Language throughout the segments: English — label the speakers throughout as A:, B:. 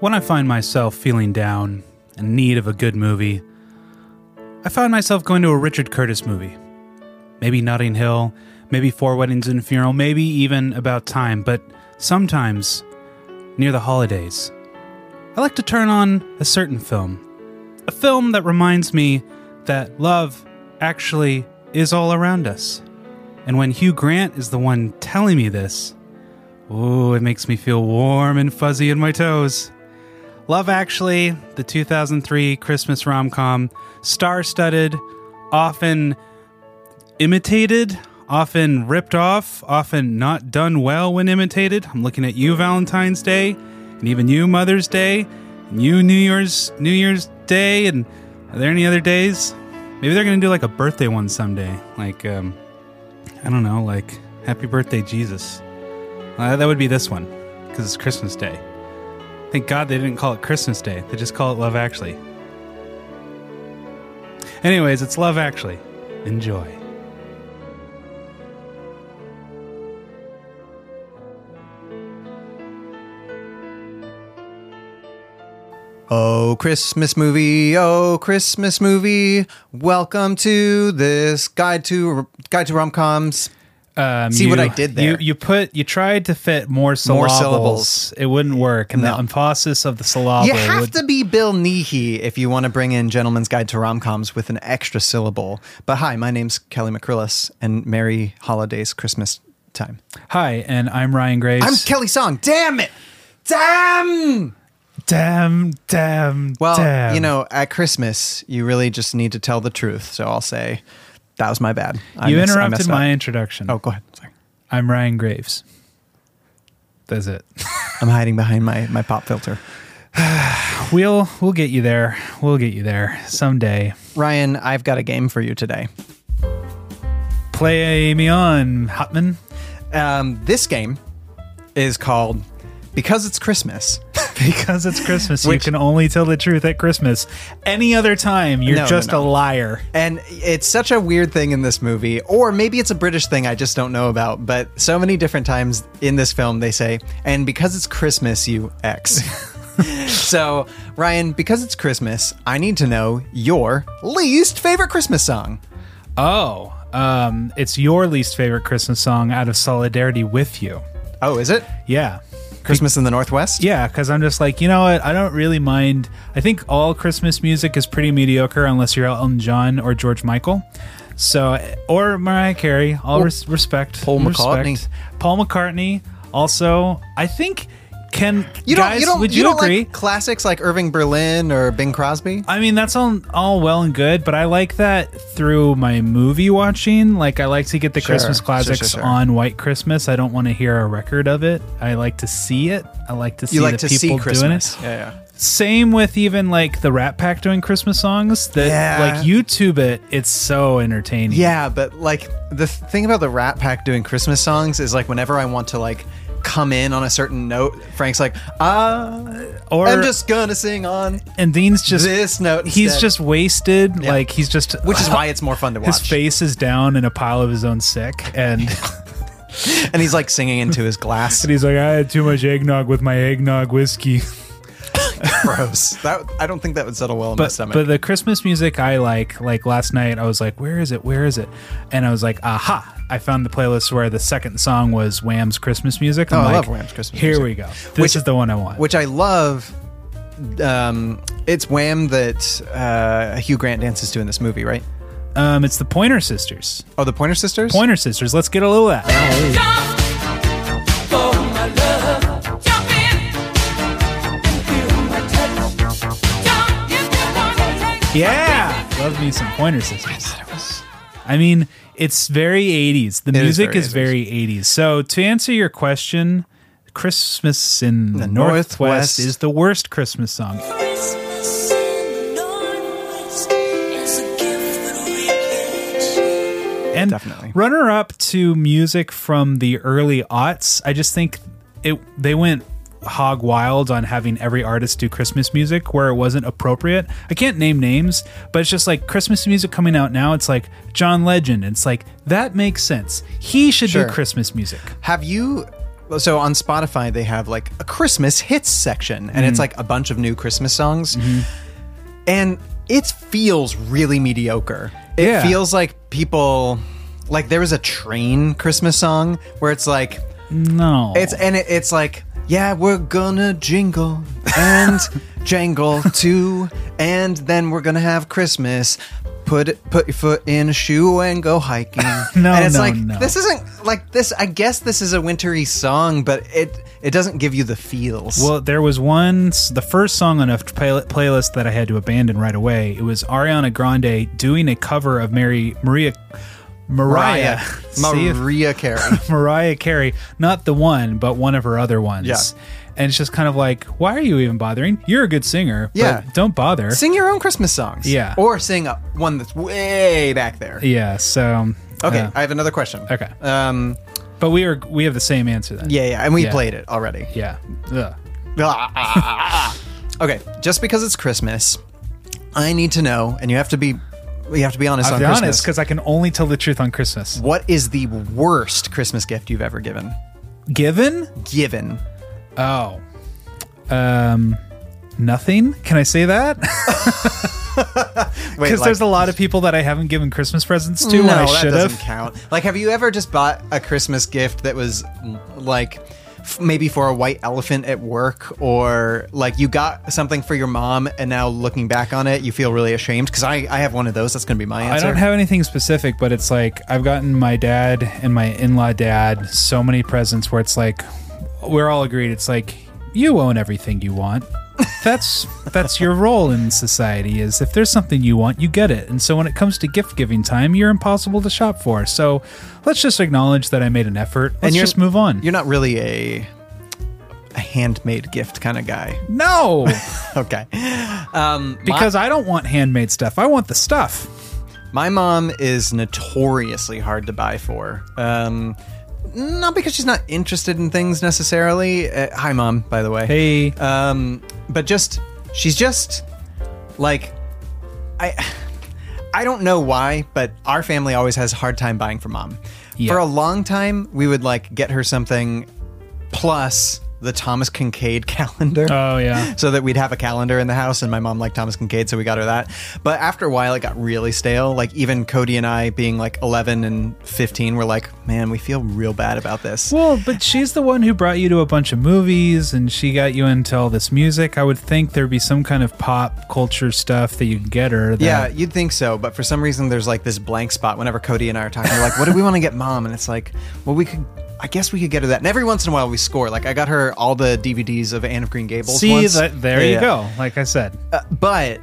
A: When I find myself feeling down, in need of a good movie, I find myself going to a Richard Curtis movie. Maybe Notting Hill, maybe Four Weddings and a Funeral, maybe even About Time, but sometimes, near the holidays, I like to turn on a certain film. A film that reminds me that love actually is all around us. And when Hugh Grant is the one telling me this, ooh, it makes me feel warm and fuzzy in my toes. Love Actually, the 2003 Christmas rom com, star studded, often imitated, often ripped off, often not done well when imitated. I'm looking at you, Valentine's Day, and even you, Mother's Day, and you, New Year's New Year's Day, and are there any other days? Maybe they're gonna do like a birthday one someday, like um, I don't know, like Happy Birthday Jesus. Uh, that would be this one because it's Christmas Day. Thank God they didn't call it Christmas Day. They just call it Love Actually. Anyways, it's Love Actually. Enjoy.
B: Oh, Christmas movie! Oh, Christmas movie! Welcome to this guide to guide to rom coms.
A: Um,
B: See what I did there?
A: You, you put you tried to fit more
B: More
A: syllables.
B: syllables.
A: It wouldn't work, and
B: No.
A: the emphasis of the syllable.
B: You have
A: would-
B: to be Bill Nighy if you want to bring in Gentleman's Guide to Rom Coms with an extra syllable. But hi, my name's Kelly McCrillis, and Merry Holidays, Christmas time.
A: Hi, and I'm Ryan Grace.
B: I'm Kelly Song. Damn it! Damn!
A: damn, damn,
B: Well,
A: damn.
B: you know, at Christmas, you really just need to tell the truth. So I'll say, that was my bad. I
A: you
B: mess- I
A: interrupted
B: messed
A: my
B: up.
A: introduction.
B: Oh, go ahead. Sorry.
A: I'm Ryan Graves. That's it.
B: I'm hiding behind my, my pop filter.
A: we'll we'll get you there. We'll get you there someday.
B: Ryan, I've got a game for you today.
A: Play me on, Hotman.
B: Um, this game is called Because It's Christmas.
A: Because it's Christmas,
B: Which-
A: you can only tell the truth at Christmas. Any other time, you're
B: No, no,
A: just a
B: no.
A: liar.
B: And it's such a weird thing in this movie, or maybe it's a British thing I just don't know about, but so many different times in this film they say, and because it's Christmas, you X. so, Ryan, because it's Christmas, I need to know your least favorite Christmas song.
A: Oh, um, it's your least favorite Christmas song out of solidarity with you.
B: Oh, is it?
A: Yeah.
B: Christmas in the Northwest?
A: Yeah, because I'm just like, you know what? I don't really mind. I think all Christmas music is pretty mediocre unless you're Elton John or George Michael. So, or Mariah Carey. All res- respect.
B: Paul McCartney.
A: Respect. Paul McCartney. Also, I think can
B: You don't,
A: guys
B: you don't,
A: would
B: you
A: you,
B: don't
A: agree?
B: like classics like Irving Berlin or Bing Crosby?
A: I mean, that's all all well and good, but I like that through my movie watching. Like, I like to get the
B: Sure,
A: Christmas
B: sure,
A: classics
B: sure, sure.
A: on White Christmas. I don't want to hear a record of it. I like to see it. I like to see
B: You like
A: the
B: to see
A: people doing it.
B: Christmas. Yeah, yeah.
A: Same with even like the Rat Pack doing Christmas songs. That
B: Yeah.
A: like YouTube it. It's so entertaining.
B: Yeah, but like the thing about the Rat Pack doing Christmas songs is like whenever I want to like come in on a certain note, Frank's like, uh,
A: Or
B: I'm just gonna sing on,
A: and Dean's just
B: this note
A: He's
B: instead.
A: just wasted. Like he's just uh,
B: which is why it's more fun to
A: his
B: watch.
A: face is down in a pile of his own sick and.
B: and he's like singing into his glass.
A: And he's like, I had too much eggnog with my eggnog whiskey.
B: Gross. That I don't think that would settle well in my
A: But,
B: stomach.
A: but the Christmas music I like, like last night, I was like, where is it? Where is it? And I was like, aha. I found the playlist where the second song was Wham's Christmas music. I'm
B: Oh, I
A: like,
B: love Wham's Christmas
A: Here
B: music."
A: we go. This
B: Which-
A: is the one I want.
B: which I love. Um, it's Wham that uh, Hugh Grant dances to in this movie, right?
A: um, it's the Pointer Sisters.
B: Oh, the Pointer Sisters.
A: Pointer Sisters. Let's get a little of that.
C: Jump for my love. Jump in and feel my touch. Jump if you wanna take
A: Yeah. Love me some Pointer Sisters. I mean, it's very 80s. The
B: is
A: music
B: very
A: is
B: 80s.
A: very 80s. So, to answer your question, Christmas in the, Northwest,
B: Northwest.
A: is the worst Christmas song.
D: Christmas in the Northwest is a gift that we get.
A: And
B: Definitely.
A: runner up to music from the early aughts, I just think it they went hog wild on having every artist do Christmas music where it wasn't appropriate. I can't name names, but it's just like Christmas music coming out now, it's like John Legend. It's like that makes sense. He should
B: Sure.
A: do Christmas music.
B: Have you so on Spotify they have like a Christmas hits section, and it's like a bunch of new Christmas songs, and it feels really mediocre. It
A: Yeah.
B: feels like people like there was a train Christmas song where it's like
A: No.
B: it's and it, it's like yeah we're gonna jingle and jangle too, and then we're gonna have Christmas. Put it, put your foot in a shoe and go hiking.
A: No,
B: and it's
A: no,
B: like
A: no.
B: this isn't like this. I guess this is a wintry song, but it it doesn't give you the feels.
A: Well, there was one, the first song on a play- playlist that I had to abandon right away. It was Ariana Grande doing a cover of Mary Maria Mariah See
B: Mariah,
A: if-
B: Maria Carey.
A: Mariah Carey, not the one, but one of her other ones.
B: Yeah.
A: And it's just kind of like, why are you even bothering? You're a good singer,
B: Yeah.
A: but don't bother.
B: sing your own Christmas songs.
A: Yeah.
B: or sing a, one that's way back there.
A: yeah, so
B: Okay,
A: uh,
B: I have another question.
A: okay.
B: Um.
A: But we are we have the same answer then.
B: Yeah, yeah, and we
A: Yeah.
B: played it already.
A: Yeah. Ugh.
B: Ah. okay, just because it's Christmas, I need to know, and you have to be, you have to be honest
A: I'll
B: on
A: be
B: Christmas.
A: honest, because I can only tell the truth on Christmas.
B: what is the worst Christmas gift you've ever given?
A: Given?
B: Given.
A: Oh. Um nothing? Can I say that?
B: Wait,
A: Because
B: like-
A: there's a lot of people that I haven't given Christmas presents to when
B: no,
A: I
B: that
A: should
B: doesn't
A: have.
B: count. Like, have you ever just bought a Christmas gift that was like f- maybe for a white elephant at work, or like you got something for your mom, and now looking back on it, you feel really ashamed? Because I, I have one of those. That's going to be my
A: I
B: answer.
A: don't have anything specific, but it's like I've gotten my dad and my in law dad so many presents where it's like we're all agreed. It's like you own everything you want. That's that's your role in society is if there's something you want, you get it. And so when it comes to gift giving time, you're impossible to shop for. So let's just acknowledge that I made an effort. Let's
B: you're-
A: just move on.
B: You're not really a a handmade gift kind of guy.
A: No,
B: Okay.
A: because I don't want handmade stuff. I want the stuff.
B: My mom is notoriously hard to buy for. Um, not because she's not interested in things necessarily. Uh, hi, mom, by the way.
A: Hey,
B: Um, but just she's just like I. I don't know why, but our family always has a hard time buying for mom.
A: Yeah.
B: For a long time, we would like get her something plus the Thomas Kincaid calendar
A: oh yeah.
B: so that we'd have a calendar in the house and my mom liked thomas kincaid so we got her that but after a while it got really stale like even cody and i being like 11 and 15 were like man we feel real bad about this
A: Well, but she's the one who brought you to a bunch of movies and she got you into all this music. I would think there'd be some kind of pop culture stuff that you could get her. That,
B: yeah you'd think so but for some reason there's like this blank spot whenever cody and i are talking we're like what do we want to get mom and it's like well we could I guess we could get her that. And every once in a while we score. Like I got her all the DVDs of Anne of Green Gables.
A: See,
B: once.
A: that, there
B: Yeah,
A: you
B: yeah.
A: go. Like I said,
B: Uh, but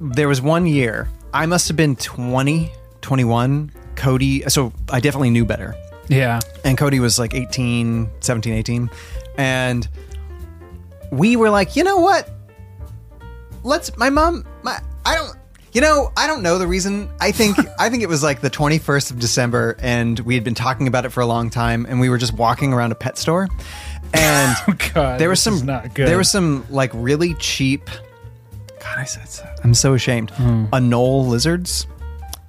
B: there was one year i must have been 20 21 cody so i definitely knew better
A: yeah,
B: and cody was like 18 17 18 and we were like you know what let's my mom my i don't you know i don't know the reason i think i think it was like the 21st of december and we had been talking about it for a long time and we were just walking around a pet store and
A: Oh, God,
B: there was
A: this is
B: some
A: not good.
B: There was some like really cheap. God, I said so. I'm so ashamed. Anole lizards,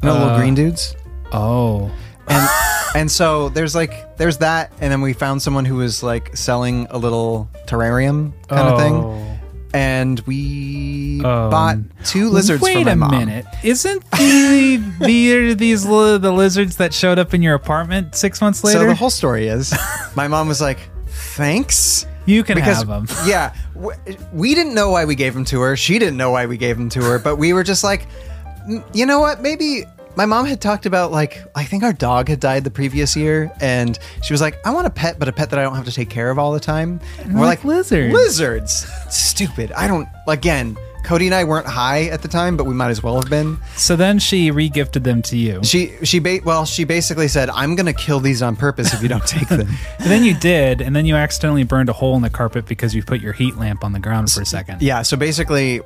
B: you know, little
A: Hmm. Uh.
B: green dudes,
A: oh,
B: and and so there's like there's that, and then we found someone who was like selling a little terrarium kind
A: oh.
B: of thing, and we
A: Oh.
B: bought two lizards.
A: Wait
B: for my
A: a
B: mom.
A: minute! Isn't the, the, these li- the lizards that showed up in your apartment six months later?
B: So the whole story is, my mom was like, "Thanks."
A: you can
B: because
A: have them.
B: yeah, w- we didn't know why we gave them to her. She didn't know why we gave them to her, but we were just like, "Mm, you know what? Maybe my mom had talked about like I think our dog had died the previous year, and she was like, I want a pet, but a pet that I don't have to take care of all the time. And we're
A: like, "Lizards."
B: lizards, stupid. I don't. Again, Cody and I weren't high at the time, but we might as well have been.
A: So then she regifted them to you.
B: She she ba- well, she basically said, I'm gonna kill these on purpose if you don't take them.
A: But then you did, and then you accidentally burned a hole in the carpet because you put your heat lamp on the ground for a second.
B: Yeah, so basically,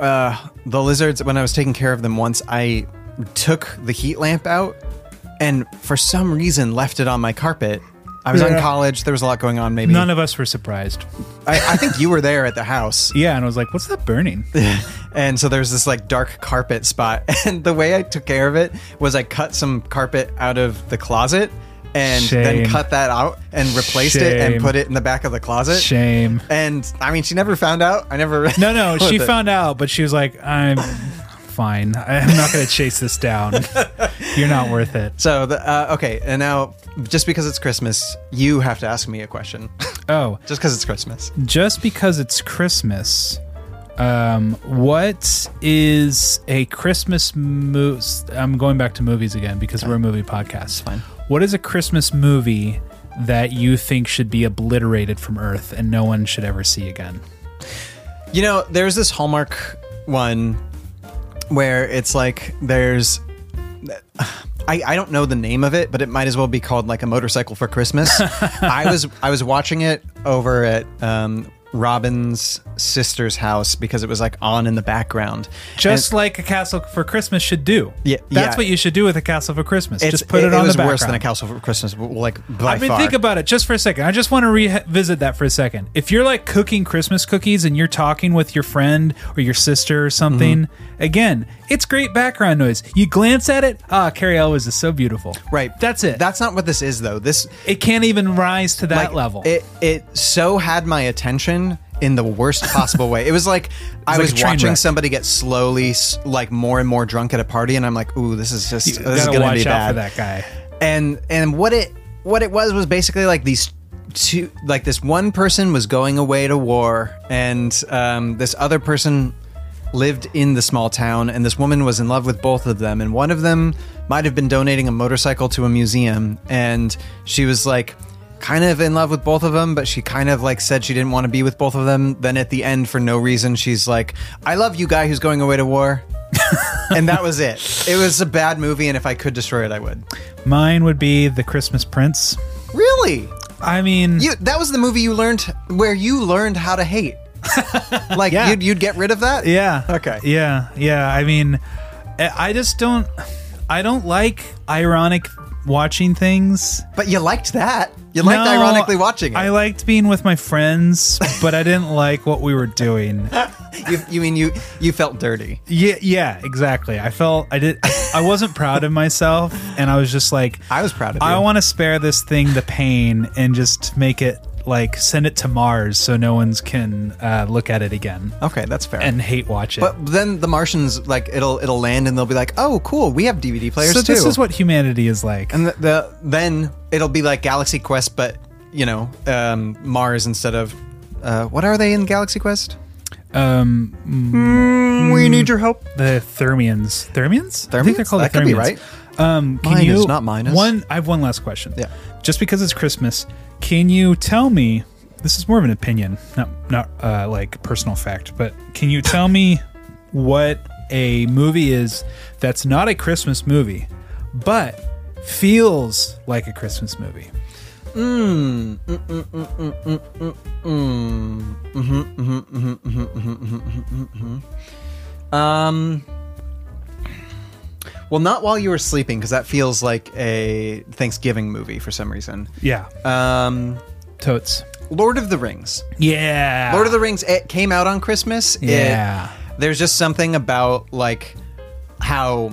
B: uh, the lizards, when I was taking care of them once, I took the heat lamp out and for some reason left it on my carpet. I was
A: Yeah.
B: on college, there was a lot going on, maybe.
A: None of us were surprised.
B: I, I think you were there at the house.
A: Yeah, and I was like, "What's that burning?"
B: And so there's this like dark carpet spot. And the way I took care of it was I cut some carpet out of the closet and
A: Shame.
B: then cut that out and replaced it
A: Shame.
B: and put it in the back of the closet.
A: Shame.
B: And I mean, she never found out. I never.
A: No, no,
B: with
A: she
B: it.
A: found out, but she was like, "I'm fine. I'm not going to chase this down. You're not worth it."
B: So the, uh, okay, and now just because it's Christmas, you have to ask me a question.
A: Oh,
B: just because it's Christmas.
A: just because it's Christmas, um, what is a Christmas movie? I'm going back to movies again because we're a movie podcast.
B: fine.
A: What is a Christmas movie that you think should be obliterated from Earth and no one should ever see again?
B: You know, there's this Hallmark one where it's like there's. I, I don't know the name of it, but it might as well be called like a motorcycle for Christmas. I was I was watching it over at um, Robin's sister's house because it was like on in the background.
A: Just
B: And
A: like a Castle for Christmas should do.
B: Yeah,
A: that's
B: yeah.
A: what you should do with a Castle for Christmas.
B: it's-
A: Just put it,
B: it
A: on the
B: was
A: background.
B: worse than a Castle for Christmas, like by
A: I mean,
B: far.
A: think about it just for a second. I just want to revisit that for a second. If you're like cooking Christmas cookies and you're talking with your friend or your sister or something,
B: Mm-hmm.
A: again, it's great background noise. You glance at it, ah, Carrie Elwes is so beautiful.
B: right,
A: That's it.
B: That's not what this is though. This
A: it can't even rise to that
B: like,
A: level.
B: It it so had my attention in the worst possible way. It was like I
A: like a
B: was
A: train
B: watching
A: wreck.
B: somebody get slowly s- like more and more drunk at a party, and I'm like, ooh, this is just
A: you
B: this is
A: gotta
B: gonna
A: watch
B: be
A: out
B: bad.
A: for that guy.
B: And and what it what it was was basically like these two like this one person was going away to war, and um, this other person lived in the small town and this woman was in love with both of them and one of them might have been donating a motorcycle to a museum and she was like kind of in love with both of them but she kind of like said she didn't want to be with both of them then at the end for no reason she's like i love you guy who's going away to war and that was it it was a bad movie and if i could destroy it i would
A: Mine would be The Christmas Prince.
B: really
A: I mean,
B: you that was the movie you learned where you learned how to hate like
A: Yeah.
B: you'd, you'd get rid of that
A: Yeah.
B: Okay.
A: Yeah. Yeah. I mean, I I just don't. I don't like ironic watching things.
B: but you liked that you liked
A: No,
B: ironically watching it
A: I liked being with my friends, but I didn't like what we were doing.
B: you, you mean you you felt dirty
A: Yeah, yeah, exactly. I felt I did. I, I wasn't proud of myself, and I was just like,
B: I was proud of
A: I
B: you.
A: want to spare this thing the pain and just make it like send it to Mars so no one's can uh, look at it again
B: okay that's fair
A: and hate watch it.
B: Um, but then the martians like it'll it'll land and they'll be like oh cool we have dvd players
A: so
B: too
A: this is what humanity is like.
B: and the, the then it'll be like galaxy quest but you know um mars instead of uh what are they in galaxy quest Hmm,
A: um, hmm.
B: we need your help
A: the Thermians. Thermians? I think they're
B: Thermians?
A: called
B: That
A: the Thermians.
B: could be right.
A: Um, can
B: Minus,
A: you,
B: not minus.
A: One. I have one last question.
B: Yeah.
A: Just because it's Christmas, can you tell me? This is more of an opinion, not not uh, like personal fact, but can you tell me what a movie is that's not a Christmas movie, but feels like a Christmas movie?
B: um well not while you were sleeping because that feels like a thanksgiving movie for some reason
A: Yeah.
B: um
A: Uh, Totes.
B: lord of the rings
A: Yeah.
B: Lord of the Rings it came out on Christmas. It-
A: Yeah.
B: there's just something about like how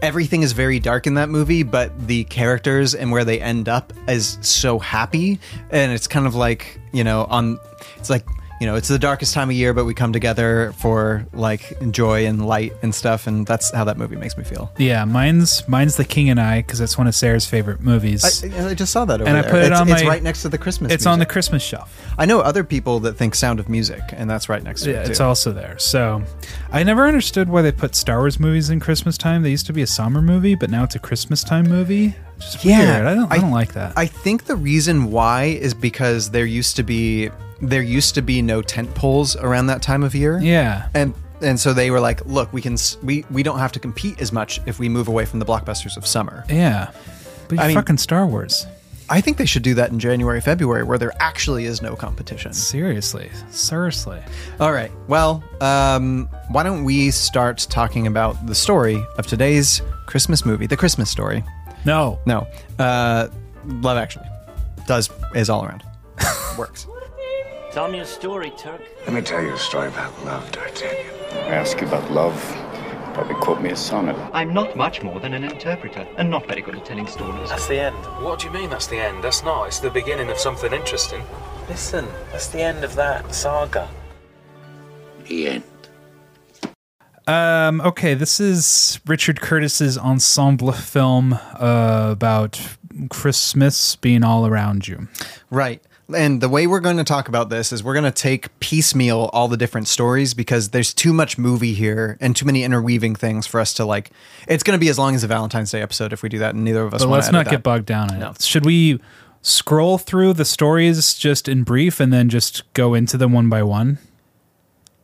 B: everything is very dark in that movie, but the characters and where they end up is so happy and it's kind of like, you know, on it's like you know, it's the darkest time of year, but we come together for like joy and light and stuff, and that's how that movie makes me feel.
A: yeah. Mine's mine's The King and I because it's one of Sarah's favorite movies.
B: I, I just saw that over
A: And I
B: there.
A: put it
B: it's,
A: on
B: it's
A: my-
B: right next to the Christmas.
A: it's on the
B: music.
A: Christmas shelf.
B: I know other people that think Sound of Music, and that's right next to
A: Yeah,
B: it. Too.
A: it's also there. So I never understood why they put Star Wars movies in Christmas time. They used to be a summer movie, but now it's a Christmas time movie. It's Just weird. I don't I, don't like that.
B: I think the reason why is because there used to be there used to be no tent poles around that time of year.
A: yeah.
B: And and so they were like, look, we can s- we we don't have to compete as much if we move away from the blockbusters of summer.
A: yeah. But you
B: I mean-
A: fucking Star Wars.
B: I think they should do that in January, February where there actually is no competition.
A: Seriously. Seriously.
B: All right. Well, um why don't we start talking about the story of today's Christmas movie, The Christmas Story.
A: No.
B: No. Uh Love Actually does is all around. Works.
E: Tell me a story, Turk.
F: Let me tell you a story about love, D'Artagnan. I ask you about love,
E: Probably quote me a sonnet.
F: I'm not much more than an interpreter, and not very good at telling stories.
G: That's the end. What do you mean that's the end? That's not. It's the beginning of something interesting. Listen, that's the end of that saga.
E: The end.
A: Um, okay, this is Richard Curtis's ensemble film uh, about Christmas being all around you.
B: Right. And the way we're going to talk about this is we're going to take piecemeal all the different stories because there's too much movie here and too many interweaving things for us to like. It's going to be as long as a Valentine's Day episode if we do that, and neither of us.
A: But
B: wanna
A: let's
B: edit
A: not
B: that.
A: get bogged down in it. Should we scroll through the stories just in brief and then just go into them one by one?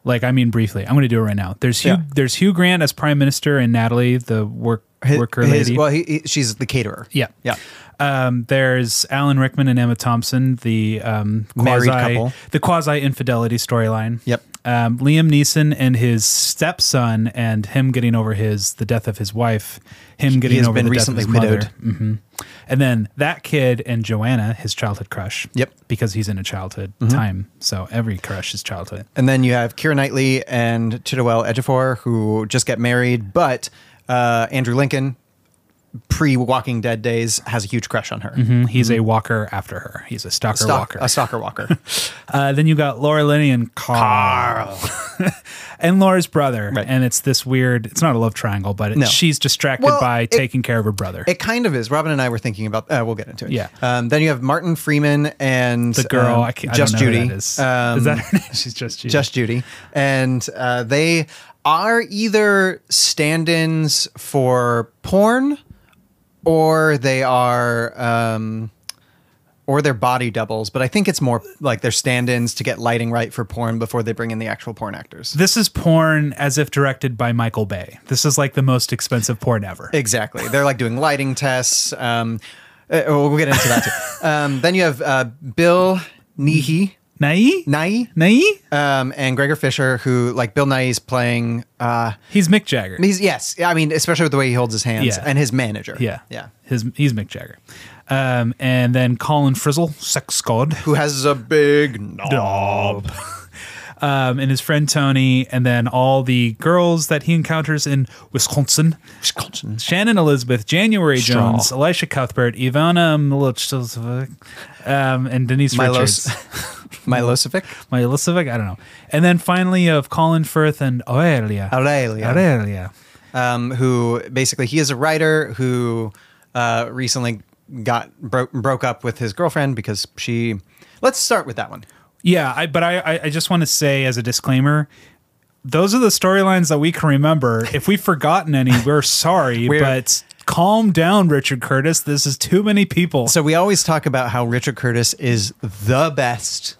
A: Like, I mean, briefly. I'm going to do it right now. There's Hugh.
B: Yeah.
A: There's Hugh Grant as prime minister and Natalie, the work
B: Hi-
A: worker
B: his-
A: lady.
B: Well, he, he- she's the caterer.
A: yeah,
B: Yeah.
A: Um, there's Alan Rickman and Emma Thompson, the um,
B: Married
A: quasi-
B: couple.
A: the quasi infidelity storyline.
B: Yep.
A: Um, Liam Neeson and his stepson, and him getting over his the death of his wife, him getting
B: has
A: over
B: been
A: the
B: recently
A: death of his
B: widowed.
A: mother, hmm and then that kid and Joanna, his childhood crush.
B: Yep. Mm-hmm.
A: because he's in a childhood time, so every crush is childhood.
B: And then you have Kira Knightley and Chidowell Ejiofor, who just get married, but uh, Andrew Lincoln, pre Walking Dead days, has a huge crush on her.
A: Mhm. He's a walker after her. He's a stalker
B: Mm-hmm. Stalk-
A: walker.
B: A stalker walker.
A: Uh, then you got Laura Linney and Carl, and Laura's brother,
B: Right.
A: and it's this weird. It's not a love triangle, but it,
B: No.
A: she's distracted
B: Well,
A: by
B: it-
A: taking care of her brother.
B: it kind of is. Robin and I were thinking about. Uh, we'll get into it.
A: Yeah.
B: Um, then you have Martin Freeman and
A: the girl,
B: um,
A: I can't,
B: just
A: I don't know
B: Judy.
A: Who that is.
B: Um,
A: is that her name? She's just Judy.
B: Just Judy, and uh, they are either stand-ins for porn, or they are, um, or they're body doubles. But I think it's more like they're stand-ins to get lighting right for porn before they bring in the actual porn actors.
A: This is porn as if directed by Michael Bay. This is like the most expensive porn ever.
B: Exactly. They're like doing lighting tests. Um, uh, we'll get into that too. um, then you have uh, Bill Nighy,
A: Nye?
B: Nye,
A: Nye?
B: um, and Gregor Fisher, who like Bill Nye's playing. Uh,
A: He's Mick Jagger.
B: He's yes, I mean, especially with the way he holds his hands
A: Yeah.
B: and his manager.
A: yeah.
B: yeah,
A: His, he's Mick Jagger. Um, and then Colin Frizzle, sex god.
B: who has a big knob.
A: Bob. Um, and his friend Tony, and then all the girls that he encounters in Wisconsin. Wisconsin. Shannon Elizabeth, January
B: Straw.
A: Jones, Elisha Cuthbert, Ivana Milosevic, um, and Denise
B: Milos-
A: Richards.
B: Milosevic,
A: Milosevic, I don't know. And then finally of Colin Firth and Aurelia.
B: Aurelia.
A: Aurelia.
B: um, who basically he is a writer who uh, recently got broke broke up with his girlfriend because she. Let's start with that one.
A: Yeah, I, but I, I- I just want to say as a disclaimer, those are the storylines that we can remember. If we've forgotten any, we're sorry,
B: We're-
A: but calm down, Richard Curtis. This is too many people.
B: So we always talk about how Richard Curtis is the best.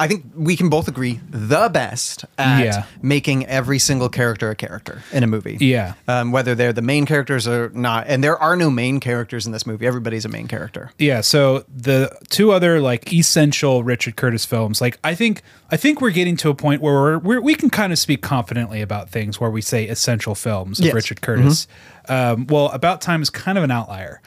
B: I think we can both agree the best at
A: Yeah.
B: making every single character a character in a movie.
A: Yeah.
B: Um, whether they're the main characters or not. And there are no main characters in this movie. Everybody's a main character.
A: yeah, so the two other like essential Richard Curtis films, like I think I think we're getting to a point where we're, we're, we can kind of speak confidently about things where we say essential films of
B: Yes. Mm-hmm.
A: Richard Curtis. Um, well, About Time is kind of an outlier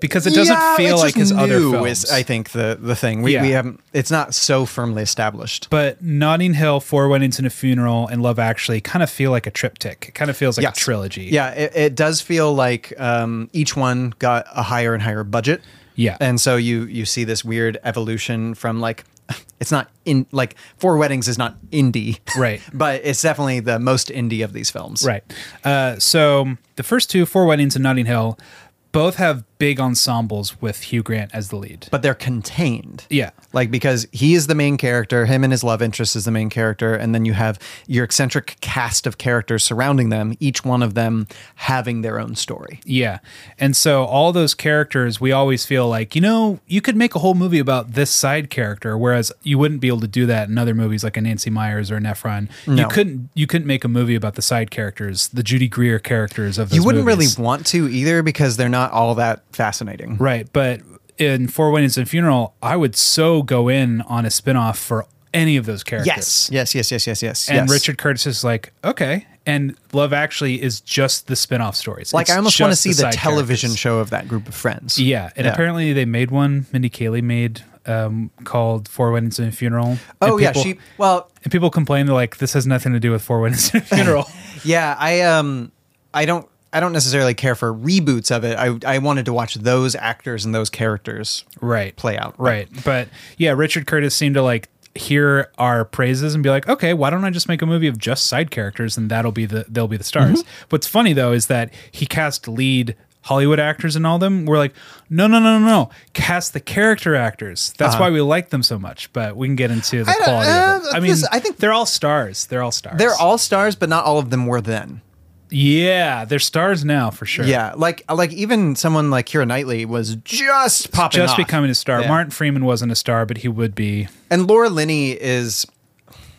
A: because it doesn't feel like his other films.
B: Is, I think the the thing we,
A: Yeah.
B: we haven't. It's not so firmly established.
A: but Notting Hill, Four Weddings and a Funeral, and Love Actually kind of feel like a triptych. It kind of feels like
B: Yes.
A: a trilogy.
B: Yeah, it, it does feel like um, each one got a higher and higher budget.
A: Yeah.
B: and so you you see this weird evolution from like it's not in like Four Weddings is not indie,
A: Right.
B: but it's definitely the most indie of these films.
A: Right. Uh, so the first two, Four Weddings and Notting Hill, both have big ensembles with Hugh Grant as the lead.
B: but they're contained.
A: Yeah.
B: Like because he is the main character, him and his love interest is the main character, and then you have your eccentric cast of characters surrounding them, each one of them having their own story.
A: Yeah. And so all those characters, we always feel like, you know, you could make a whole movie about this side character, whereas you wouldn't be able to do that in other movies like a Nancy Myers or an Efron. You
B: No.
A: couldn't you couldn't make a movie about the side characters, the Judy Greer characters of those
B: You wouldn't
A: movies.
B: really want to either because they're not all that fascinating.
A: Right, but in Four Weddings and Funeral, I would so go in on a spinoff for any of those characters.
B: Yes. Yes, yes, yes, yes, yes.
A: And
B: yes.
A: Richard Curtis is like, okay. And Love Actually is just the spinoff stories.
B: Like
A: It's
B: I almost want to
A: just
B: see the,
A: side
B: television
A: characters.
B: show of that group of friends.
A: Yeah. And apparently they made one, Mindy Kaling made, um, called Four Weddings and a Funeral.
B: Oh
A: And
B: yeah,
A: people-
B: she well,
A: And people complain, they're like, this has nothing to do with Four Weddings and a Funeral.
B: yeah, I um I don't I don't necessarily care for reboots of it. I I wanted to watch those actors and those characters
A: right
B: play out.
A: right but yeah richard curtis seemed to like hear our praises and be like okay why don't i just make a movie of just side characters and that'll be the they'll be the stars
B: Mm-hmm.
A: what's funny though is that he cast lead hollywood actors and all them we're like no no no no no cast the character actors that's why we like them so much but we can get into the
B: Uh-huh. don't-
A: quality of
B: uh,
A: it i mean
B: listen, I
A: i
B: think-
A: think they're all stars they're all stars
B: They're all stars, but not all of them were then.
A: yeah they're stars now for sure
B: Yeah, like like even someone like Kira Knightley was just popping,
A: just
B: off.
A: becoming a star
B: Yeah.
A: martin freeman wasn't a star but he would be
B: and Laura Linney is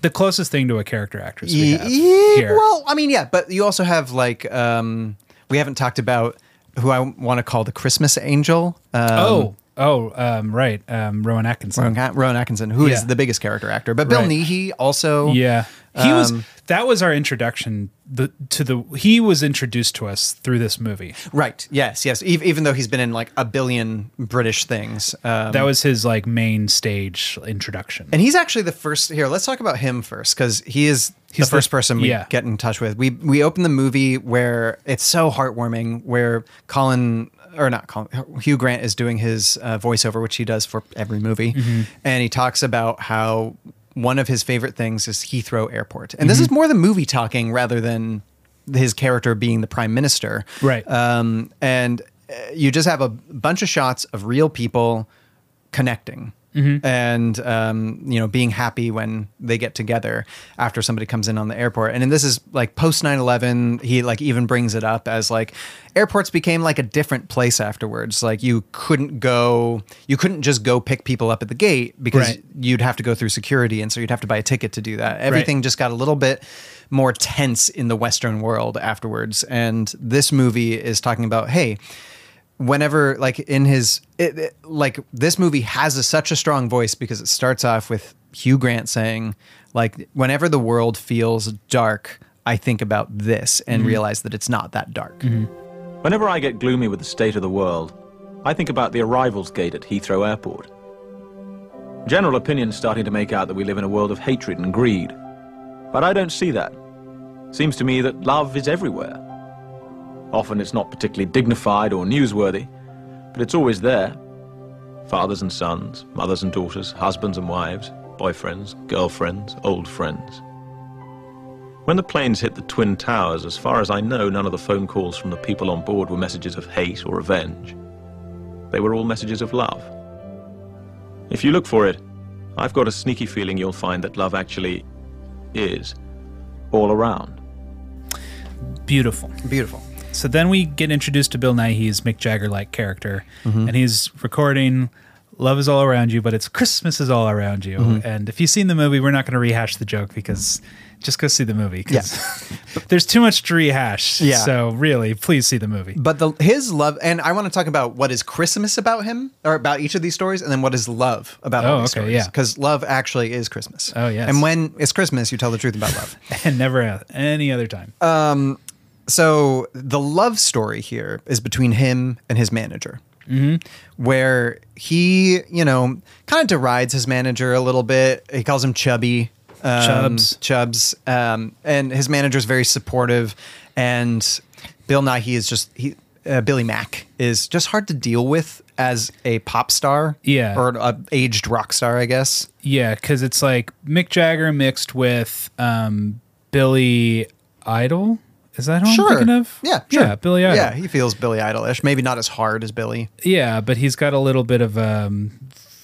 A: the closest thing to a character actress we have
B: Ye-
A: here.
B: e-, Well, I mean, yeah, but you also have like um, we haven't talked about who I want to call the Christmas Angel. Um,
A: oh, oh, um, right, um, Rowan Atkinson.
B: Rowan At- Rowan Atkinson, who is
A: Yeah.
B: the biggest character actor, but Bill
A: Right.
B: Nighy also.
A: Yeah, he was.
B: Um,
A: That was our introduction the, to the. He was introduced to us through this movie.
B: Right. Yes. Yes. Ev- even though he's been in like a billion British things, um,
A: that was his like main stage introduction.
B: and he's actually the first. Here, let's talk about him first because he is
A: He's
B: the first
A: the-
B: person we
A: yeah.
B: get in touch with. We we open the movie where it's so heartwarming, where Colin or not Colin Hugh Grant is doing his uh, voiceover, which he does for every movie, and he talks about how one of his favorite things is Heathrow Airport, and this is more the movie talking rather than his character being the prime minister,
A: Right.
B: Um, and uh, you just have a bunch of shots of real people connecting and um, you know being happy when they get together after somebody comes in on the airport and then this is like post 9-11 he like even brings it up as like airports became like a different place afterwards like you couldn't go you couldn't just go pick people up at the gate because
A: Right.
B: you'd have to go through security and so you'd have to buy a ticket to do that everything just got a little bit more tense in the western world afterwards and this movie is talking about hey whenever like in his it, it- like this movie has a, such a strong voice because it starts off with Hugh Grant saying like whenever the world feels dark I think about this and realize that it's not that dark.
H: Whenever I get gloomy with the state of the world, I think about the arrivals gate at Heathrow Airport. General opinion's starting to make out that we live in a world of hatred and greed. But I don't see that. Seems to me that love is everywhere. Often it's not particularly dignified or newsworthy, but it's always there. Fathers and sons, mothers and daughters, husbands and wives, boyfriends, girlfriends, old friends. When the planes hit the Twin Towers, as far as I know, none of the phone calls from the people on board were messages of hate or revenge. They were all messages of love. If you look for it, I've got a sneaky feeling you'll find that love actually is all around.
A: Beautiful.
B: Beautiful.
A: So then we get introduced to Bill Nighy's Mick Jagger like character,
B: Mm-hmm.
A: and he's recording Love is All Around You, but it's Christmas is All Around You.
B: Mm-hmm.
A: And if you've seen the movie, we're not going to rehash the joke because just go see the movie. 'cause there's too much to rehash.
B: Yeah.
A: So really, please see the movie.
B: But the his love and I want to talk about what is Christmas about him or about each of these stories and then what is love about all
A: Oh,
B: these
A: okay,
B: stories
A: yeah.
B: cuz love actually is Christmas.
A: Oh, yes.
B: And when it's Christmas you tell the truth about love.
A: And never a- any other time.
B: so the love story here is between him and his manager
A: Mm-hmm.
B: where he you know kind of derides his manager a little bit he calls him chubby um,
A: Chubbs.
B: chubs um, and his manager is very supportive and bill nighy is just he uh, billy mack is just hard to deal with as a pop star
A: Yeah.
B: or a aged rock star i guess
A: yeah, because it's like Mick Jagger mixed with um, Billy Idol. Is that who I'm thinking of?
B: yeah sure.
A: Yeah, Billy Idol.
B: yeah he feels billy idol-ish maybe not as hard as billy
A: Yeah, but he's got a little bit of um,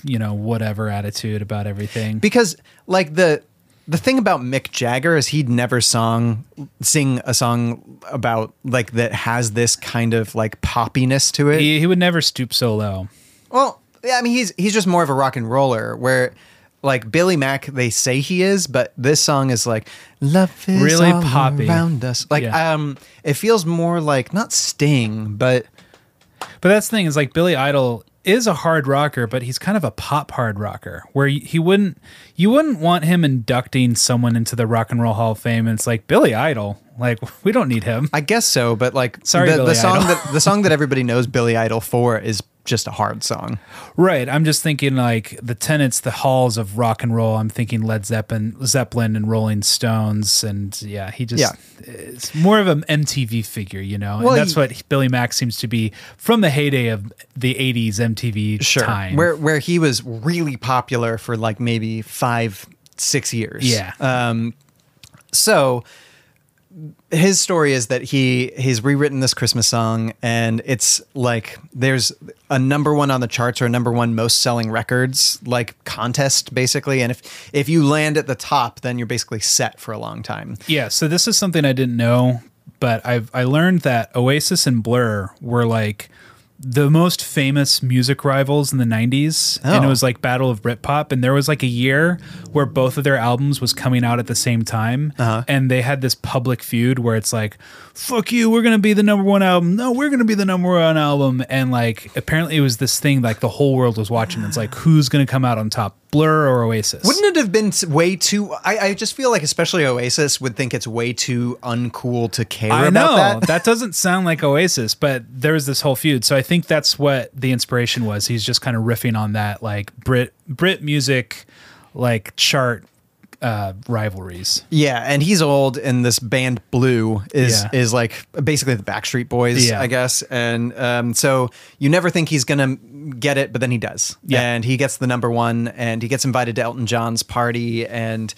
A: you know, whatever attitude about everything.
B: because like the the thing about Mick Jagger is he'd never song sing a song about like that has this kind of like poppiness to it.
A: he, he would never stoop so low.
B: well, yeah, I mean he's he's just more of a rock and roller where like Billy Mack they say he is, but this song is like love is
A: Really
B: all
A: poppy.
B: around us. Like
A: Yeah.
B: um it feels more like not Sting, but
A: But that's the thing is like Billy Idol is a hard rocker, but he's kind of a pop hard rocker where y- he wouldn't you wouldn't want him inducting someone into the Rock and Roll Hall of Fame and it's like Billy Idol. Like we don't need him.
B: I guess so, but like
A: Sorry,
B: the,
A: Billy
B: the song
A: Idol.
B: that the song that everybody knows Billy Idol for is just a hard song.
A: Right. I'm just thinking like the tenets, the halls of rock and roll. I'm thinking Led Zeppelin, Zeppelin and Rolling Stones, and yeah, he just
B: Yeah.
A: it's more of an MTV figure, you know.
B: Well,
A: and that's
B: he-
A: what Billy Mack seems to be from the heyday of the '80s MTV time.
B: Where where he was really popular for like maybe five, six years.
A: Yeah.
B: Um so his story is that he he's rewritten this Christmas song and it's like there's a number one on the charts or a number one most selling records like contest basically. And if if you land at the top, then you're basically set for a long time.
A: Yeah, so this is something I didn't know, but I've I learned that Oasis and Blur were like the most famous music rivals in the 90s and it
B: Oh.
A: was like battle of britpop and there was like a year where both of their albums was coming out at the same time
B: Uh-huh.
A: and they had this public feud where it's like fuck you we're gonna be the number one album no we're gonna be the number one album and like apparently it was this thing like the whole world was watching it's like who's gonna come out on top blur or oasis
B: Wouldn't it have been s- way too? I, I just feel like, especially Oasis, would think it's way too uncool to care
A: I
B: about
A: know
B: that.
A: doesn't sound like Oasis, but there was this whole feud. So I think that's what the inspiration was. He's just kind of riffing on that, like Brit Brit music, like chart uh, rivalries.
B: Yeah, and he's old, and this band Blue is
A: Yeah.
B: is like basically the Backstreet Boys,
A: Yeah.
B: I guess. And um, so you never think he's gonna get it, but then he does.
A: Yeah.
B: and he gets the number one, and he gets invited to Elton John's party, and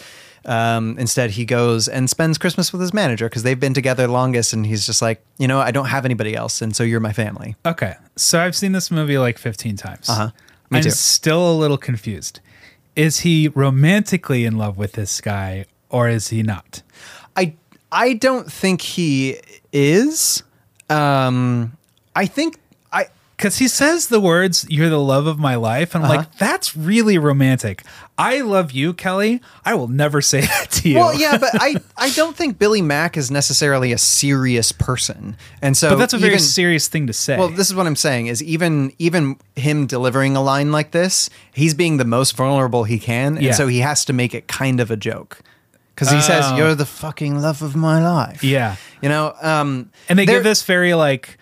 B: um, instead he goes and spends Christmas with his manager because they've been together longest, and he's just like, you know, I don't have anybody else, and so you're my family.
A: Okay, so I've seen this movie like fifteen times.
B: Uh-huh. Me
A: I'm
B: too.
A: still a little confused. Is he romantically in love with this guy, or is he not?
B: I I don't think he is. Um, I think I
A: Because he says the words, You're the love of my life. And I'm
B: Uh-huh.
A: like, That's really romantic. I love you, Kelly. I will never say that to you.
B: well yeah, but I I don't think Billy Mack is necessarily a serious person, and so
A: But that's a very
B: even-
A: serious thing to say.
B: Well, this is what I'm saying is even even him delivering a line like this, he's being the most vulnerable he can,
A: Yeah.
B: and so he has to make it kind of a joke. Because he says,
A: Oh.
B: "You're the fucking love of my life."
A: Yeah.
B: you know. Um,
A: and they
B: there-
A: give this very like,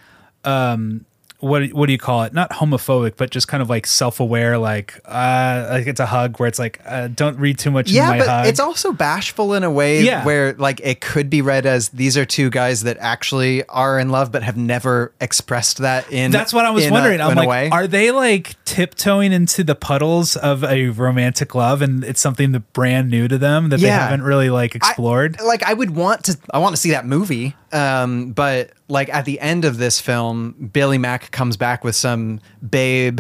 A: um, what what do you call it? Not homophobic, but just kind of like self aware. Like, uh, like it's a hug where it's like, uh, don't read too much
B: Yeah,
A: in my
B: but
A: hug.
B: it's also bashful in a way
A: Yeah.
B: where like it could be read as these are two guys that actually are in love but have never expressed that in
A: That's what I was
B: in a-
A: wondering. i I'm
B: in a
A: like,
B: way.
A: are they like tiptoeing into the puddles of a romantic love, and it's something that's brand new to them that
B: Yeah.
A: they haven't really like explored?
B: I, like I would want to I want to see that movie. Um but like at the end of this film Billy Mack comes back with some babe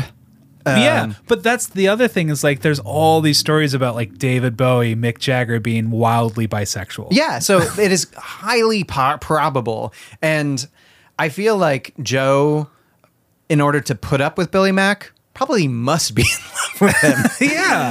B: um,
A: yeah, but that's the other thing is like there's all these stories about like David Bowie, Mick Jagger being wildly bisexual.
B: Yeah, so it is highly po- probable, and I feel like Joe, in order to put up with Billy Mack, probably must be in love with him. Um,
A: Yeah.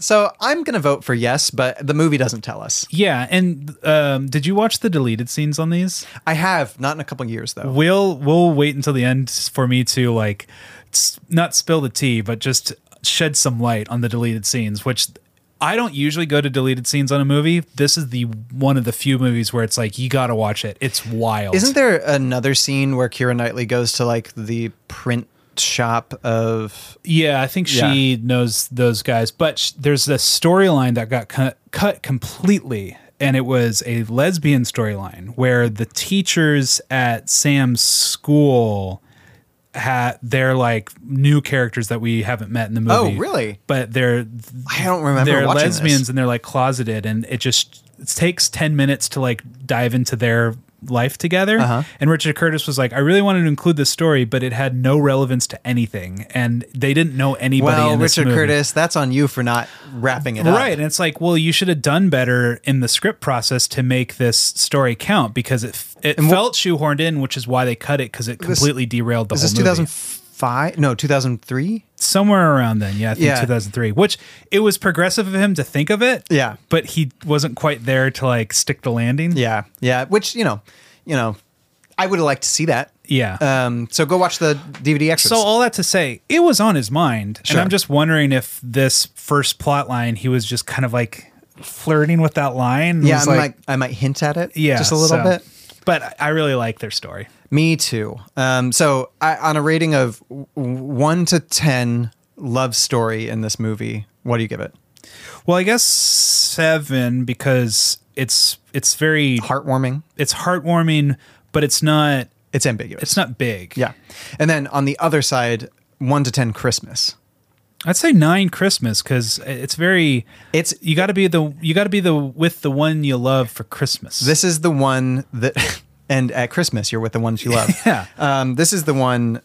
B: so I'm gonna vote for yes, but the movie doesn't tell us.
A: Yeah, and um did you watch the deleted scenes on these?
B: I have not in a couple years though.
A: We'll we'll wait until the end for me to like s- not spill the tea, but just shed some light on the deleted scenes, which I don't usually go to deleted scenes on a movie. This is the one of the few movies where it's like you got to watch it. It's wild.
B: Isn't there another scene where Kira Knightley goes to like the print shop of?
A: Yeah, I think she knows those guys, but sh- there's a storyline that got cut, cut completely, and it was a lesbian storyline where the teachers at Sam's school had they're like new characters that we haven't met in the
B: Oh,
A: movie.
B: really?
A: But they're
B: I don't remember
A: they're
B: watching this.
A: lesbians and they're like closeted, and it just it takes ten minutes to like dive into their life together.
B: Uh-huh.
A: And Richard Curtis was like, "I really wanted to include this story, but it had no relevance to anything, and they didn't know anybody."
B: Well,
A: in this
B: Richard
A: movie.
B: Curtis, that's on you for not wrapping it up.
A: Right. And it's like, well, you should have done better in the script process to make this story count because it f- it felt shoehorned in, which is why they cut it because it completely derailed the
B: Is
A: whole
B: this
A: movie.
B: 2005? No, 2003.
A: somewhere around then. Yeah, I think
B: Yeah.
A: 2003, which it was progressive of him to think of it.
B: Yeah.
A: But he wasn't quite there to like stick the landing.
B: Yeah, yeah. Which you know, you know, I would have liked to see that.
A: Yeah.
B: Um. So go watch the DVD extras.
A: Uh, so all that to say, it was on his mind,
B: Sure.
A: and I'm just wondering if this first plot line, he was just kind of like flirting with that line.
B: Yeah,
A: was
B: I
A: like,
B: might I might hint at it.
A: yeah,
B: just a little
A: so-
B: bit.
A: But I- I really like their story.
B: Me too. Um, so I, on a rating of w- one to ten, love story in this movie. What do you give it?
A: Well, I guess seven because it's it's very
B: Heartwarming.
A: it's heartwarming, but it's not
B: It's ambiguous.
A: it's not big.
B: Yeah. And then on the other side, one to ten, Christmas.
A: I'd say nine Christmas because it's very
B: It's
A: you got to be the you got to be the with the one you love for Christmas.
B: this is the one that, and at Christmas you're with the ones you love.
A: Yeah.
B: Um, this is the one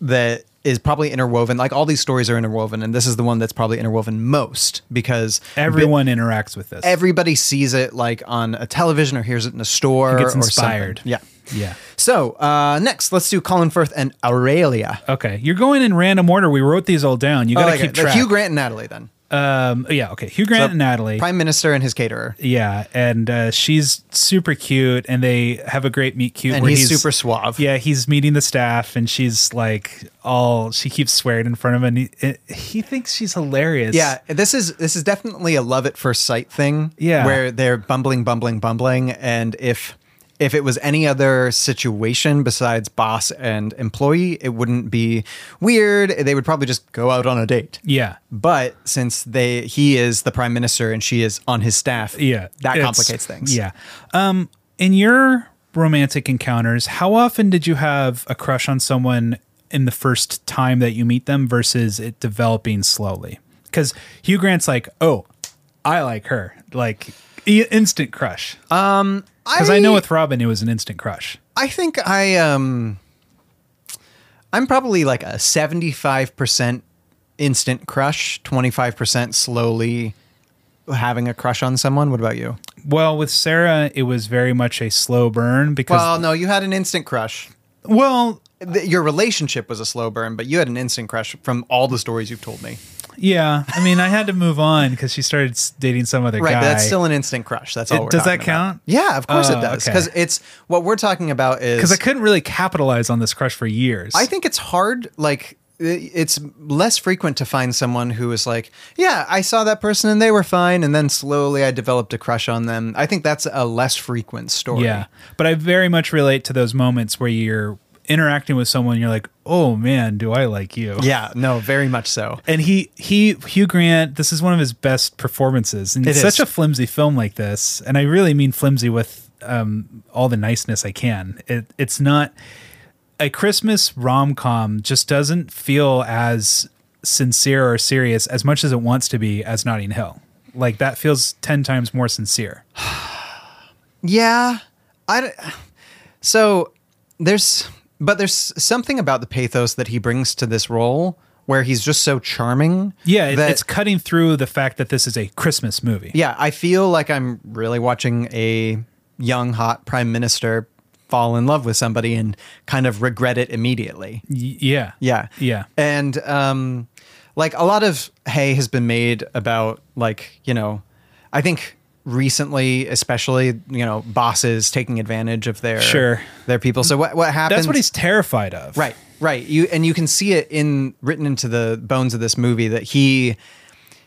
B: that is probably interwoven. Like all these stories are interwoven, and this is the one that's probably interwoven most because
A: everyone interacts with this.
B: everybody sees it like on a television or hears it in a store
A: gets
B: or something.
A: inspired.
B: Yeah.
A: yeah.
B: So uh, next, let's do Colin Firth and Aurelia.
A: Okay, you're going in random order. We wrote these all down. You got to
B: Oh, like
A: keep
B: it.
A: track.
B: Hugh Grant and Natalie then.
A: Um, yeah. Okay. Hugh Grant
B: So,
A: and Natalie.
B: Prime Minister and his caterer.
A: yeah, and uh, she's super cute, and they have a great meet cute.
B: And
A: where
B: he's, super suave.
A: Yeah, he's meeting the staff, and she's like all she keeps swearing in front of him, and he, it, he thinks she's hilarious.
B: Yeah, this is this is definitely a love at first sight thing.
A: Yeah.
B: where they're bumbling, bumbling, bumbling, and if if it was any other situation besides boss and employee, it wouldn't be weird. They would probably just go out on a date.
A: yeah,
B: But since they he is the prime minister and she is on his staff,
A: yeah.
B: that
A: It's-
B: complicates things.
A: Yeah. Um, in your romantic encounters, how often did you have a crush on someone in the first time that you meet them versus it developing slowly? Because Hugh Grant's like, oh, I like her, like i- instant crush. Because I know with Robin, it was an instant crush.
B: I think I um I'm probably like a 75% instant crush, 25% slowly having a crush on someone. What about you?
A: Well, with Sarah, it was very much a slow burn because
B: Well, no, you had an instant crush.
A: well
B: Th- Your relationship was a slow burn, but you had an instant crush from all the stories you've told me.
A: Yeah, I mean, I had to move on because she started s- dating some other
B: Right,
A: guy.
B: but that's still an instant crush. That's all.
A: It-
B: we're
A: does that
B: talking about.
A: count?
B: Yeah, of course
A: Oh,
B: it does.
A: okay.
B: Because it's what we're talking about is
A: because I couldn't really capitalize on this crush for years.
B: I think it's hard. Like i- it's less frequent to find someone who is like, yeah, I saw that person and they were fine, and then slowly I developed a crush on them. I think that's a less frequent story.
A: yeah, but I very much relate to those moments where you're interacting with someone. you're like, oh man, do I like you?
B: Yeah. No, very much so.
A: And he, he, Hugh Grant. This is one of his best performances, and
B: It
A: it's
B: is.
A: such a flimsy film like this. And I really mean flimsy with um, all the niceness I can. It, it's not a Christmas rom com. Just doesn't feel as sincere or serious as much as it wants to be as Notting Hill. Like that feels ten times more sincere.
B: Yeah. I. d- So there's, but there's something about the pathos that he brings to this role where he's just so charming.
A: Yeah, it,
B: that-
A: it's cutting through the fact that this is a Christmas movie.
B: yeah, I feel like I'm really watching a young, hot prime minister fall in love with somebody and kind of regret it immediately.
A: Y- yeah,
B: Yeah.
A: yeah.
B: And um like a lot of hay has been made about like, you know, I think recently especially, you know, bosses taking advantage of their
A: Sure.
B: their people. So what what happens
A: That's what he's terrified of.
B: Right, right. You and you can see it in written into the bones of this movie that he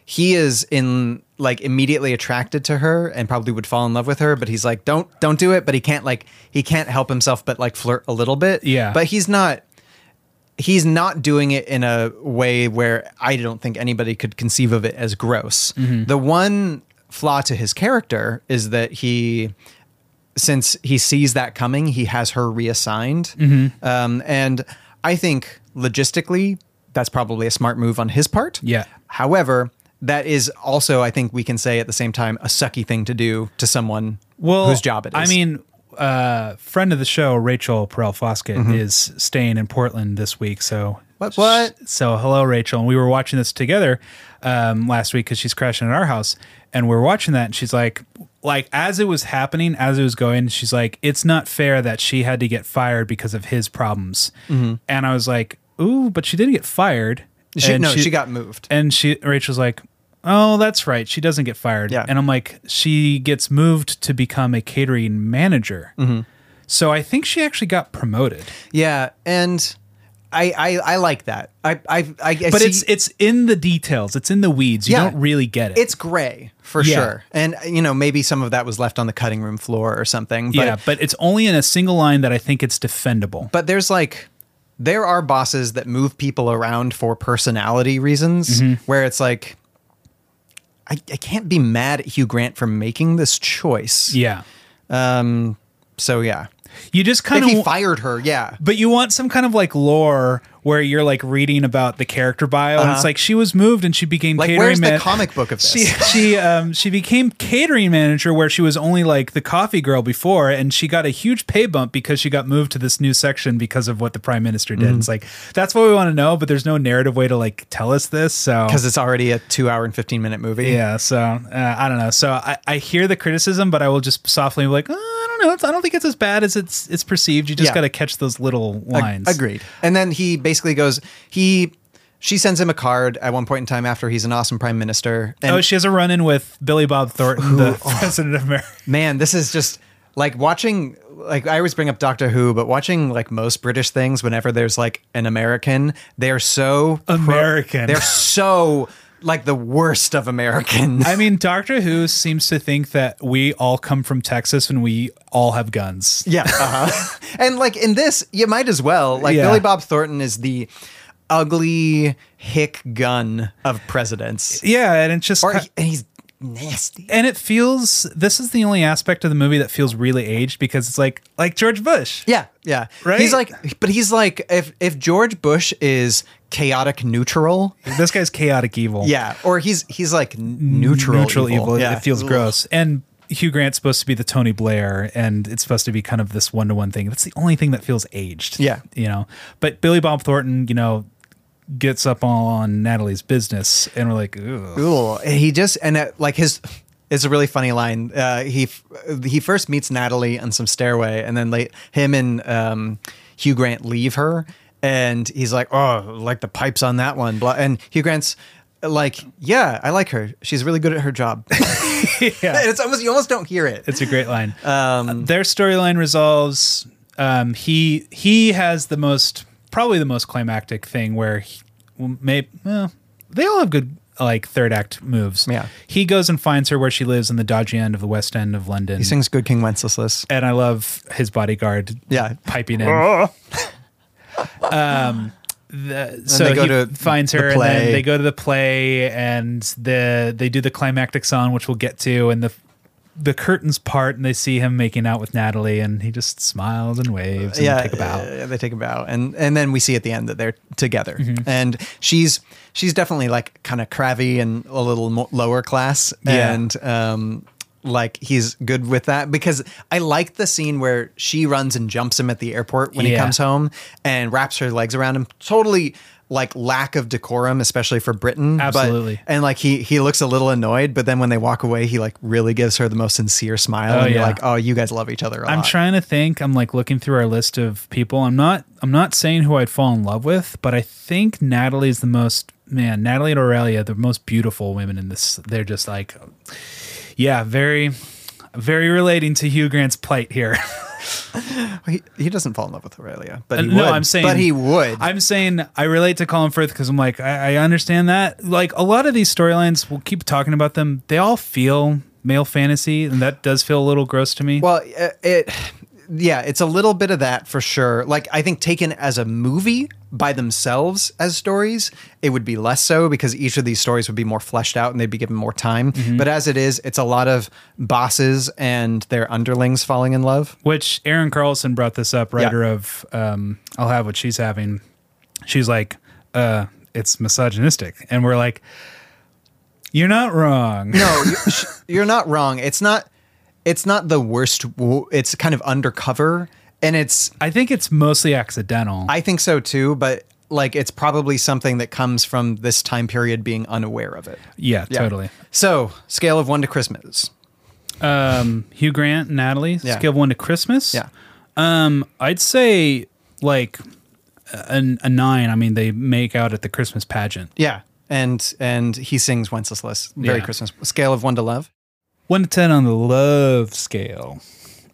B: he is in like immediately attracted to her and probably would fall in love with her, but he's like, don't don't do it. But he can't like he can't help himself but like flirt a little bit.
A: Yeah.
B: But he's not he's not doing it in a way where I don't think anybody could conceive of it as gross. The one flaw to his character is that he since he sees that coming, he has her reassigned.
A: Mm-hmm.
B: Um, and I think logistically, that's probably a smart move on his part.
A: Yeah.
B: However, that is also, I think we can say at the same time, a sucky thing to do to someone
A: well,
B: whose job it is.
A: I mean, uh, friend of the show, Rachel Perel Foskett, is staying in Portland this week. So
B: Mm-hmm. What- what?
A: So hello, Rachel. And we were watching this together um, last week because she's crashing at our house, and we are watching that. And she's like, like as it was happening, as it was going, she's like, it's not fair that she had to get fired because of his problems. And I was like, ooh, but she didn't get fired.
B: Mm-hmm. she,
A: And
B: no, she got moved.
A: and she Rachel's like, "Oh, that's right. She doesn't get fired."
B: Yeah.
A: And I'm like, "She gets moved to become a
B: Mm-hmm.
A: catering manager." So I think she actually got promoted.
B: Yeah, and I, I, I like that. I, I, I, I
A: but
B: see-
A: it's it's in the details. It's in the weeds. You
B: Yeah.
A: don't really get it.
B: it's gray for
A: Yeah.
B: sure. And you know, maybe some of that was left on the cutting room floor or something. But,
A: yeah, but it's only in a single line that I think it's defendable.
B: but there's like there are bosses that move people around for personality reasons
A: Mm-hmm.
B: where it's like I, I can't be mad at Hugh Grant for making this choice.
A: yeah,
B: Um so yeah.
A: you just kind
B: If
A: of
B: he fired her, yeah.
A: but you want some kind of like lore where you're like reading about the character bio and it's like she was moved and she became
B: Uh-huh. Like
A: catering
B: where's the
A: man-
B: comic book of this?
A: she she um she became catering manager where she was only like the coffee girl before and she got a huge pay bump because she got moved to this new section because of what the prime minister
B: Mm-hmm.
A: did. It's like that's what we want to know, but there's no narrative way to like tell us this. So
B: Because it's already a two hour and fifteen minute movie.
A: yeah, so uh, I don't know. So I, I hear the criticism, but I will just softly be like, "Uh, I don't know. It's, I don't think it's as bad as it's it's perceived. You just
B: Yeah.
A: got to catch those little
B: Ag-
A: lines.
B: Agreed. And then he basically goes, he, she sends him a card at one point in time after he's an awesome prime minister. And Oh.
A: oh, she has a run in with Billy Bob Thornton, the president of America.
B: man, this is just like watching. Like I always bring up Doctor Who, but watching like most British things, whenever there's like an American, they're so pro-
A: American.
B: they're so like the worst of Americans.
A: I mean, Doctor Who seems to think that we all come from Texas and we all have guns.
B: Yeah. Uh-huh. and like in this, you might as well. Like
A: Yeah.
B: Billy Bob Thornton is the ugly hick gun of presidents.
A: Yeah, and it's just
B: Or
A: ki-
B: he- and he's nasty.
A: and it feels this is the only aspect of the movie that feels really aged because it's like like George Bush.
B: Yeah, yeah.
A: Right?
B: He's like, but he's like, if if George Bush is chaotic neutral,
A: This guy's chaotic evil.
B: yeah, or he's he's like n- neutral,
A: neutral evil.
B: Yeah.
A: It feels gross. And Hugh Grant's supposed to be the Tony Blair, and it's supposed to be kind of this one to one thing. That's the only thing that feels aged.
B: Yeah.
A: You know, but Billy Bob Thornton, you know, gets up all on Natalie's business, and we're like, Ugh.
B: Cool. And He just and uh like his. It's a really funny line. Uh, he f- he first meets Natalie on some stairway, and then late him and um, Hugh Grant leave her, and he's like, "Oh, like the pipes on that one." Blah. And Hugh Grant's uh, like, "Yeah, I like her. She's really good at her job."
A: yeah.
B: it's almost you almost don't hear it.
A: It's a great line. Um, Their storyline resolves. Um, he he has the most probably the most climactic thing where he, maybe well, they all have good like third act moves.
B: Yeah.
A: he goes and finds her where she lives in the dodgy end of the West End of London.
B: he sings "Good King Wenceslas."
A: and I love his bodyguard.
B: Yeah.
A: piping in. um, the, so
B: they go
A: he
B: to
A: finds
B: the
A: her, and
B: play.
A: then they go to the play, and the they do the climactic song, which we'll get to, and the the curtains part, and they see him making out with Natalie, and he just smiles and waves, and yeah, take a bow.
B: yeah, they take a bow, and and then we see at the end that they're together,
A: Mm-hmm.
B: and she's she's definitely like kind of crabby and a little mo- lower class,
A: Yeah.
B: and um, like he's good with that because I like the scene where she runs and jumps him at the airport when he
A: Yeah.
B: comes home and wraps her legs around him, totally. Like lack of decorum, especially for Britain. but-
A: Absolutely.
B: and like he he looks a little annoyed, but then when they walk away, he like really gives her the most sincere smile.
A: Oh,
B: and you're
A: yeah.
B: like, oh, you guys love each other. i
A: I'm trying to think. I'm like looking through our list of people. I'm not. I'm not saying who I'd fall in love with, but I think Natalie's the most. Man, Natalie and Aurelia, the most beautiful women in this. They're just like, yeah, very, very relating to Hugh Grant's plight here.
B: He, he doesn't fall in love with Aurelia, but he
A: no,
B: would.
A: I'm saying,
B: but he would.
A: I'm saying I relate to Colin Firth because I'm like, I, I understand that. Like a lot of these storylines, we'll keep talking about them. They all feel male fantasy, and that does feel a little gross to me.
B: well, it, it, yeah, it's a little bit of that for sure. Like I think taken as a movie by themselves as stories, it would be less so because each of these stories would be more fleshed out and they'd be given more time. But as it is, it's a lot of bosses and their underlings falling in love.
A: which Aaron Carlson brought this up, writer
B: Yeah.
A: of um, I'll Have What She's Having. She's like, uh, it's misogynistic. And we're like, you're not wrong.
B: No, you- sh- you're not wrong. It's not. It's not the worst. wo- It's kind of undercover, and it's
A: I think it's mostly accidental.
B: I think so too, but like it's probably something that comes from this time period being unaware of it.
A: yeah,
B: Yeah.
A: totally.
B: So, scale of one to Christmas.
A: Um, Hugh Grant, and Natalie,
B: Yeah.
A: scale of one to Christmas.
B: Yeah.
A: Um, I'd say like a, a nine. I mean, they make out at the Christmas pageant.
B: Yeah. And and he sings Wenceslas. Very
A: Yeah.
B: Christmas. Scale of one to love.
A: One to ten on the love scale.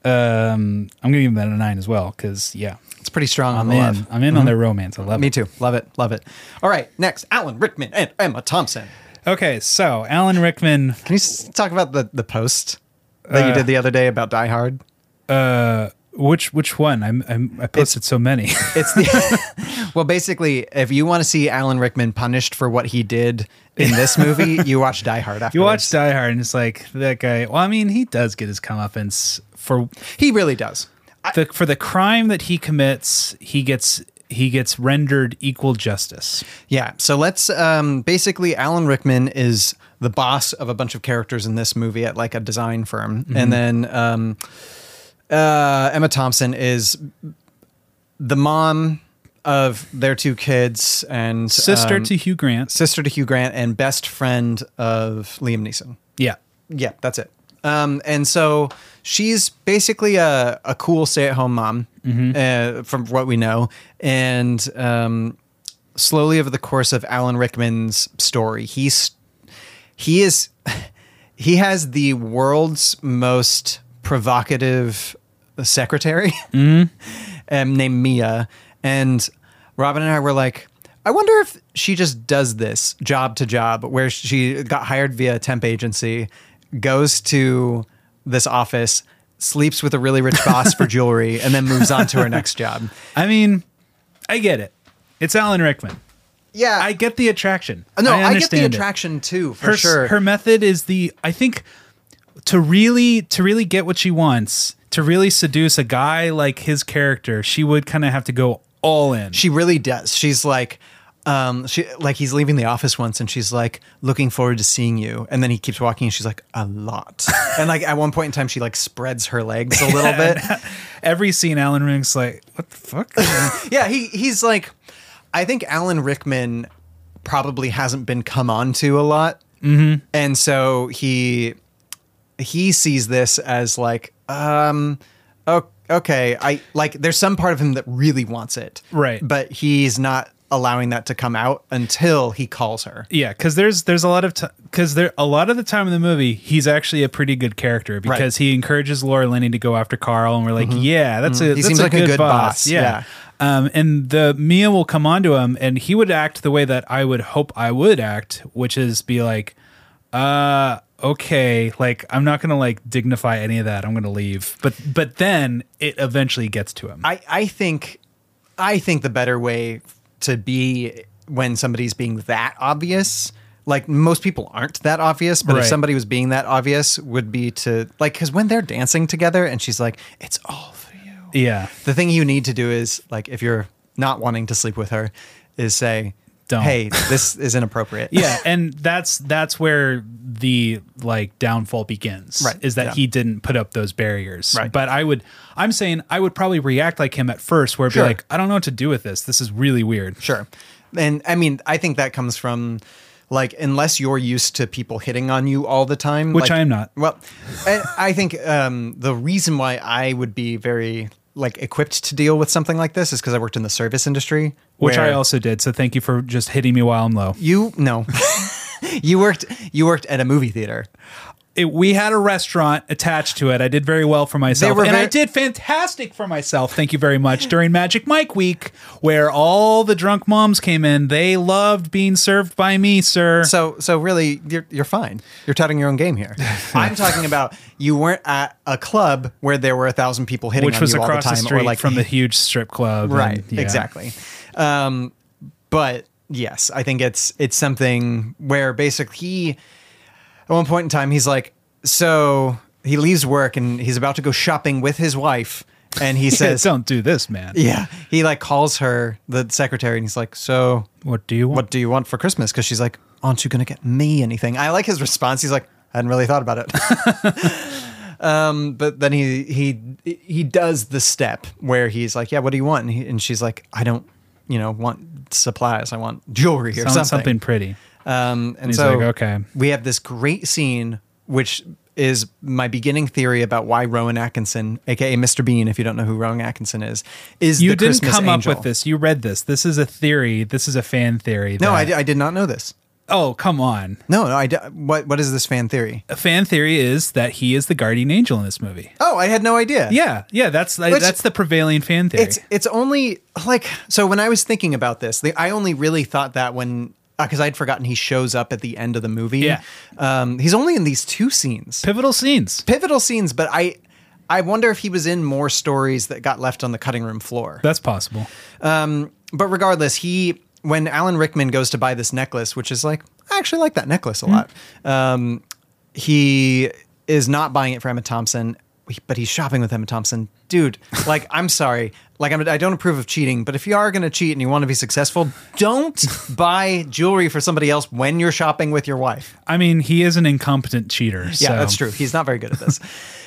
A: Um, I'm gonna give that a nine as well because yeah,
B: It's pretty strong on
A: I'm
B: the
A: in.
B: love.
A: I'm in on their romance. I love
B: Me
A: it.
B: too. Love it. Love it. All right. Next, Alan Rickman and Emma Thompson.
A: Okay, so Alan Rickman.
B: Can you s- talk about the, the post that
A: Uh,
B: you did the other day about Die Hard?
A: Which which one? I'm, I'm I posted so many.
B: It's the well, basically, if you want to see Alan Rickman punished for what he did in this movie, you watch Die Hard. Afterwards.
A: you watch Die Hard and it's like that guy. Well, I mean, he does get his comeuppance for
B: He really does.
A: the for the crime that he commits. He gets he gets rendered equal justice.
B: Yeah. So let's um, basically, Alan Rickman is the boss of a bunch of characters in this movie at like a design firm, and then um, uh, Emma Thompson is the mom of their two kids and
A: Sister
B: um,
A: to Hugh Grant.
B: sister to Hugh Grant and best friend of Liam Neeson.
A: yeah.
B: Yeah, that's it. Um, and so she's basically a, a cool stay at home mom, uh, from what we know. And um, slowly over the course of Alan Rickman's story, he's he is he has the world's most provocative secretary um, named Mia. And Robin and I were like, I wonder if she just does this job to job, where she got hired via a temp agency, goes to this office, sleeps with a really rich boss for jewelry, and then moves on to her next job.
A: I mean, I get it. It's Alan Rickman.
B: Yeah.
A: I get the attraction.
B: no, I, get the
A: understand it.
B: attraction too, for
A: her
B: sure.
A: her method is the I think to really to really get what she wants to really seduce a guy like his character she would kind of have to go all in
B: She really does. She's like, um, she like he's leaving the office once, and she's like, looking forward to seeing you. And then he keeps walking, and she's like, a lot. and like at one point in time, she like spreads her legs a little bit.
A: every scene Alan Rick's like what the fuck
B: Yeah, he he's like, I think Alan Rickman probably hasn't been come on to a lot, mm-hmm. and so he he sees this as like, um, oh, okay, I like. There's some part of him that really wants it,
A: Right.
B: But he's not allowing that to come out until he calls her.
A: yeah because there's there's a lot of because there a lot of the time in the movie he's actually a pretty good character because he encourages Laura Linney to go after Carl and we're like yeah that's a
B: Mm-hmm. He
A: that's
B: seems
A: a
B: like a
A: good
B: good
A: boss,
B: boss,
A: yeah. Um, and the Mia will come onto him, and he would act the way that I would hope I would act, which is be like, uh okay like i'm not gonna like dignify any of that i'm gonna leave but but then it eventually gets to him
B: I I think I think the better way to be when somebody's being that obvious like most people aren't that obvious but
A: Right.
B: if somebody was being that obvious would be to like because when they're dancing together and she's like it's all for you
A: yeah
B: the thing you need to do is like if you're not wanting to sleep with her is say
A: Don't.
B: hey this is inappropriate
A: yeah and that's that's where the like downfall begins
B: Right,
A: is that
B: yeah.
A: he didn't put up those barriers
B: Right.
A: but i would i'm saying i would probably react like him at first where it'd
B: Sure.
A: be like i don't know what to do with this this is really weird
B: Sure. And I mean, I think that comes from like unless you're used to people hitting on you all the time,
A: Which
B: like-
A: I am not.
B: Well, and I think um, the reason why I would be very like equipped to deal with something like this is because I worked in the service industry,
A: which i
B: where
A: also did so thank you for just hitting me while i'm low
B: you no, you worked you worked at a movie theater.
A: it, we had a restaurant attached to it. I did very well for myself,
B: were
A: and
B: very-
A: I did fantastic for myself. Thank you very much. During Magic Mike Week, where all the drunk moms came in, they loved being served by me, sir.
B: So so really, you're you're fine. You're touting your own game here. I'm talking about you weren't at a club where there were a thousand people hitting
A: which
B: on
A: was
B: you all the
A: across the,
B: time,
A: street
B: or like
A: from the huge strip club. and-
B: right
A: yeah.
B: exactly um but yes i think it's it's something where basically he at one point in time he's like so he leaves work and he's about to go shopping with his wife and he
A: Yeah,
B: says
A: don't do this, man.
B: yeah he like calls her the secretary and he's like so
A: What do you want?
B: what do you want for christmas because she's like aren't you gonna get me anything i like his response he's like i hadn't really thought about it Um, but then he he he does the step where he's like, "Yeah, what do you want?" And, he, and she's like, "I don't, you know, want supplies. I want jewelry or
A: Sounds
B: something."
A: something pretty.
B: Um, and
A: he's
B: so
A: like, "Okay."
B: we have this great scene, which is my beginning theory about why Rowan Atkinson, aka Mr. Bean, if you don't know who Rowan Atkinson is, is
A: You
B: the
A: didn't
B: Christmas
A: come
B: angel.
A: up with this. You read this. This is a theory. This is a fan theory.
B: No,
A: that-
B: I, di- I did not know this.
A: Oh, come on.
B: No, no. I d- what what is this fan theory?
A: A fan theory is that he is the guardian angel in this movie.
B: Oh, I had no idea.
A: Yeah, yeah, that's
B: Which-
A: that's the prevailing fan theory.
B: It's it's only like so when I was thinking about this, the, I only really thought that when because I'd forgotten he shows up at the end of the movie.
A: Yeah.
B: um, he's only in these two scenes,
A: pivotal scenes.
B: pivotal scenes. But I I wonder if he was in more stories that got left on the cutting room floor.
A: That's possible.
B: But regardless, he when Alan Rickman goes to buy this necklace, which is like I actually like that necklace a lot. Um, he is not buying it for Emma Thompson, but he's shopping with Emma Thompson. Dude, like I'm sorry, like I'm, I don't approve of cheating, but if you are going to cheat and you want to be successful, don't buy jewelry for somebody else when you're shopping with your wife.
A: I mean, he is an incompetent cheater.
B: Yeah,
A: so-
B: that's true. He's not very good at this.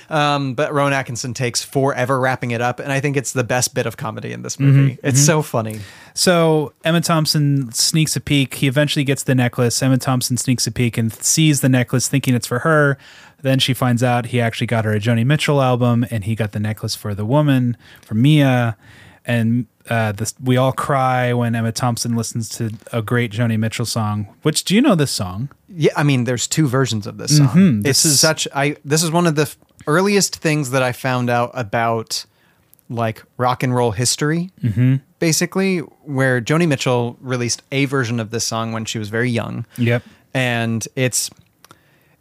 B: um, but Rowan Atkinson takes forever wrapping it up, and I think it's the best bit of comedy in this movie.
A: Mm-hmm.
B: It's so funny.
A: So Emma Thompson sneaks a peek. He eventually gets the necklace. Emma Thompson sneaks a peek and sees the necklace, thinking it's for her. Then she finds out he actually got her a Joni Mitchell album, and he got the necklace for the woman, for Mia. And uh, this, we all cry when Emma Thompson listens to a great Joni Mitchell song. Which do you know this song?
B: Yeah, I mean, there's two versions of this song. it's
A: Mm-hmm. is-
B: such I. This is one of the f- earliest things that I found out about like rock and roll history, mm-hmm. basically, where Joni Mitchell released a version of this song when she was very young,
A: Yep.
B: and it's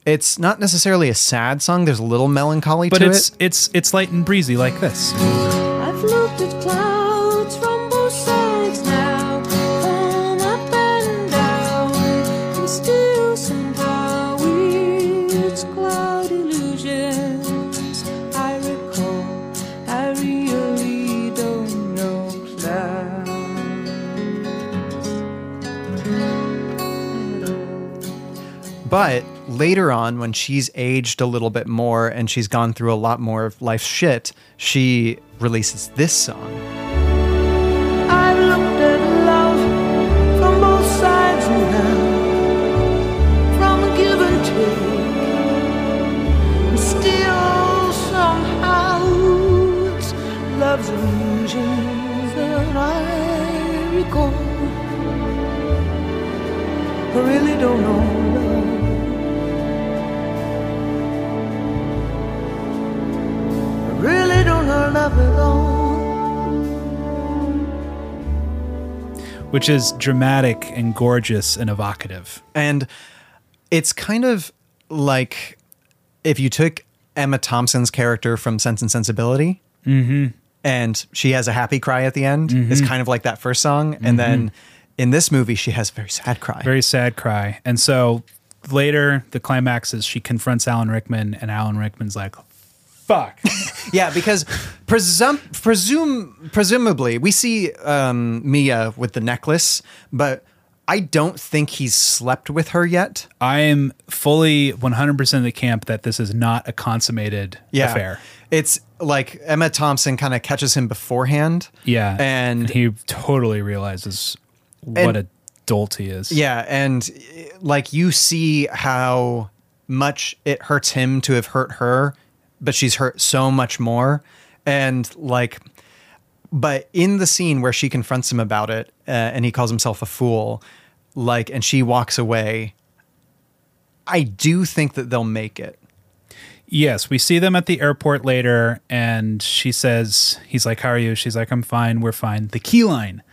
B: it's not necessarily a sad song. There's a little melancholy
A: But
B: to
A: it's
B: it.
A: it's it's light and breezy like this.
D: I've looked at clouds from both sides now, gone up and down, and still somehow it's cloud illusions. I recall, I really don't know clouds.
B: But later on, when she's aged a little bit more and she's gone through a lot more of life's shit, she releases this song.
D: I've looked at love from both sides now, from a give and take. And still, somehow, it's love's illusions that I recall. I really don't know. love. I really don't know love at all.
A: which is dramatic and gorgeous and evocative.
B: And it's kind of like if you took Emma Thompson's character from Sense and Sensibility and she has a happy cry at the end, it's kind of like that first song. And then in this movie, she has a very sad cry.
A: Very sad cry. And so later, the climax is she confronts Alan Rickman, and Alan Rickman's like, fuck.
B: yeah, because presum- presume presumably we see um, Mia with the necklace, but I don't think he's slept with her yet.
A: I am fully 100% of the camp that this is not a consummated
B: yeah.
A: affair.
B: It's like Emma Thompson kind of catches him beforehand.
A: Yeah.
B: And
A: he totally realizes what
B: And-
A: a dolt he is.
B: Yeah, and eh, like you see how much it hurts him to have hurt her, but she's hurt so much more. And like, but in the scene where she confronts him about it uh, and he calls himself a fool, like, and she walks away, I do think that they'll make it.
A: Yes, we see them at the airport later, and she says, "He's like, how are you?" She's like, "I'm fine. We're fine." The key line,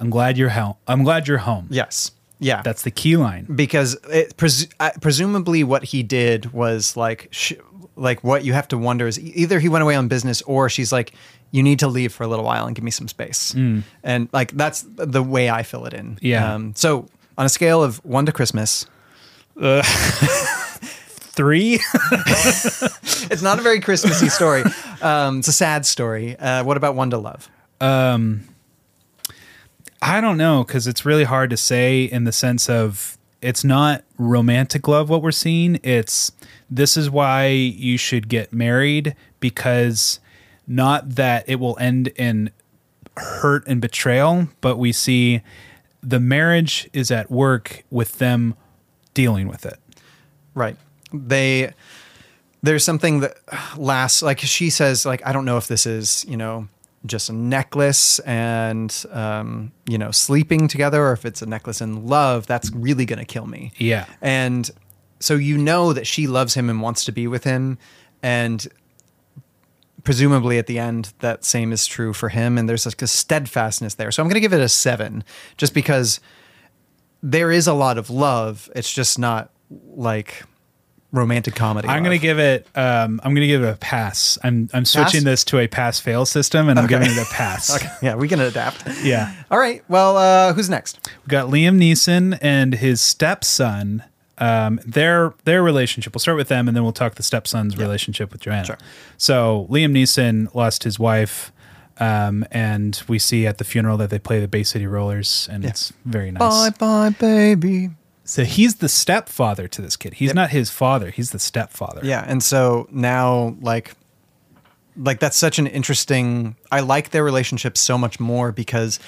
A: "I'm glad you're home. I'm glad you're home."
B: Yes. Yeah.
A: that's the key line.
B: because it presu- uh, presumably what he did was like sh- like what you have to wonder is e- either he went away on business or she's like you need to leave for a little while and give me some space and like that's the way i fill it in Um,
A: Yeah.
B: so on a scale of one to christmas
A: Three.
B: it's not a very christmassy story um, it's a sad story uh, what about one to love
A: I don't know because it's really hard to say in the sense of it's not romantic love what we're seeing. It's this is why you should get married because not that it will end in hurt and betrayal, but we see the marriage is at work with them dealing with it.
B: Right. They there's something that lasts like she says like I don't know if this is, you know, just a necklace and um, you know sleeping together, or if it's a necklace and love, that's really gonna kill me.
A: Yeah.
B: and so you know that she loves him and wants to be with him, and presumably at the end that same is true for him, and there's like a steadfastness there. So I'm gonna give it a seven, just because there is a lot of love. It's just not like romantic comedy.
A: I'm gonna
B: love.
A: give it. Um, I'm gonna give it a pass. I'm I'm switching this to a pass fail system, and I'm giving it a pass.
B: yeah, we can adapt.
A: Yeah,
B: All right. Well, uh, who's next?
A: we got Liam Neeson and his stepson. Um, their their relationship. We'll start with them, and then we'll talk the stepson's relationship with Joanna.
B: Sure.
A: So Liam Neeson lost his wife, um, and we see at the funeral that they play the Bay City Rollers, and it's very nice.
B: bye, baby.
A: So he's the stepfather to this kid. He's not his father. He's the stepfather.
B: Yeah, and so now, like, like that's such an interesting. I like their relationship so much more because,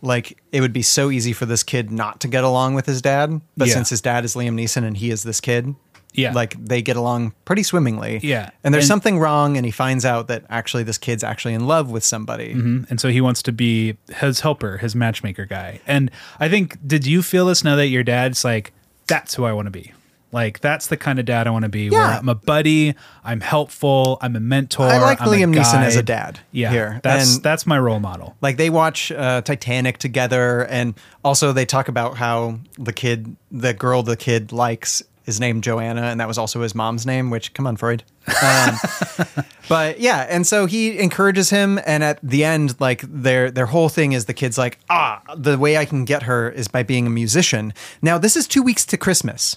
B: like, it would be so easy for this kid not to get along with his dad, but
A: Yeah.
B: since his dad is Liam Neeson and he is this kid,
A: Yeah.
B: like they get along pretty swimmingly.
A: Yeah.
B: and there's
A: And-
B: something wrong, and he finds out that actually this kid's actually in love with somebody.
A: and so he wants to be his helper, his matchmaker guy. And I think, did you feel this now that your dad's like, that's who I want to be? Like, that's the kind of dad I want to be. Where
B: Yeah.
A: I'm a buddy, I'm helpful, I'm a mentor.
B: I like
A: I'm
B: Liam
A: a
B: Neeson as a
A: guide.
B: dad
A: Yeah,
B: here.
A: that's
B: And-
A: that's my role model.
B: Like they watch uh, Titanic together, and also they talk about how the kid, the girl the kid likes, is named Joanna, and that was also his mom's name. Which, come on, Freud. Um, but yeah, and so he encourages him, and at the end, like their their whole thing is the kid's like, ah, the way I can get her is by being a musician. Now this is two weeks to Christmas.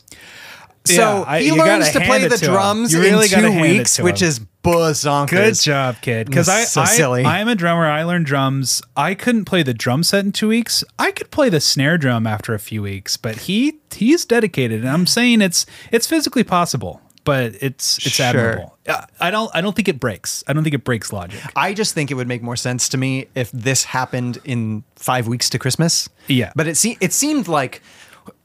B: So
A: Yeah, I-
B: he
A: you
B: learns
A: gotta
B: to
A: hand
B: play
A: it
B: the
A: to him.
B: drums
A: You really
B: in
A: gotta
B: two
A: hand it
B: weeks,
A: to
B: which
A: him.
B: is bonkers.
A: Good job, kid. Because I,
B: So
A: I,
B: silly.
A: I am a drummer. I learned drums. I couldn't play the drum set in two weeks. I could play the snare drum after a few weeks, but he he's dedicated, and I'm saying it's it's physically possible, but it's it's
B: Sure.
A: admirable. Uh, I don't I don't think it breaks. I don't think it breaks logic.
B: I just think it would make more sense to me if this happened in five weeks to Christmas.
A: Yeah.
B: but it se- it seemed like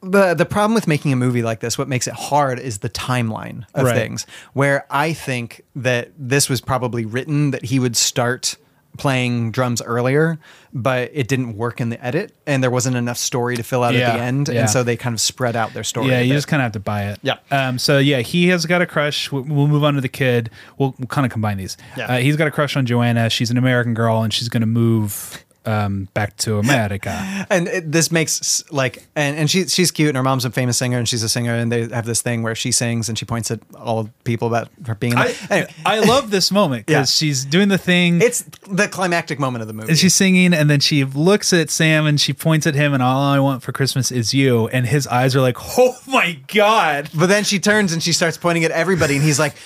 B: the the problem with making a movie like this, what makes it hard is the timeline of
A: Right.
B: things. Where I think that this was probably written that he would start playing drums earlier, but it didn't work in the edit, and there wasn't enough story to fill out at the
A: Yeah,
B: end,
A: yeah.
B: and so they kind of spread out their story.
A: Yeah,
B: a
A: you
B: bit.
A: just kind of have to buy it.
B: Yeah.
A: Um. So yeah, he has got a crush. We'll, we'll move on to the kid. We'll, we'll kind of combine these.
B: Yeah.
A: Uh, he's got a crush on Joanna. She's an American girl, and she's going to move um back to America.
B: and it, this makes s- like and, and she she's cute and her mom's a famous singer and she's a singer and they have this thing where she sings and she points at all people about her being in
A: I,
B: love. anyway
A: I love this moment because she's doing the thing.
B: it's the climactic moment of the movie
A: and she's singing, and then she looks at Sam and she points at him, and all I want for Christmas is you. And his eyes are like, oh my god.
B: but then she turns and she starts pointing at everybody and he's like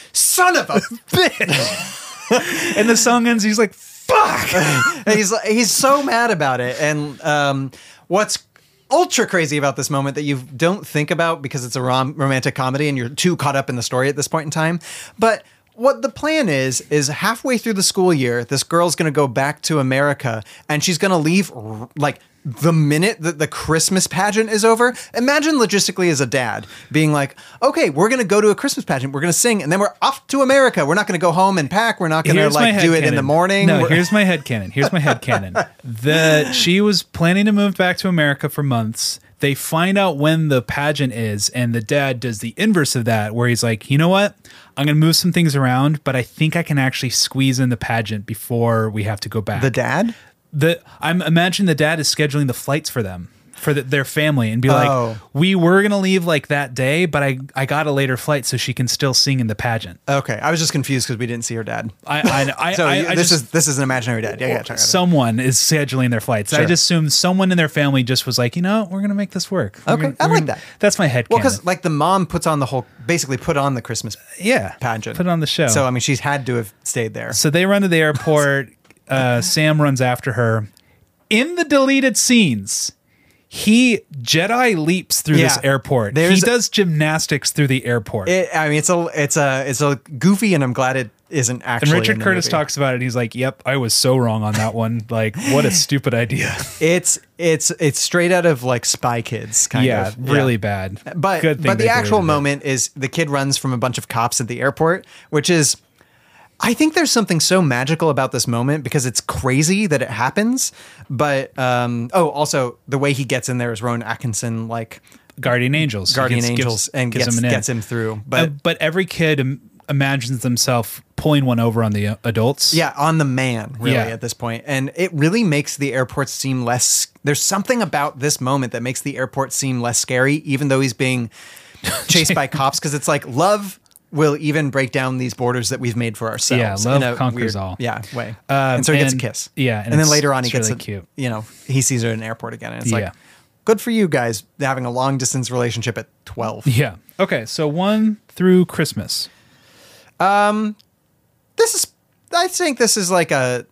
B: son of a bitch
A: And the song ends. He's like, fuck.
B: and he's like- he's so mad about it and um what's ultra crazy about this moment that you don't think about because it's a rom- romantic comedy and you're too caught up in the story at this point in time but what the plan is is halfway through the school year this girl's going to go back to america and she's going to leave r- like the minute that the Christmas pageant is over, imagine logistically as a dad being like, okay, we're going to go to a Christmas pageant. We're going to sing and then we're off to America. We're not going to go home and pack. We're not going to like do it in the
A: headcanon.
B: morning.
A: No,
B: We're-
A: here's my head cannon. Here's my head cannon. The she was planning to move back to America for months. They find out when the pageant is, and the dad does the inverse of that, where he's like, you know what? I'm gonna move some things around, but I think I can actually squeeze in the pageant before we have to go back.
B: the dad?
A: the I'm imagine the dad is scheduling the flights for them for the, their family and be
B: Oh.
A: like, we were gonna leave like that day, but I I got a later flight so she can still sing in the pageant.
B: Okay, I was just confused because we didn't see her dad.
A: I I, I,
B: so
A: I,
B: you-
A: I
B: this
A: just,
B: is this is an imaginary dad. Yeah, yeah. sorry.
A: someone is scheduling their flights. I
B: Sure.
A: just assumed someone in their family just was like, you know, we're gonna make this work. We're
B: Okay,
A: gonna-
B: I
A: we're
B: like
A: gonna-
B: that.
A: That's my head.
B: well, because like the mom puts on the whole, basically put on the Christmas
A: yeah,
B: pageant,
A: put it on the show.
B: So um,
A: So,
B: I mean, she's had to have stayed there.
A: they run to the airport. uh, Sam runs after her. In the deleted scenes, he Jedi leaps through this
B: Yeah.
A: airport. He
B: There's-
A: does gymnastics through the airport.
B: It, I mean, it's a it's a it's a goofy, and I'm glad it
A: and
B: isn't actually. in
A: Richard
B: the
A: Curtis
B: movie.
A: talks about it. He's like, "Yep, I was so wrong on that one. Like, what a stupid idea."
B: It's it's it's straight out of like Spy Kids, kind
A: yeah,
B: of.
A: really bad.
B: But
A: Good thing
B: but
A: they
B: the actual
A: deleted it.
B: moment is the kid runs from a bunch of cops at the airport, which is I think there's something so magical about this moment because it's crazy that it happens. But um, oh, also the way he gets in there is Rowan Atkinson like
A: Guardian Angels. He
B: Guardian
A: gives- gives-
B: Angels and
A: gives
B: gets
A: an in.
B: gets him through.
A: Uh,
B: But
A: but every kid im- imagines themselves pulling one over on the uh, adults.
B: yeah, on the man really
A: Yeah.
B: at this point, and it really makes the airport seem less. There's something about this moment that makes the airport seem less scary, even though he's being chased by cops. Because it's like love will even break down these borders that we've made for ourselves.
A: Yeah, love
B: in a
A: conquers
B: weird,
A: all.
B: Yeah, way.
A: Um,
B: and so he gets a
A: and-
B: kiss.
A: yeah, and
B: and, then
A: it's-
B: later on he
A: it's
B: gets
A: really
B: a,
A: cute.
B: You know, he sees her in an airport again, and it's
A: Yeah.
B: like, good for you guys having a long distance relationship at twelve.
A: Yeah. Okay. So one through Christmas.
B: this is I think this is like a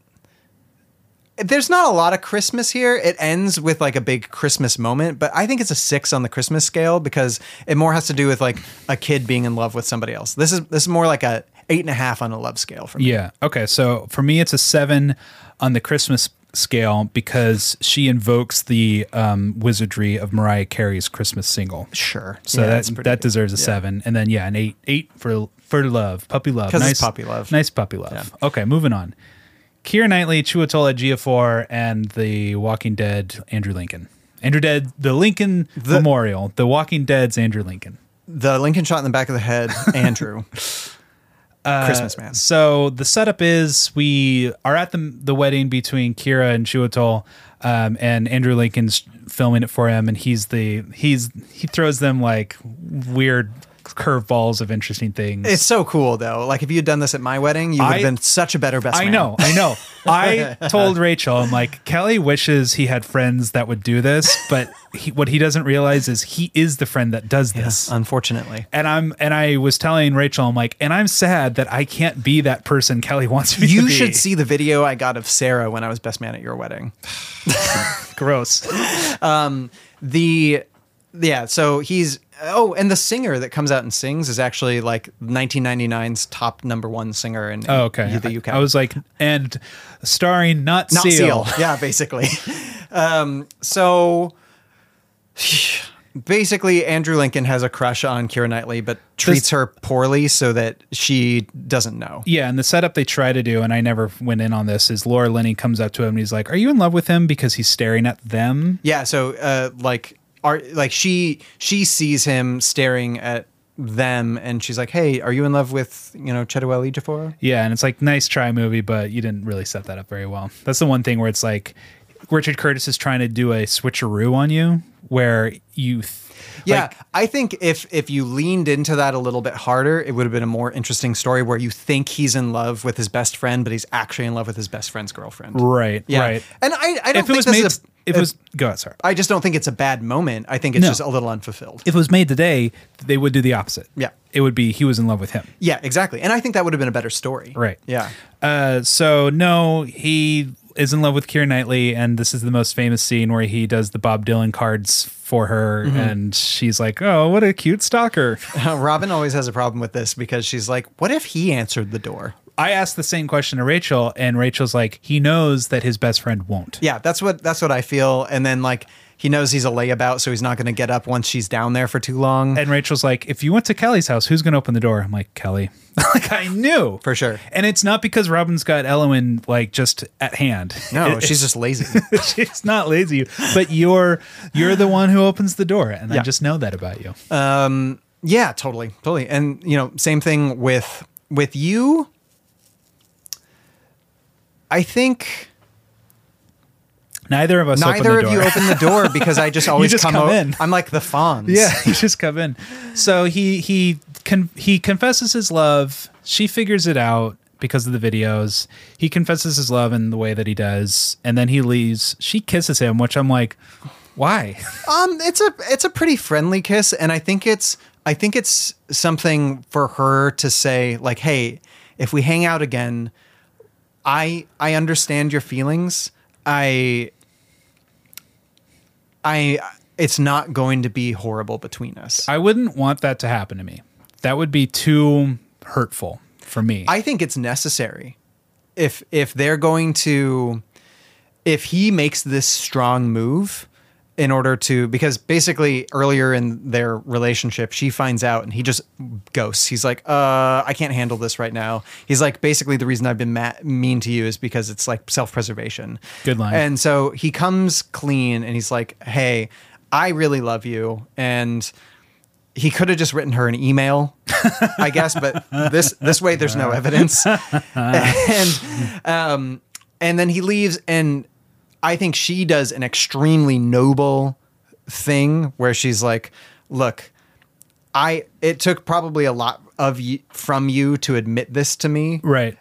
B: there's not a lot of Christmas here. It ends with like a big Christmas moment, but I think it's a six on the Christmas scale because it more has to do with like a kid being in love with somebody else. This is this is more like a eight and a half on a love scale for me.
A: Yeah. Okay. So for me, it's a seven on the Christmas scale because she invokes the um, wizardry of Mariah Carey's Christmas single.
B: Sure.
A: So
B: Yeah,
A: that
B: it's pretty
A: that
B: good.
A: deserves a
B: Yeah.
A: seven, and then yeah, an eight eight for for love, puppy love,
B: 'Cause it's puppy love.
A: nice puppy love. Okay, moving on. Keira Knightley, Chiwetel Ejiofor, and the Walking Dead Andrew Lincoln. Andrew Dead, the Lincoln Memorial, the Walking Dead's Andrew Lincoln.
B: The Lincoln shot in the back of the head,
A: Uh,
B: Andrew. Christmas man.
A: So the setup is we are at the the wedding between Kira and Chiwetel, um, and Andrew Lincoln's filming it for him, and he's the he's he throws them like weird curveballs of interesting things.
B: It's so cool though. Like if you had done this at my wedding, you would
A: I-
B: have been such a better best
A: I
B: man.
A: know, I know. I told Rachel, I'm like, Kelly wishes he had friends that would do this, but he, what he doesn't realize is he is the friend that does this.
B: Unfortunately.
A: and I'm and I was telling Rachel, I'm like, and I'm sad that I can't be that person Kelly wants me to
B: You
A: be.
B: should see the video I got of Sarah when I was best man at your wedding.
A: gross.
B: the yeah so he's oh and the singer that comes out and sings is actually like 1999's top number one singer in, in
A: Oh, okay.
B: the uk
A: I was like, and starring not,
B: not
A: Seal.
B: seal, yeah basically um so basically andrew lincoln has a crush on kira knightley but treats her poorly so that she doesn't know
A: Yeah, and the setup they try to do, and I never went in on this, is Laura Linney comes up to him and he's like, "Are you in love with him?" Because he's staring at them.
B: Yeah, so uh, like are like she she sees him staring at them and she's like, "Hey, are you in love with, you know, Chedwell Ejiofor?"
A: Yeah, and it's like nice try movie, but you didn't really set that up very well. That's the one thing where it's like Richard Curtis is trying to do a switcheroo on you, where you, th-
B: Yeah,
A: like,
B: I think if if you leaned into that a little bit harder, it would have been a more interesting story where you think he's in love with his best friend, but he's actually in love with his best friend's girlfriend.
A: right,
B: Yeah.
A: right.
B: And I, I
A: if
B: don't
A: it
B: think
A: was
B: this
A: made,
B: is a, uh,
A: if it was go out, sorry.
B: I just don't think it's a bad moment. I think it's
A: No.
B: just a little unfulfilled.
A: If it was made today, they would do the opposite.
B: Yeah.
A: it would be he was in love with him.
B: yeah, exactly. And I think that would have been a better story.
A: Right.
B: Yeah.
A: Uh, so no, he is in love with Keira Knightley, and this is the most famous scene where he does the Bob Dylan cards for her,
B: Mm-hmm.
A: and she's like, "Oh, what a cute stalker."
B: Uh, Robin always has a problem with this because she's like, "What if he answered the door?"
A: I asked the same question to Rachel, and Rachel's like, "He knows that his best friend won't."
B: Yeah, that's what that's what I feel. And then like he knows he's a layabout, so he's not going to get up once she's down there for too long.
A: And Rachel's like, "If you went to Kelly's house, who's going to open the door?" I'm like, "Kelly." like I knew
B: For sure.
A: and it's not because Robin's got Elowin like just at hand.
B: no, she's just lazy.
A: she's not lazy, but you're you're the one who opens the door, and I
B: Yeah.
A: just know that about you.
B: yeah, totally, totally. And you know, same thing with with you. I think
A: Neither of us.
B: neither
A: opened the
B: of you
A: door.
B: open the door because I just always
A: just
B: come,
A: come
B: o-
A: in.
B: I'm like the Fonz.
A: Yeah, you just come in. So he he con- he confesses his love. She figures it out because of the videos. He confesses his love in the way that he does, and then he leaves. She kisses him, which I'm like, why?
B: Um, it's a it's a pretty friendly kiss, and I think it's I think it's something for her to say like, "Hey, if we hang out again, I I understand your feelings. I I it's not going to be horrible between us." I,
A: I wouldn't want that to happen to me. That would be too hurtful for me.
B: think it's necessary if if they're going to if he makes this strong move in order to because basically earlier in their relationship she finds out and he just ghosts he's like uh i can't handle this right now he's like basically the reason i've been ma- mean to you is because it's like self-preservation
A: Good line.
B: and so he comes clean and he's like hey i really love you and he could have just written her an email, I guess, but this this way there's no evidence. and um, and then he leaves, and I think she does an extremely noble thing where she's like, "Look, I it took probably a lot of you, from you to admit this to me,
A: Right.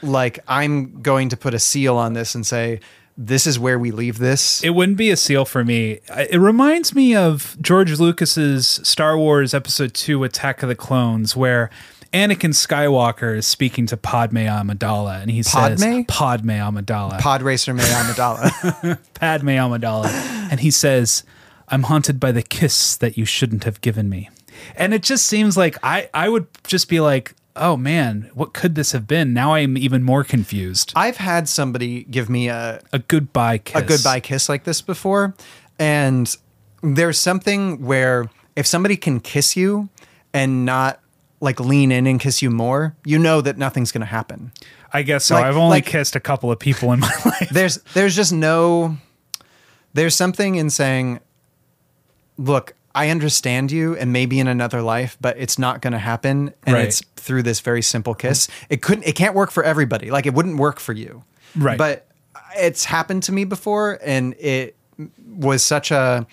B: like I'm going to put a seal on this and say." This is where we leave this.
A: It wouldn't be a seal for me. I- It reminds me of George Lucas's Star Wars Episode 2 Attack of the Clones, where Anakin Skywalker is speaking to Padme Amidala, and he says,
B: Padme?
A: Padme Amidala.
B: Pod racer May Amidala.
A: Padme Amidala, and he says, "I'm haunted by the kiss that you shouldn't have given me." And it just seems like I I would just be like, "Oh man, what could this have been?" Now I'm even more confused.
B: I've had somebody give me a
A: A goodbye kiss.
B: a goodbye kiss like this before. And there's something where if somebody can kiss you and not like lean in and kiss you more, you know that nothing's going to happen.
A: I guess so.
B: Like-
A: I've only
B: like-
A: kissed a couple of people in my life.
B: There's there's just no there's something in saying look, I understand you and maybe in another life, but it's not going to happen and
A: Right.
B: it's through this very simple kiss. It couldn't it can't work for everybody. Like it wouldn't work for you.
A: Right.
B: But it's happened to me before and it was such a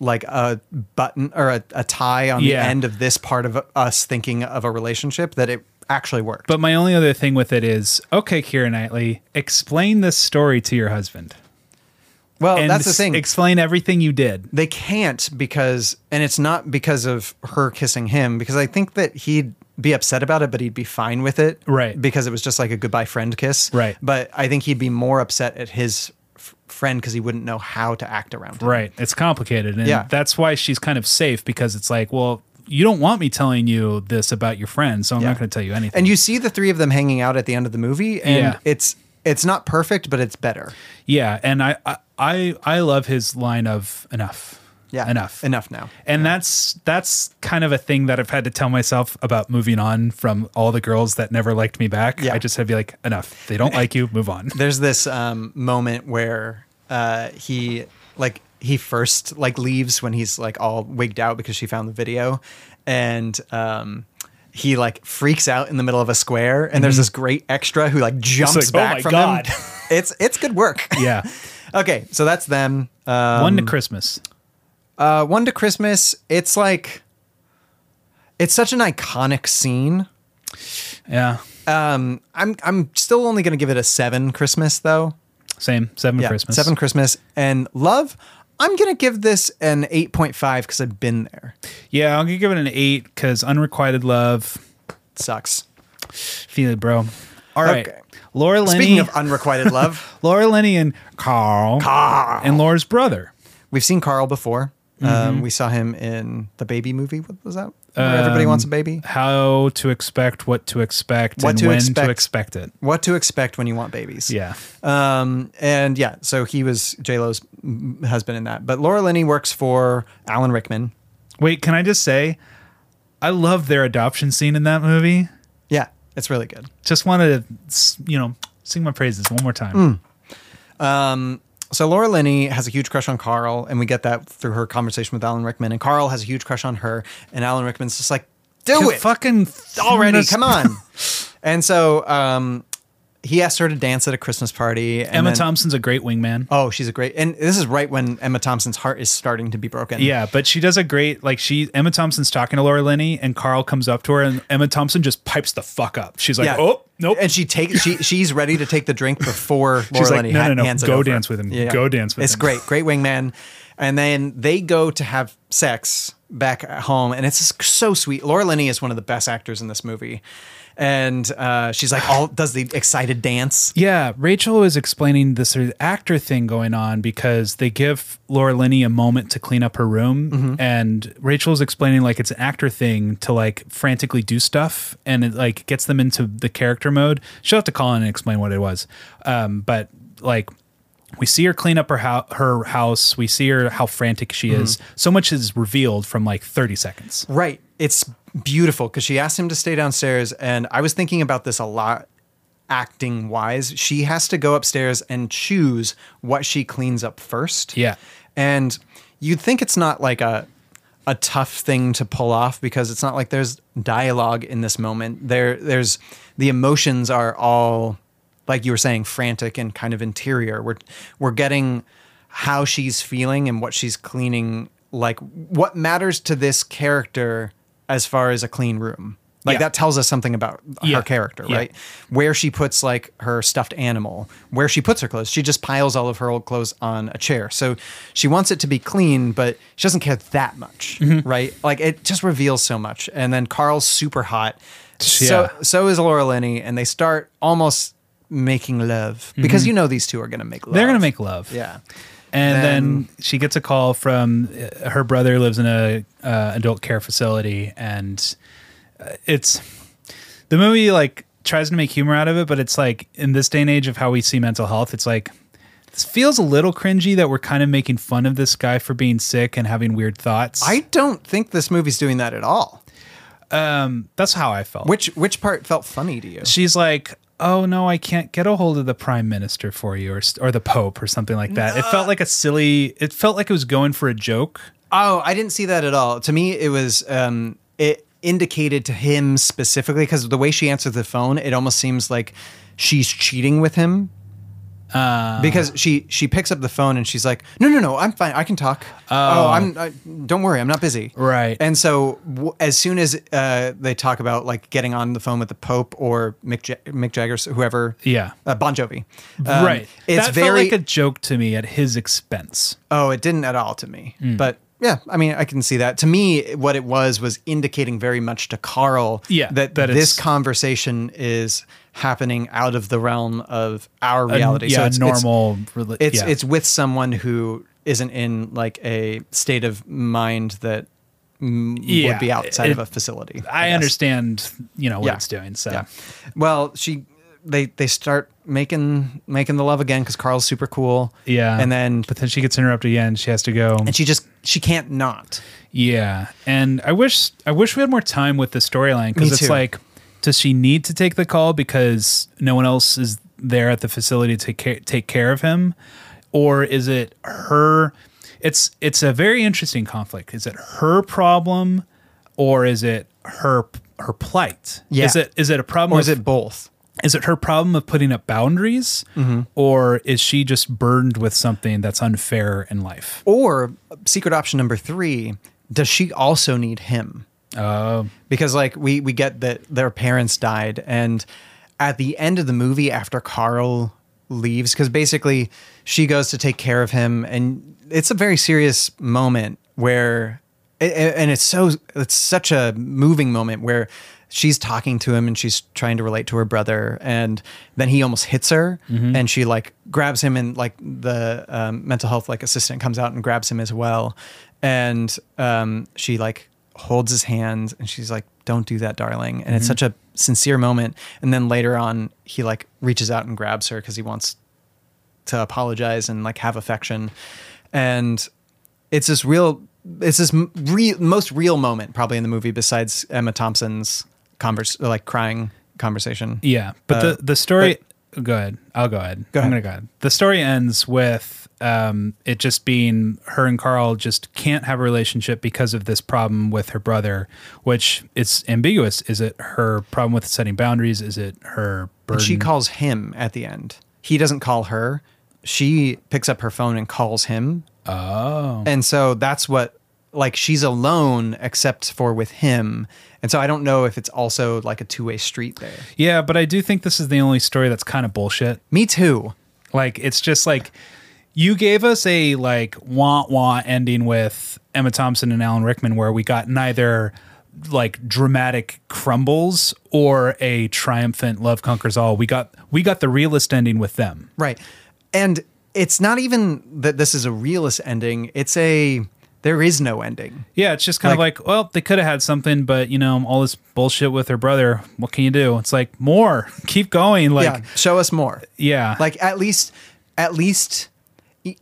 B: like a button or a, a tie on
A: Yeah.
B: the end of this part of us thinking of a relationship that it actually worked.
A: But my only other thing with it is, okay, Kira Knightley, explain this story to your husband.
B: well,
A: And
B: Oh, that's the
A: s-
B: thing.
A: Explain everything you did.
B: they can't because and it's not because of her kissing him because i think that he'd be upset about it but he'd be fine with it
A: Right.
B: because it was just like a goodbye friend kiss
A: Right.
B: but i think he'd be more upset at his f- friend because he wouldn't know how to act around him
A: Right. It's complicated. And
B: Yeah.
A: that's why she's kind of safe because it's like, well, you don't want me telling you this about your friend, so I'm
B: Yeah.
A: not going to tell you anything.
B: and you see the three of them hanging out at the end of the movie and
A: Yeah.
B: it's it's not perfect but it's better
A: yeah, and I, I I I love his line of enough.
B: yeah
A: Enough.
B: enough now
A: And that's that's kind of a thing that I've had to tell myself about moving on from all the girls that never liked me back.
B: Yeah.
A: I just had to be like, enough. They don't like you. Move on.
B: there's this um, moment where uh, he like he first like leaves when he's like all wigged out because she found the video and um he like freaks out in the middle of a square and there's this great extra who like jumps
A: Mm-hmm. like, "Oh
B: back
A: my
B: from
A: God."
B: him it's it's good work
A: Yeah.
B: okay so that's them uh,
A: One to Christmas.
B: uh one to christmas it's like it's such an iconic scene
A: Yeah.
B: i'm i'm still only gonna give it a seven christmas though
A: Same. Seven
B: Yeah,
A: Christmas.
B: Seven Christmas and Love. I'm gonna give this an eight point five because I've been there.
A: Yeah, I'm gonna give it an eight because unrequited love.
B: It sucks.
A: Feel it, bro. All right.
B: Okay.
A: Laura Lenny.
B: Speaking of uh, unrequited love,
A: Laura Lenny and Carl, and Laura's brother.
B: we've seen Carl before.
A: Mm-hmm.
B: Um, we saw him in the baby movie. What was that? Where
A: Um,
B: everybody wants a baby.
A: How to expect what to expect
B: What
A: and
B: to
A: when to
B: expect.
A: expect it.
B: What to expect when you want babies.
A: Yeah.
B: Um, and yeah, so he was J Lo's husband in that. But Laura Linney works for Alan Rickman.
A: Wait, can I just say, I love their adoption scene in that movie.
B: Yeah, it's really good.
A: Just wanted to, s- you know, sing my praises one more time.
B: Mm. So Laura Linney has a huge crush on Carl, and we get that through her conversation with Alan Rickman. And Carl has a huge crush on her, and Alan Rickman's just like, "Do
A: Can
B: it,
A: fucking
B: already.
A: this-
B: Come on. and so um, he asked her to dance at a Christmas party. And
A: Emma
B: then-
A: Thompson's a great wingman.
B: Oh, she's a great. And this is right when Emma Thompson's heart is starting to be broken.
A: Yeah, but she does a great like she Emma Thompson's talking to Laura Linney and Carl comes up to her and Emma Thompson just pipes the fuck up. She's like,
B: Yeah.
A: "Oh, nope."
B: And she takes she she's ready to take the drink before
A: She's
B: Laura
A: like,
B: Linney
A: "No,
B: ha-
A: no, no.
B: hands it
A: Go
B: over."
A: dance with him. Go dance with
B: it's
A: him.
B: great, great wingman. And then they go to have sex back at home, and it's just so sweet. Laura Linney is one of the best actors in this movie, and uh, she's like all does the excited dance.
A: yeah, Rachel was explaining this sort of actor thing going on because they give Laura Linney a moment to clean up her room and Rachel's explaining like it's an actor thing to like frantically do stuff and it like gets them into the character mode. She'll have to call in and explain what it was. Um, but like we see her clean up her ho- her house. We see her how frantic she is. So much is revealed from like 30 seconds.
B: Right. It's beautiful because she asked him to stay downstairs. And I was thinking about this a lot acting wise. She has to go upstairs and choose what she cleans up first.
A: Yeah.
B: And you'd think it's not like a a tough thing to pull off because it's not like there's dialogue in this moment. There there's the emotions are all like you were saying frantic and kind of interior. We're we're getting how she's feeling and what she's cleaning like what matters to this character as far as a clean room. Like
A: Yeah.
B: that tells us something about
A: Yeah.
B: her character,
A: Yeah.
B: right? where she puts like her stuffed animal, where she puts her clothes. She just piles all of her old clothes on a chair. So she wants it to be clean, but she doesn't care that much,
A: Mm-hmm.
B: right? Like it just reveals so much. And then Carl's super hot. So
A: Yeah.
B: so is Laura Linney, and they start almost making love because you know these two are gonna make love.
A: Mm-hmm. They're going to make love.
B: yeah.
A: And then,
B: Then-
A: she gets a call from uh, her brother lives in a uh, adult care facility, and uh, it's the movie like tries to make humor out of it, but it's like in this day and age of how we see mental health, it's like this feels a little cringy that we're kind of making fun of this guy for being sick and having weird thoughts.
B: I don't think this movie's doing that at all.
A: that's how I felt.
B: Which which part felt funny to you?
A: she's like, "Oh no, I can't get a hold of the prime minister for you, or or the pope, or something like that." It felt like a silly. It felt like it was going for a joke.
B: Oh, I didn't see that at all. To me, it was um, it indicated to him specifically because the way she answered the phone, it almost seems like she's cheating with him.
A: Ah.
B: because she she picks up the phone and she's like, no, no, no, I'm fine, I can talk. oh, I'm, I, don't worry, I'm not busy.
A: Right.
B: And so w- as soon as uh, they talk about like getting on the phone with the Pope or Mick ja- Mick Jagger, whoever,
A: Yeah.
B: uh, Bon Jovi, um,
A: right.
B: It's
A: that
B: very
A: felt like a joke to me at his expense.
B: Oh, it didn't at all to me.
A: Hmm.
B: But yeah, I mean, I can see that. To me, what it was was indicating very much to Carl
A: Yeah,
B: that,
A: that
B: this
A: it's-
B: conversation is happening out of the realm of our reality.
A: yeah,
B: it's, it's-
A: normal. rela-
B: It's
A: yeah.
B: it's with someone who isn't in like a state of mind that mm,
A: Yeah,
B: would be outside of
A: it-
B: a facility.
A: I
B: guess.
A: understand. You know what
B: Yeah.
A: it's doing. So
B: Yeah. Well, she they they start making making the love again because Carl's super cool.
A: Yeah.
B: and then
A: But then she gets interrupted again. She has to go.
B: and she just she can't not.
A: Yeah, and I wish I wish we had more time with the storyline because
B: Me
A: it's
B: too.
A: like, does she need to take the call because no one else is there at the facility to ca- take care of him, or is it her? It's it's a very interesting conflict. Is it her problem, or is it her her plight?
B: Yeah.
A: Is it is it a problem?
B: Or is
A: of-
B: it both?
A: is it her problem of putting up boundaries,
B: Mm-hmm.
A: or is she just burdened with something that's unfair in life?
B: Or secret option number three, does she also need him? Oh. Because like we we get that their parents died and at the end of the movie after Carl leaves, because basically she goes to take care of him and it's a very serious moment where a- a- and it's so it's such a moving moment where she's talking to him and she's trying to relate to her brother and then he almost hits her and she like grabs him and like the um, mental health like assistant comes out and grabs him as well and um, she like holds his hand and she's like don't do that darling and it's such a sincere moment and then later on he like reaches out and grabs her because he wants to apologize and like have affection and it's this real it's this m- real most real moment probably in the movie besides emma thompson's converse like crying conversation
A: Yeah, but
B: Uh,
A: the the story. go ahead. I'll go ahead.
B: Go
A: I'm gonna
B: ahead.
A: go ahead. The story ends with um, it just being her and Carl just can't have a relationship because of this problem with her brother, which it's ambiguous. Is it her problem with setting boundaries? Is it her burden?
B: she calls him at the end he doesn't call her she picks up her phone and calls him oh and so that's what like she's alone except for with him and so i don't know if it's also like a two-way street there
A: yeah, but I do think this is the only story that's kind of bullshit.
B: me too
A: Like it's just like you gave us a like wah wah ending with Emma Thompson and Alan Rickman where we got neither like dramatic crumbles or a triumphant love conquers all. We got we got the realist ending with them.
B: Right. And it's not even that this is a realist ending. It's a there is no ending.
A: Yeah, it's just kind
B: Like-
A: of like, well, they could have had something, but you know, all this bullshit with her brother. What can you do? It's like more. Keep going. Like
B: yeah. Show us more.
A: yeah.
B: Like at least at least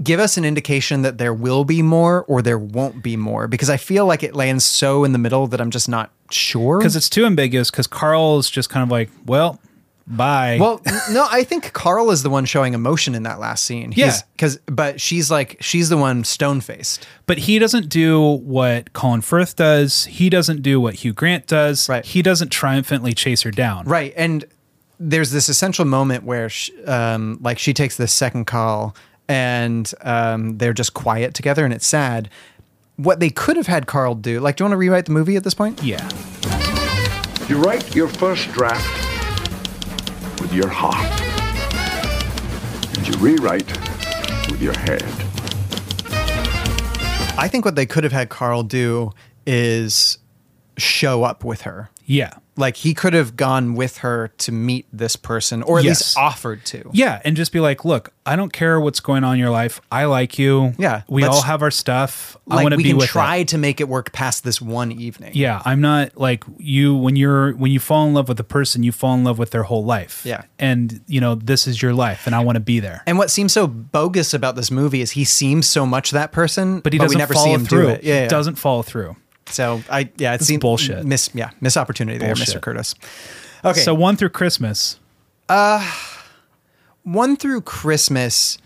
B: give us an indication that there will be more or there won't be more because I feel like it lands so in the middle that I'm just not sure.
A: because it's too ambiguous. Because Carl is just kind of like, well, bye.
B: Well, n- no, I think Carl is the one showing emotion in that last scene.
A: Yeah.
B: because but she's like she's the one stone faced.
A: but he doesn't do what Colin Firth does. He doesn't do what Hugh Grant does.
B: Right.
A: He doesn't triumphantly chase her down.
B: Right, and there's this essential moment where, sh um, like, she takes this second call, and um, they're just quiet together, and it's sad. What they could have had Carl do, like, do you want to rewrite the movie at this point?
A: Yeah.
E: You write your first draft with your heart, and you rewrite with your head.
B: I think what they could have had Carl do is show up with her.
A: Yeah.
B: Like, he could have gone with her to meet this person, or at
A: Yes.
B: least offered to.
A: Yeah. And just be like, look, I don't care what's going on in your life. I like you.
B: Yeah,
A: We
B: let's-
A: all have our stuff. I
B: Like,
A: want to
B: we
A: be
B: can
A: with
B: try
A: it.
B: to make it work past this one evening.
A: Yeah. I'm not like you when you're when you fall in love with a person, you fall in love with their whole life.
B: Yeah.
A: And you know, this is your life and I want to be there.
B: And what seems so bogus about this movie is he seems so much that person,
A: but he
B: we
A: doesn't
B: never
A: follow
B: see him
A: through.
B: do it. Yeah, yeah.
A: Doesn't follow through.
B: So I yeah, it seems
A: bullshit.
B: Miss yeah, miss opportunity there, Mr.
A: Bullshit.
B: Curtis. Okay,
A: So
B: so
A: one through Christmas.
B: one through Christmas,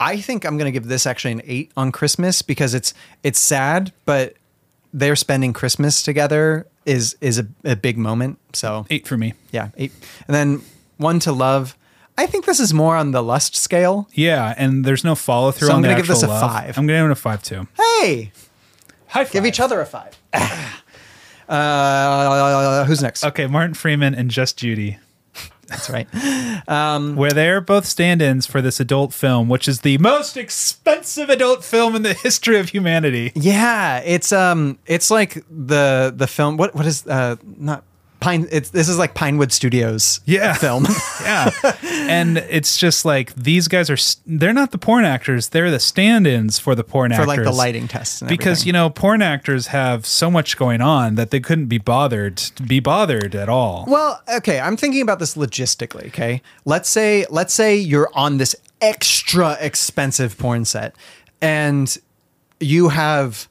B: I think I'm gonna give this actually an eight on Christmas because it's it's sad, but they're spending Christmas together is is a, a big moment. So
A: Eight for me.
B: yeah, eight, and then one to love. I think this is more on the lust scale.
A: Yeah, and there's no follow through.
B: So I'm
A: on the
B: gonna give
A: actual
B: this a
A: love.
B: five.
A: I'm gonna give it a five too.
B: Hey,
A: High five.
B: give each other a five. uh, who's next?
A: Okay, Martin Freeman and Just Judy,
B: That's right.
A: where they're both stand-ins for this adult film, which is the most expensive adult film in the history of humanity.
B: Yeah, it's um, it's like the the film. What what is uh not pine? It's this is like Pinewood Studios.
A: Yeah.
B: film.
A: Yeah, and it's just like these guys are—they're not the porn actors; they're the stand-ins for the porn
B: For
A: actors
B: like the lighting tests and
A: Because you know, porn actors have so much going on that they couldn't be bothered to be bothered at all.
B: well, okay, I'm thinking about this logistically. Okay, let's say let's say you're on this extra expensive porn set, and you have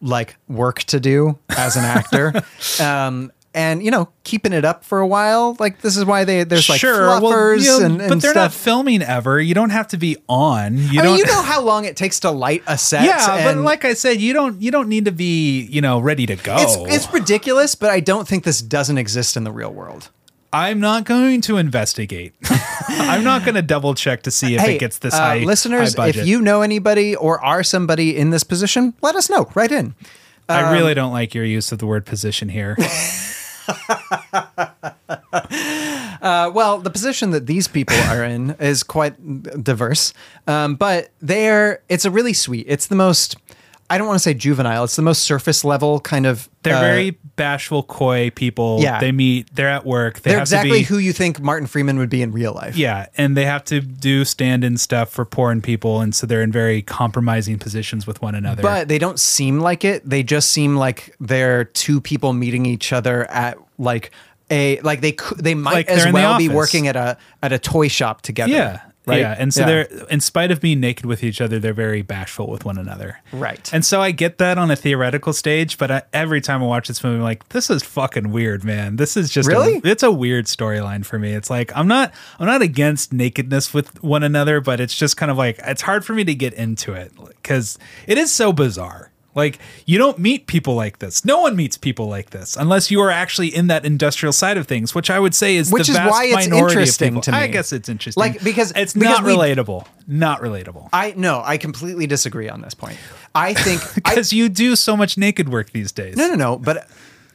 B: like work to do as an actor. um. And you know, keeping it up for a while, like this is why they there's like fluffers
A: you know,
B: and, and
A: but they're not
B: stuff.
A: filming ever. You don't have to be on. You
B: I
A: don't.
B: mean, you know how long it takes to light a set.
A: yeah, but
B: and-
A: like I said, you don't. You don't need to be. You know, ready to go.
B: It's, it's ridiculous, but I don't think this doesn't exist in the real world.
A: I'm not going to investigate. I'm not going to double check to see if it gets this
B: uh,
A: high.
B: listeners,
A: high budget.
B: if you know anybody or are somebody in this position, let us know. Right in. um,
A: I really don't like your use of the word position here.
B: Uh, well, the position that these people are in is quite diverse, um, but they're it's a really sweet. It's the most. I don't want to say juvenile. It's the most surface level kind of.
A: They're
B: uh,
A: very bashful, coy people.
B: Yeah.
A: They meet. They're at work. They
B: They're
A: have
B: exactly
A: to be.
B: who you think Martin Freeman would be in real life.
A: yeah, and they have to do stand-in stuff for porn people, and so they're in very compromising positions with one another.
B: But they don't seem like it. They just seem like they're two people meeting each other at like a like they cou- they might
A: Like they're
B: as
A: in the
B: well be
A: office.
B: working at a at a toy shop together.
A: Yeah.
B: Right?
A: Yeah. And so they're, in spite of being naked with each other, they're very bashful with one another.
B: Right.
A: And so I get that on a theoretical stage, but I, every time I watch this movie, I'm like, this is fucking weird, man. This is just, a-
B: Really?
A: it's a weird storyline for me. It's like, I'm not, I'm not against nakedness with one another, but it's just kind of like, it's hard for me to get into it because it is so bizarre. Like you don't meet people like this. No one meets people like this unless you are actually in that industrial side of things, which I would say is
B: Which
A: the
B: is
A: vast
B: why it's
A: minority of
B: interesting
A: people.
B: to me.
A: I guess it's interesting,
B: Like, because-
A: it's
B: because
A: not
B: we-
A: relatable, not relatable.
B: I no, I completely disagree on this point. I think I,
A: Because you do so much naked work these days.
B: no no no, but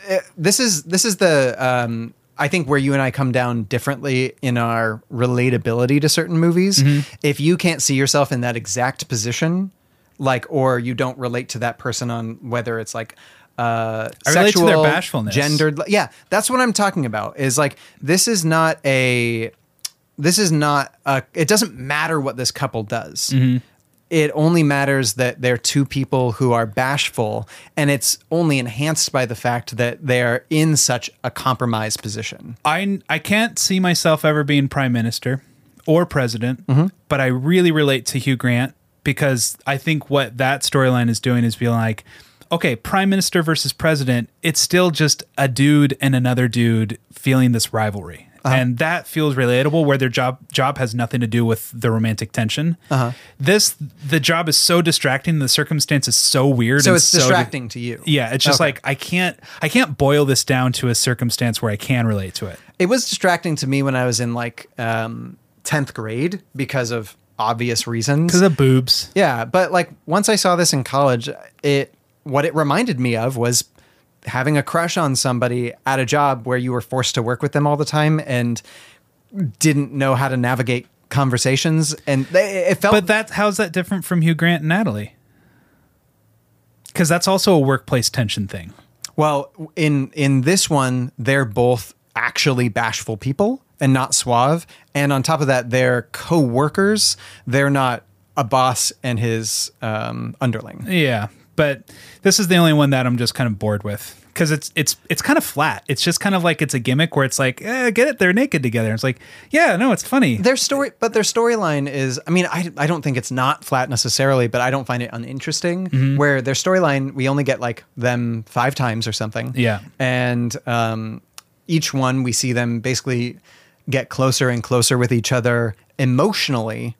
B: uh, this is this is the um I think where you and I come down differently in our relatability to certain movies.
A: Mm-hmm.
B: If you can't see yourself in that exact position, like or you don't relate to that person on whether it's like uh
A: I relate to
B: sexual,
A: their bashfulness.
B: gendered yeah that's what i'm talking about is like this is not a this is not a it doesn't matter what this couple does
A: Mm-hmm.
B: it only matters that they're two people who are bashful and it's only enhanced by the fact that they're in such a compromised position
A: I I can't see
B: Mm-hmm.
A: myself ever being prime minister or president, but I really relate to Hugh Grant because I think what that storyline is doing is being like, okay, prime minister versus president, it's still just a dude and another dude feeling this rivalry.
B: Uh-huh.
A: And that feels relatable where their job job has nothing to do with the romantic tension. Uh-huh. This the job is so distracting, the circumstance is so weird.
B: So
A: and
B: it's distracting to you.
A: Yeah, it's just
B: Okay.
A: like I can't I can't boil this down to a circumstance where I can relate to it.
B: it was distracting to me when I was in like um, 10th grade because of obvious reasons.
A: the boobs.
B: Yeah, but like once I saw this in college, it what it reminded me of was having a crush on somebody at a job where you were forced to work with them all the time and didn't know how to navigate conversations and they, it felt
A: But that how's that different from Hugh Grant and Natalie? Because that's also a workplace tension thing.
B: well in in this one they're both actually bashful people and not suave and on top of that they're co-workers they're not a boss and his um, underling
A: Yeah, but this is the only one that I'm just kind of bored with because it's it's it's kind of flat. It's just kind of like it's a gimmick where it's like, eh, get it, they're naked together. It's like, yeah, no, it's funny.
B: Their story, but their storyline is, I mean, I, I don't think it's not flat necessarily, but I don't find it uninteresting.
A: Mm-hmm.
B: Where their storyline, we only get like them five times or something.
A: Yeah.
B: And um, each one, we see them basically get closer and closer with each other emotionally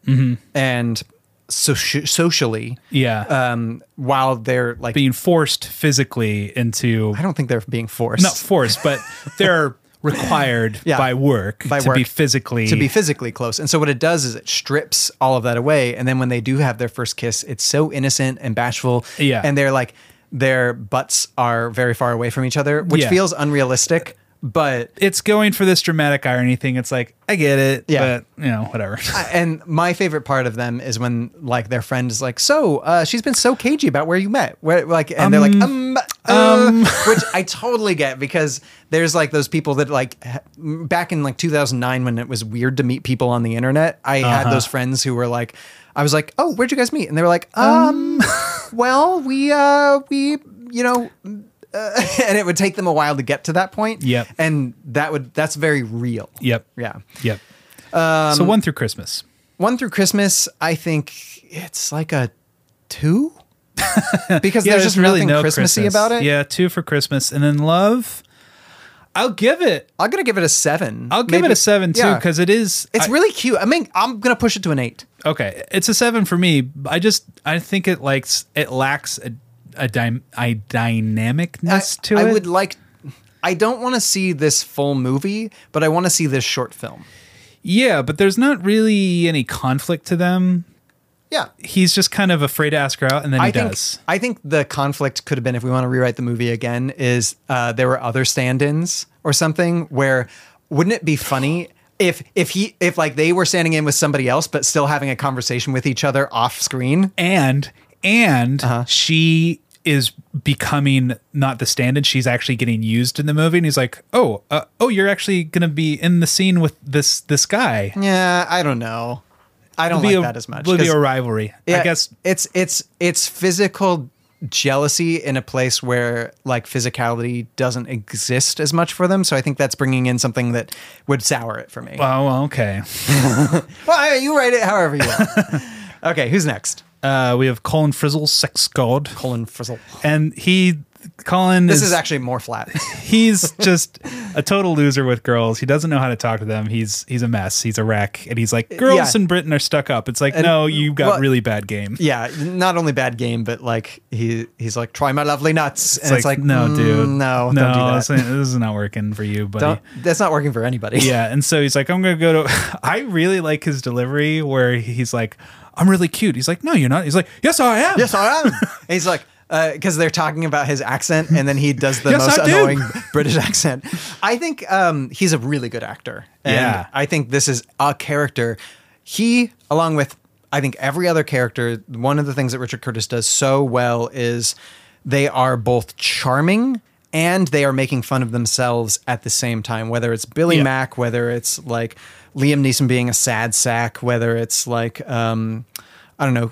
B: and soci- socially
A: Mm-hmm. yeah,
B: um, while they're like,
A: being forced physically into
B: I don't think they're being forced.
A: not forced, but they're required
B: Yeah.
A: by work
B: By
A: to be
B: work.
A: physically
B: to be physically close. And so what it does is it strips all of that away. And then when they do have their first kiss, it's so innocent and bashful.
A: Yeah.
B: And they're like, their butts are very far away from each other, which
A: Yeah.
B: feels unrealistic. But
A: it's going for this dramatic irony thing. It's like I get it,
B: Yeah.
A: but you know, whatever.
B: and my favorite part of them is when like their friend is like, so uh, she's been so cagey about where you met, where like, and they're like, um, uh," which I totally get because there's like those people that like ha- back in like 2009 when it was weird to meet people on the internet. I had those friends who were like, I was like, oh, where'd you guys meet? And they were like, um, well, we uh, we you know. Uh, and it would take them a while to get to that point.
A: Yep.
B: And that would that's very real.
A: Yep.
B: Yeah. Um,
A: Yep. so one through Christmas.
B: One through Christmas, I think it's like a two because there's just really nothing Christmassy
A: Christmas.
B: about it.
A: Yeah, two for Christmas, and then love. I'll give it.
B: I'm gonna give it a seven.
A: I'll give it
B: Maybe-
A: a seven too
B: yeah.
A: because it is.
B: it's
A: I-
B: really cute. I mean, I'm gonna push it to an eight.
A: okay. It's a seven for me. I just I think it likes it lacks a a, dy- a dynamicness
B: I,
A: to
B: I
A: it.
B: would like. I don't want to see this full movie, but I want to see this short film.
A: yeah, but there's not really any conflict to them.
B: Yeah,
A: He's just kind of afraid to ask her out, and then he
B: I think
A: does.
B: I think the conflict could have been if we want to rewrite the movie again is uh, there were other stand-ins or something where wouldn't it be funny if if he if like they were standing in with somebody else but still having a conversation with each other off screen?
A: and and
B: Uh-huh.
A: she is becoming not the stand-in she's actually getting used in the movie and he's like oh uh, oh you're actually gonna be in the scene with this this guy
B: Yeah, I don't know. I don't like
A: a,
B: that as much.
A: it'll be
B: 'cause-
A: a rivalry i
B: Yeah,
A: guess
B: it's it's it's physical jealousy in a place where like physicality doesn't exist as much for them. So I think that's bringing in something that would sour it for me.
A: oh well, okay
B: Well, I- you write it however you want. okay, who's next?
A: uh we have colin frizzle sex god
B: Colin Frizzle.
A: and he colin
B: This is actually more flat.
A: he's just a total loser with girls. He doesn't know how to talk to them. He's he's a mess. He's a wreck. And he's like, girls
B: Uh, Yeah.
A: in Britain are stuck up. It's like, no, you got
B: well-
A: really bad game.
B: Yeah, not only bad game, but like he he's like try my lovely nuts, and
A: It's, like, no,
B: mm,
A: dude,
B: no,
A: no,
B: don't do that.
A: this ain't- this is not working for you, buddy.
B: Don't- that's not working for anybody.
A: Yeah, and so he's like, I'm gonna go to. I really like his delivery where he's like, I'm really cute. He's like, No, you're not. He's like, Yes, I am.
B: yes, I am. And he's like. Because they're talking about his accent, and then he does the
A: Yes,
B: most
A: I do.
B: annoying British accent. I think um, he's a really good actor. And
A: Yeah.
B: I think this is a character. He, along with I think every other character, one of the things that Richard Curtis does so well is they are both charming and they are making fun of themselves at the same time. Whether it's Billy
A: Yeah.
B: Mack, whether it's like Liam Neeson being a sad sack, whether it's like um, I don't know.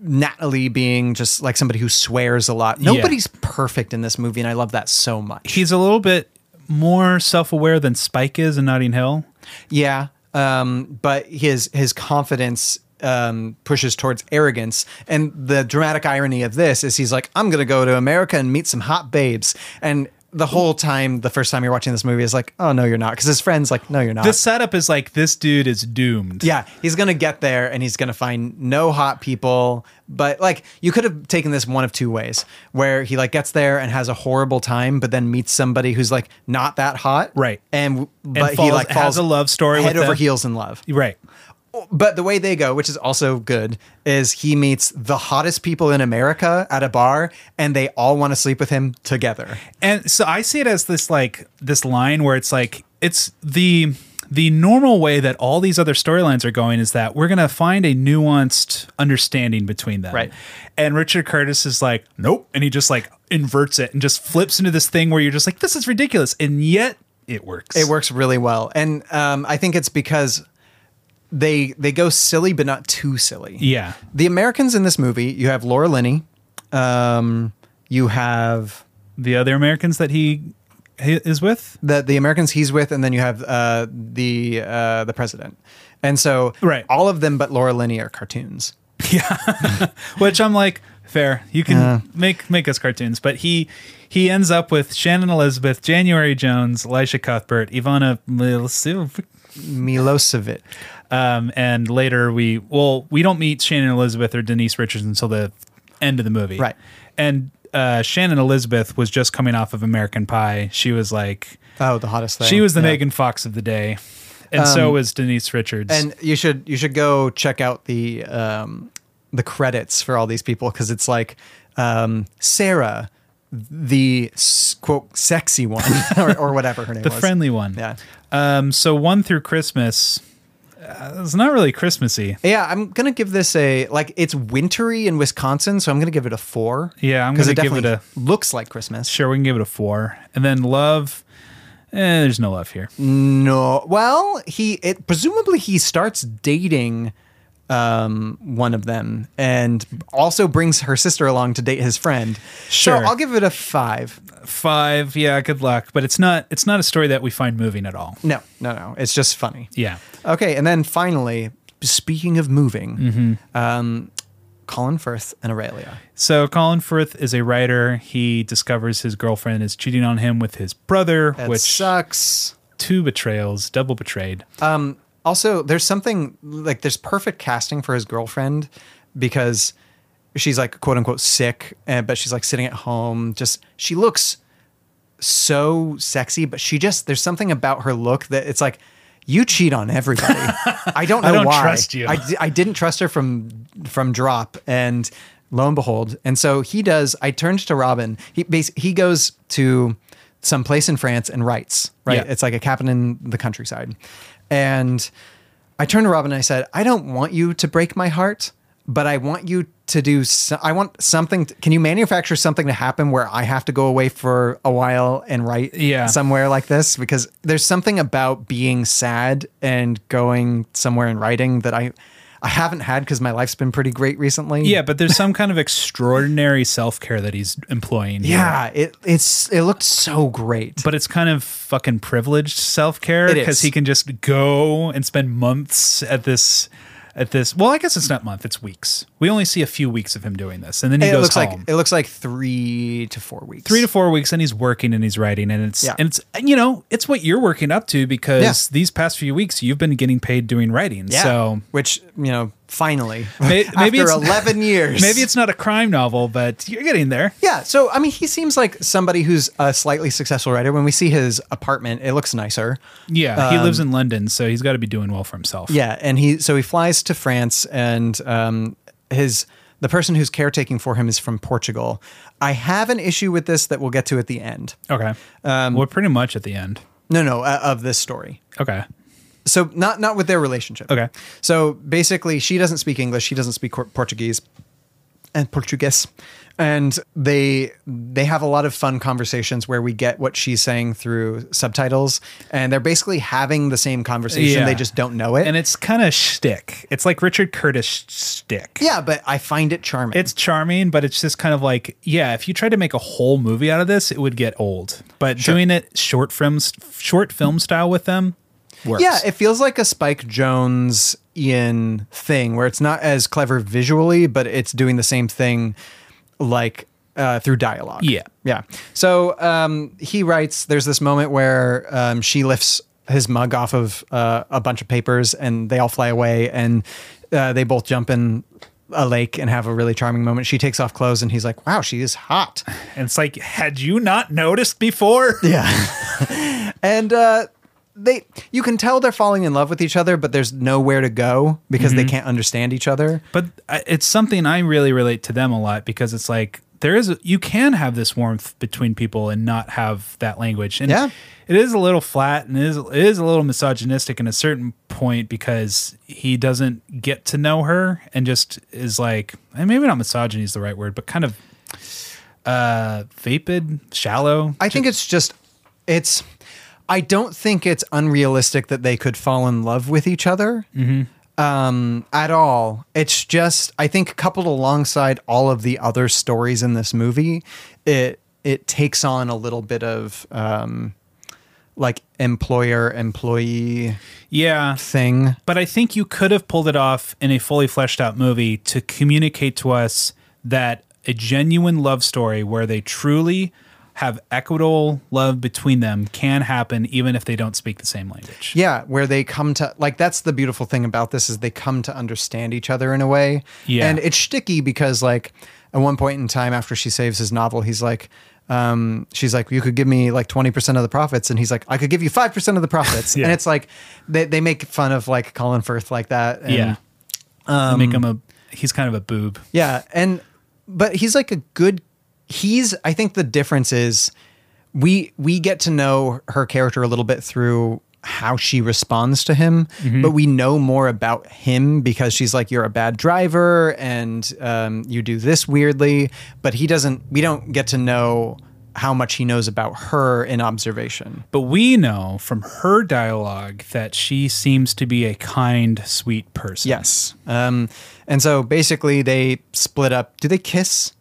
B: Natalie being just like somebody who swears a lot. Nobody's perfect in this movie, and I love that so much.
A: He's a little bit more self aware than Spike is in Notting Hill.
B: Yeah, um, but his his confidence um, pushes towards arrogance. And the dramatic irony of this is he's like, I'm going to go to America and meet some hot babes. And the whole time, the first time you're watching this movie is like, oh, no, you're not. Because his friend's like, no, you're not.
A: The setup is like this dude is doomed.
B: Yeah, he's gonna get there and he's gonna find no hot people. But like, you could have taken this one of two ways, where he like gets there and has a horrible time, but then meets somebody who's like not that hot,
A: Right.
B: And but he
A: falls-
B: like
A: has
B: falls
A: a love story with
B: head over
A: them.
B: heels in love.
A: Right.
B: But the way they go, which is also good, is he meets the hottest people in America at a bar, and they all want to sleep with him together.
A: And so I see it as this like this line where it's like it's the the normal way that all these other storylines are going is that we're gonna find a nuanced understanding between them.
B: Right.
A: And Richard Curtis is like, nope. And he just like inverts it and just flips into this thing where you're just like, this is ridiculous. And yet it works.
B: It works really well, and um, I think it's because they they go silly, but not too silly.
A: Yeah.
B: The Americans in this movie, you have Laura Linney, um, you have
A: The other Americans that he, he is with?
B: the the Americans he's with, and then you have uh, the uh, the president, and so
A: Right.
B: all of them but Laura Linney are cartoons.
A: which I'm like, fair. You can make make us cartoons, but he he ends up with Shannon Elizabeth, January Jones, Elisha Cuthbert, Ivana Milicevic,
B: Milosevic.
A: um, and later we well we don't meet Shannon Elizabeth or Denise Richards until the end of the movie,
B: Right.
A: And uh, Shannon Elizabeth was just coming off of American Pie. She was like,
B: Oh, the hottest thing.
A: she was the
B: Yeah. Um,
A: Megan Fox of the day, and so was Denise Richards.
B: And you should you should go check out the um, the credits for all these people because it's like um, Sarah, the s- quote sexy one or, or whatever her name
A: the
B: was.
A: friendly one,
B: Yeah.
A: Um, so one through Christmas, uh, it's not really Christmassy.
B: Yeah, I'm gonna give this a like. It's wintry in Wisconsin, so I'm gonna give it a four.
A: Yeah, I'm
B: 'Cause
A: gonna give it
B: definitely looks like Christmas.
A: Sure, we can give it a four. And then love, eh, there's no love here.
B: No, well, he it presumably he starts dating um one of them and also brings her sister along to date his friend.
A: Sure.
B: so I'll give it a five.
A: Five, yeah, good luck. But it's not it's not a story that we find moving at all.
B: No, no, no. It's just funny.
A: Yeah.
B: Okay, and then finally, speaking of moving,
A: Mm-hmm.
B: um, Colin Firth and Aurelia.
A: So Colin Firth is a writer. He discovers his girlfriend is cheating on him with his brother,
B: That
A: which
B: sucks.
A: two betrayals, double betrayed.
B: Also, there's something like there's perfect casting for his girlfriend because she's like quote unquote sick, and, but she's like sitting at home. Just she looks so sexy, but she just there's something about her look that it's like you cheat on everybody. I don't know
A: don't
B: why.
A: trust you.
B: I, di- I didn't trust her from from drop, and lo and behold, and so he does. I turned to Robin. He bas- he goes to some place in France and writes. Right,
A: Yeah.
B: it's like a cabin in the countryside, and I turned to Robin and I said, I don't want you to break my heart. But I want you to do. So- I want something. can you manufacture something to happen where I have to go away for a while and write
A: Yeah.
B: somewhere like this because there's something about being sad and going somewhere and writing that I I haven't had because my life's been pretty great recently.
A: yeah, but there's some kind of extraordinary self care that he's employing. here.
B: yeah. It it's it looked so great.
A: But it's kind of fucking privileged self care
B: It is.
A: because he can just go and spend months at this at this. Well, I guess it's not month; it's weeks. We only see a few weeks of him doing this, and then he
B: it
A: goes
B: looks
A: home.
B: like it looks like three to four weeks.
A: Three to four weeks, and he's working and he's writing, and it's
B: Yeah.
A: and it's and, you know it's what you're working up to because
B: Yeah.
A: these past few weeks you've been getting paid doing writing.
B: Yeah.
A: So
B: which you know finally
A: May- maybe
B: after
A: it's-
B: eleven years
A: maybe it's not a crime novel, but you're getting there.
B: Yeah, so I mean, he seems like somebody who's a slightly successful writer. When we see his apartment, it looks nicer.
A: Yeah, he lives in London, so he's got to be doing well for himself.
B: Um, Yeah, and he so he flies to France, and um, his the person who's caretaking for him is from Portugal. I have an issue with this that we'll get to at the end.
A: Okay. Um, We're pretty much at the end.
B: No, no, uh, of this story.
A: Okay.
B: So not not with their relationship.
A: Okay.
B: So basically, she doesn't speak English. She doesn't speak Cor- Portuguese, and Portuguese, and they they have a lot of fun conversations where we get what she's saying through subtitles, and they're basically having the same conversation.
A: Yeah.
B: They just don't know it.
A: and it's kind of shtick. It's like Richard Curtis sh- shtick.
B: yeah, but I find it charming.
A: It's charming, but it's just kind of like, yeah, if you tried to make a whole movie out of this, it would get old. But doing it short film, short film style with them,
I: works.
B: Yeah, it feels like a Spike Jones Ian thing where it's not as clever visually, but it's doing the same thing like uh, through dialogue.
I: Yeah.
B: Yeah. So um, he writes there's this moment where um, she lifts his mug off of uh, a bunch of papers and they all fly away and uh, they both jump in a lake and have a really charming moment. She takes off clothes and he's like, wow, she is hot.
I: and it's like, had you not noticed before?
B: and uh, they you can tell they're falling in love with each other but there's nowhere to go because they can't understand each other
A: But I- it's something I really relate to them a lot because it's like there is you can have this warmth between people and not have that language. And
B: Yeah.
A: it is a little flat and it is it is a little misogynistic in a certain point because he doesn't get to know her and just is like and maybe not misogyny is the right word, but kind of uh vapid, shallow.
B: i think it's just it's i don't think it's unrealistic that they could fall in love with each other um, at all it's just i think coupled alongside all of the other stories in this movie it it takes on a little bit of um, like employer employee
A: yeah.
B: thing
A: But I think you could have pulled it off in a fully fleshed out movie to communicate to us that a genuine love story where they truly have equitable love between them can happen even if they don't speak the same language.
B: Yeah, where they come to like that's the beautiful thing about this is they come to understand each other in a way.
A: Yeah.
B: And it's shticky because like at one point in time after she saves his novel, he's like, um, she's like, you could give me like twenty percent of the profits, and he's like, I could give you five percent of the profits, and it's like they they make fun of like Colin Firth like that. And,
A: yeah. They make him a he's kind of a boob.
B: yeah, and but he's like a good. He's I think the difference is we we get to know her character a little bit through how she responds to him, but we know more about him because she's like you're a bad driver and um, you do this weirdly, but he doesn't. We don't get to know how much he knows about her in observation.
A: But we know from her dialogue that she seems to be a kind, sweet person.
B: Yes, um, and so basically they split up. Do they kiss?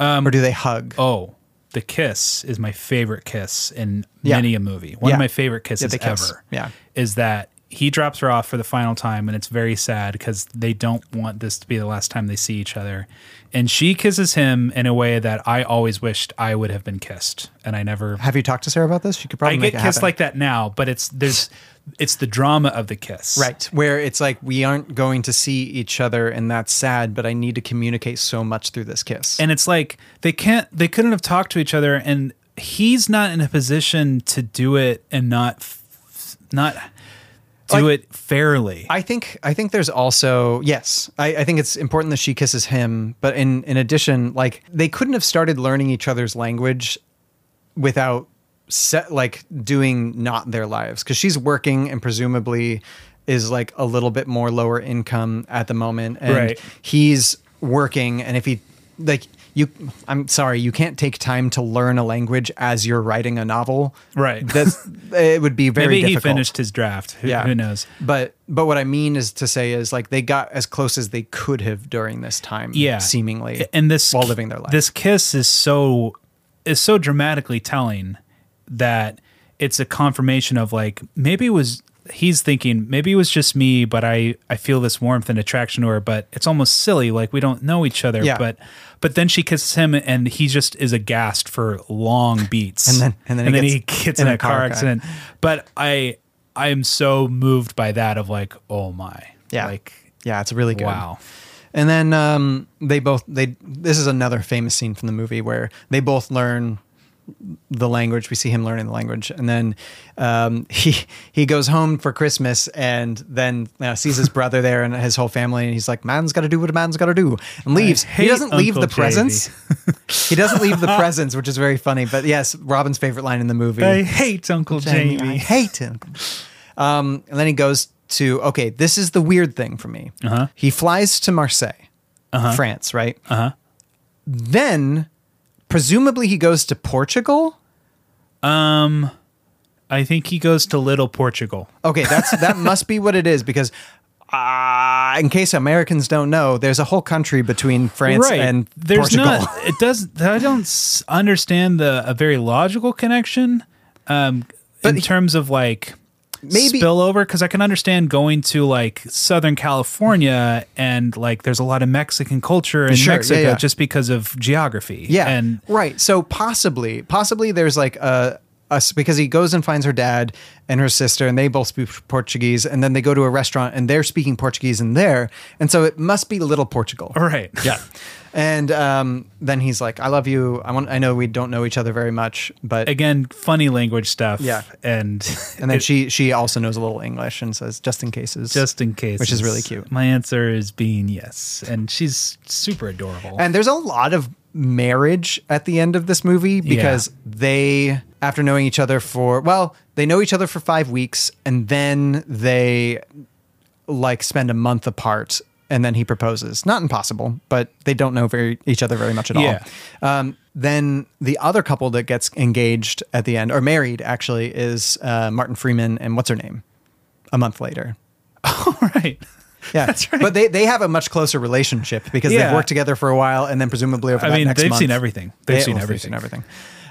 B: or do they hug?
A: Oh, the kiss is my favorite kiss in
B: Yeah.
A: many a movie. One
B: Yeah.
A: of my favorite kisses
B: the kiss.
A: ever.
B: Yeah.
A: Is that he drops her off for the final time and it's very sad because they don't want this to be the last time they see each other. And she kisses him in a way that I always wished I would have been kissed. And I never
B: Have you talked to Sarah about this? She
A: I
B: could probably
A: get
B: make
A: kissed
B: it happen.
A: like that now, but it's there's it's the drama of the kiss.
B: Right. Where it's like, we aren't going to see each other, and that's sad, but I need to communicate so much through this kiss.
A: and it's like they can't they couldn't have talked to each other and he's not in a position to do it and not f- not do
B: Like-
A: it fairly
B: I think I think there's also yes I, I think it's important that she kisses him but in in addition like they couldn't have started learning each other's language without set like doing not their lives because she's working and presumably is like a little bit more lower income at the moment and
A: Right.
B: he's working and if he like you I'm sorry you can't take time to learn a language as you're writing a novel
A: Right.
B: that's it would be very
A: maybe
B: difficult
A: he finished his draft who, who knows
B: but but what i mean is to say is like they got as close as they could have during this time
A: yeah
B: seemingly
A: and this
B: while living their life
A: this kiss is so is so dramatically telling that it's a confirmation of like maybe it was he's thinking maybe it was just me but i i feel this warmth and attraction to her but it's almost silly like we don't know each other
B: Yeah.
A: but but then she kisses him and he just is aghast for long beats and
B: then- and then he
A: he,
B: gets
A: gets in, a car accident but i i am so moved by that of like oh my
B: yeah
A: like
B: yeah it's really good
A: wow
B: and then um they both they this is another famous scene from the movie where they both learn the language we see him learning the language and then um he he goes home for christmas and then you know, sees his brother there and his whole family and he's like man's got to do what a man's got to do and leaves he
A: hate
B: doesn't leave
A: Uncle
B: the
A: JD.
B: presents He doesn't leave the presents, which is very funny. But yes, Robin's favorite line in the movie.
A: i hate uncle
B: Jamie, I
A: jamie
B: hate him. Um, and then he goes to okay. This is the weird thing for me. Uh-huh. He flies to Marseille, France, right? Uh huh. Then, presumably, he goes to Portugal.
A: I think he goes to Little Portugal.
B: Okay, that's that must be what it is because. Uh, in case Americans don't know, there's a whole country between France and
A: there's
B: Portugal.
A: not. It does. I don't s- understand the a very logical connection. Um, in terms of like,
B: maybe
A: spillover because I can understand going to like Southern California and like there's a lot of Mexican culture in
B: Sure, yeah,
A: Mexico
B: yeah.
A: just because of geography.
B: Yeah.
A: and
B: right. So possibly, possibly there's like a us because he goes and finds her dad and her sister, and they both speak Portuguese, and then they go to a restaurant and they're speaking Portuguese in there, and so it must be Little Portugal.
A: all right,
B: Yeah. And um, then he's like, "I love you. I want. I know we don't know each other very much, but."
A: again, funny language stuff.
B: Yeah.
A: and
B: and then
A: it-
B: she she also knows a little English and says, "Just in cases."
A: just in case,
B: Which is really cute.
A: My answer is being yes, and she's super adorable.
B: And there's a lot of marriage at the end of this movie because they, after knowing each other for, well, they know each other for five weeks and then they like spend a month apart and then he proposes. Not impossible, but they don't know very, each other very much at
A: Yeah.
B: all. Um, then the other couple that gets engaged at the end or married actually is uh, Martin Freeman and what's her name? A month later.
A: right.
B: Yeah, but they, they have a much closer relationship because
A: Yeah.
B: they've worked together for a while, and then presumably over.
A: I
B: that
A: mean,
B: next
A: they've
B: month,
A: seen everything. They've
B: they-
A: seen
B: well,
A: everything.
B: everything.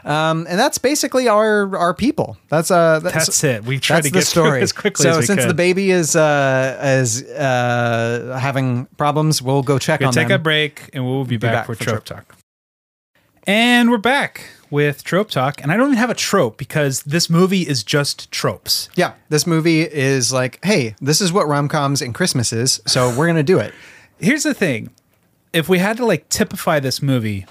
B: Um, and that's basically our our people. That's uh that's,
A: That's it. We tried
B: that's
A: to get
B: the
A: through
B: story
A: it as quickly
B: So
A: as we
B: since the
A: could.
B: baby is uh is uh having problems, we'll go check
A: We'll
B: on
A: take a
B: them.
A: break and we'll be, back,
B: back
A: for,
B: for
A: Trope Talk. And we're back with Trope Talk. And I don't even have a trope because this movie is just tropes.
B: Yeah, this movie is like, hey, this is what rom coms and Christmas is, so we're gonna do it.
A: Here's the thing. If we had to like typify this movie,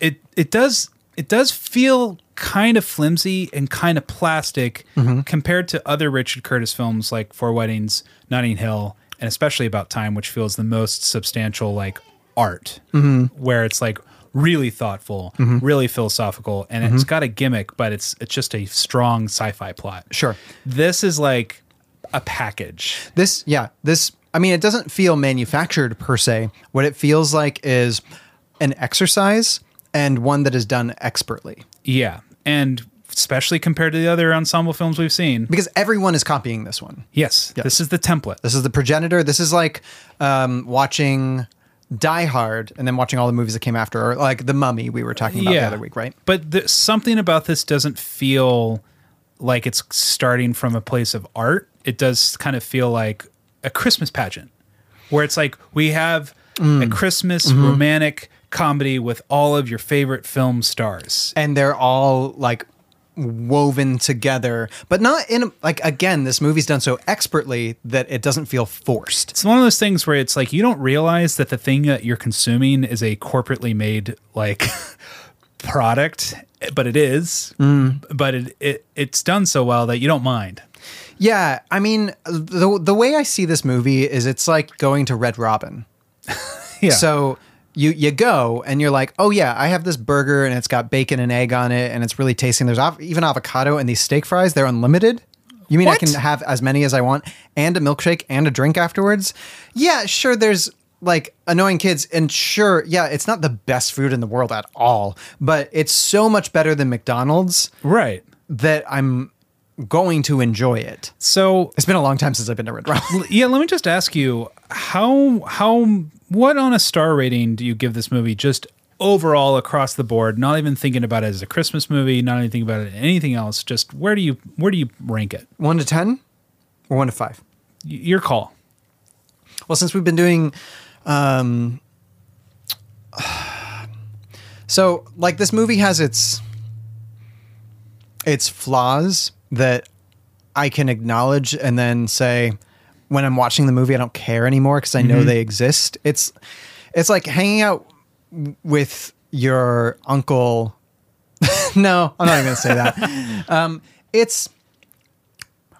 A: it it does it does feel kind of flimsy and kind of plastic compared to other Richard Curtis films like Four Weddings, Notting Hill, and especially About Time, which feels the most substantial like art, where it's like really thoughtful, really philosophical, and it's got a gimmick, but it's it's just a strong sci-fi plot.
B: Sure.
A: This is like a package.
B: This, yeah, this, I mean, it doesn't feel manufactured per se. What it feels like is an exercise and one that is done expertly
A: Yeah. And especially compared to the other ensemble films we've seen.
B: because everyone is copying this one.
A: Yes. This is the template.
B: This is the progenitor. This is like um, watching Die Hard and then watching all the movies that came after, or like The Mummy we were talking about the other week, right?
A: But the, something about this doesn't feel like it's starting from a place of art. It does kind of feel like a Christmas pageant where it's like we have
B: Mm.
A: a Christmas
B: Mm-hmm.
A: romantic comedy with all of your favorite film stars.
B: And they're all like woven together, but not in a, like again, this movie's done so expertly that it doesn't feel forced.
A: It's one of those things where it's like you don't realize that the thing that you're consuming is a corporately made like product, but it is. But it, it it's done so well that you don't mind.
B: Yeah, I mean, the the way I see this movie is it's like going to Red Robin.
A: Yeah.
B: So you you go and you're like, oh yeah, I have this burger and it's got bacon and egg on it and it's really tasty. And there's av- even avocado and these steak fries. They're unlimited. You mean I
A: What?
B: can have as many as I want and a milkshake and a drink afterwards? Yeah, sure. There's like annoying kids and sure, yeah, it's not the best food in the world at all, but it's so much better than McDonald's
A: right.
B: that I'm going to enjoy it.
A: So
B: It's been a long time since I've been to Red Robin.
A: yeah, let me just ask you how how what on a star rating do you give this movie just overall across the board, not even thinking about it as a Christmas movie, not even thinking about it anything else, just where do you where do you rank it? Y-
B: one to ten, or one to five.
A: Your call.
B: Well, since we've been doing, um, so like this movie has its its flaws that I can acknowledge and then say when I'm watching the movie I don't care anymore because I know they exist. It's it's like hanging out w- with your uncle. no, I'm not even gonna say that. um, it's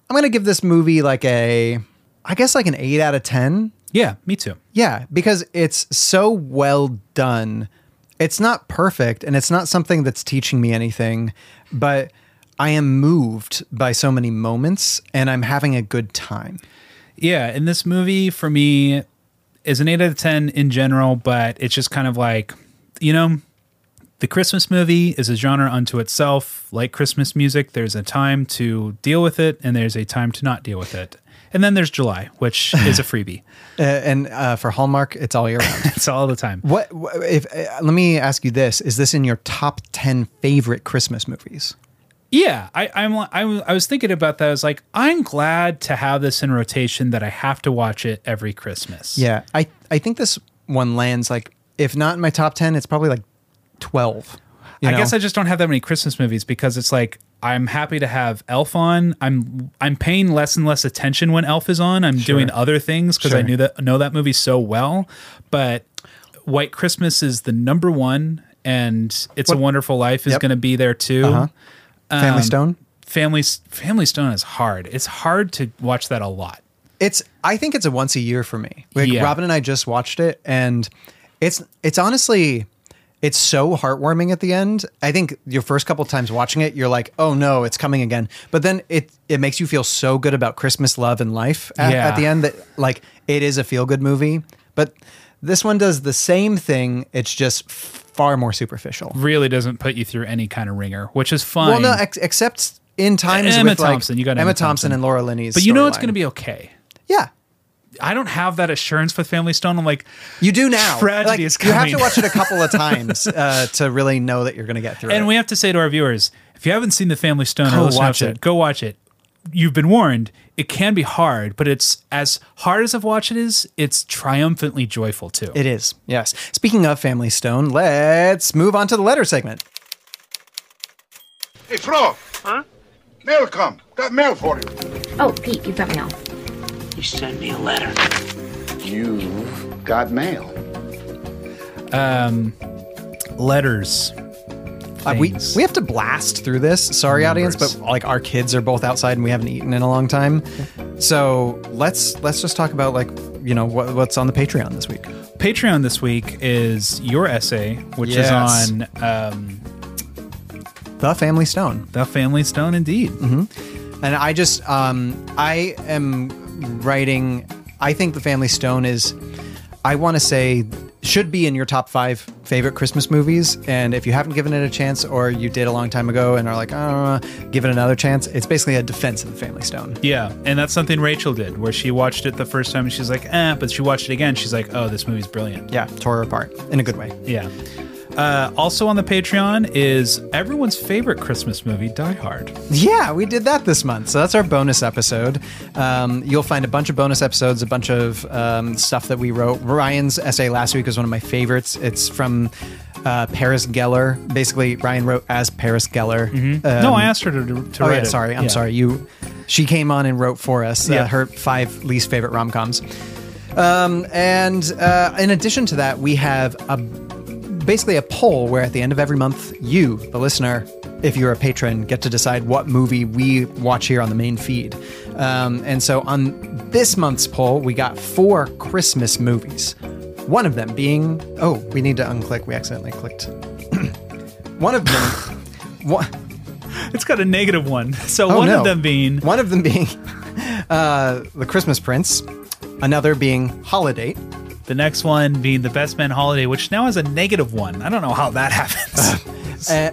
B: I'm gonna give this movie like a I guess like an eight out of ten.
A: Yeah, me too.
B: Yeah, because it's so well done. It's not perfect and it's not something that's teaching me anything, but I am moved by so many moments and I'm having a good time.
A: yeah and this movie for me is an 8 out of 10 in general but it's just kind of like you know the christmas movie is a genre unto itself like christmas music there's a time to deal with it and there's a time to not deal with it and then there's july which is a freebie
B: Uh, and uh, for Hallmark, it's all year round.
A: it's all the time
B: what wh- if uh, let me ask you this, is this in your top 10 favorite Christmas movies?
A: Yeah, I, I'm, li- I, was- I was thinking about that. I was like, I'm glad to have this in rotation that I have to watch it every Christmas.
B: Yeah, I I think this one lands like if not in my top ten, it's probably like twelve. you
A: I guess
B: know?
A: I just don't have that many Christmas movies because it's like I'm happy to have Elf on. I'm I'm paying less and less attention when Elf is on. I'm doing other things because I
B: Sure.
A: knew that know that movie so well. But White Christmas is the number one, and It's a Wonderful Life is
B: Yep. Uh-huh.
A: going to be there too. Um,
B: Family Stone.
A: Family Family Stone is hard. It's hard to watch that a lot.
B: It's I think it's a once a year for me. Like
A: Yeah.
B: Robin and I just watched it and it's it's honestly it's so heartwarming at the end. I think your first couple times watching it, you're like, "Oh no, it's coming again." But then it it makes you feel so good about Christmas love and life at,
A: Yeah.
B: at the end that like it is a feel good movie. But this one does the same thing. It's just far more superficial.
A: Really doesn't put you through any kind of ringer, which is fine.
B: Well, no, ex- except in times
A: Emma
B: with like,
A: Thompson. You got Emma
B: Emma Thompson,
A: Thompson.
B: and Laura Linney's.
A: but you know it's
B: storyline.
A: going to be okay.
B: yeah.
A: I don't have that assurance with Family Stone. I'm like,
B: You do now.
A: Tragedy is
B: You have
A: coming.
B: to watch it a couple of times uh, to really know that you're going to get through
A: And
B: it.
A: we have to say to our viewers, if you haven't seen the Family Stone,
B: Go
A: or listened to
B: watch
A: the episode,
B: it.
A: Go watch it. You've been warned. It can be hard, but it's as hard as I've watched it is. It's triumphantly joyful too.
B: it is, yes. Speaking of Family Stone, let's move on to the letter segment.
E: Hey, Flo. Huh? Mail come. Got mail for you.
J: Oh, Pete, you've got me on.
K: You send me a letter.
E: You've got mail.
A: Letters.
B: Uh, we,
A: Things.
B: we have to blast through this. Sorry, audience, but like our kids are both outside and we haven't eaten in a long time. So let's let's just talk about like you know what, what's on the Patreon this week.
A: Patreon this week is your essay, which
B: Yes.
A: is on um,
B: The Family Stone.
A: the Family Stone. Indeed,
B: Mm-hmm. And I just, um, I am writing. I think the Family Stone is, I want to say, should be in your top five favorite Christmas movies. And if you haven't given it a chance, or you did a long time ago and are like, uh, give it another chance. It's basically a defense of the Family Stone.
A: yeah, and that's something Rachel did, where she watched it the first time and she's like, eh, but she watched it again. She's like, oh, this movie's brilliant.
B: Yeah, tore her apart in a good way.
A: Yeah. Uh, also on the Patreon is everyone's favorite Christmas movie, Die Hard.
B: Yeah, we did that this month. So that's our bonus episode. Um, you'll find a bunch of bonus episodes, a bunch of um, stuff that we wrote. Ryan's essay last week was one of my favorites. It's from uh, Paris Geller. Basically, Ryan wrote as Paris Geller. Uh,
A: Mm-hmm. no, I asked her to, to
B: oh,
A: write
B: yeah,
A: it.
B: sorry. I'm
A: Yeah.
B: sorry. You, she came on and wrote for us uh,
A: Yeah.
B: her five least favorite rom coms. Um, and uh, in addition to that, we have a basically a poll where at the end of every month, you, the listener, if you're a patron, get to decide what movie we watch here on the main feed. Um, and so on this month's poll, we got four Christmas movies. One of them being oh, we need to unclick. We accidentally clicked. one of them. one,
A: It's got a negative one. So
B: one
A: one of them being
B: Oh, one of them being uh, the Christmas Prince. Another being Holiday.
A: the next one being the Best Man Holiday, which now has a negative one. I don't know how that happens.
B: Uh,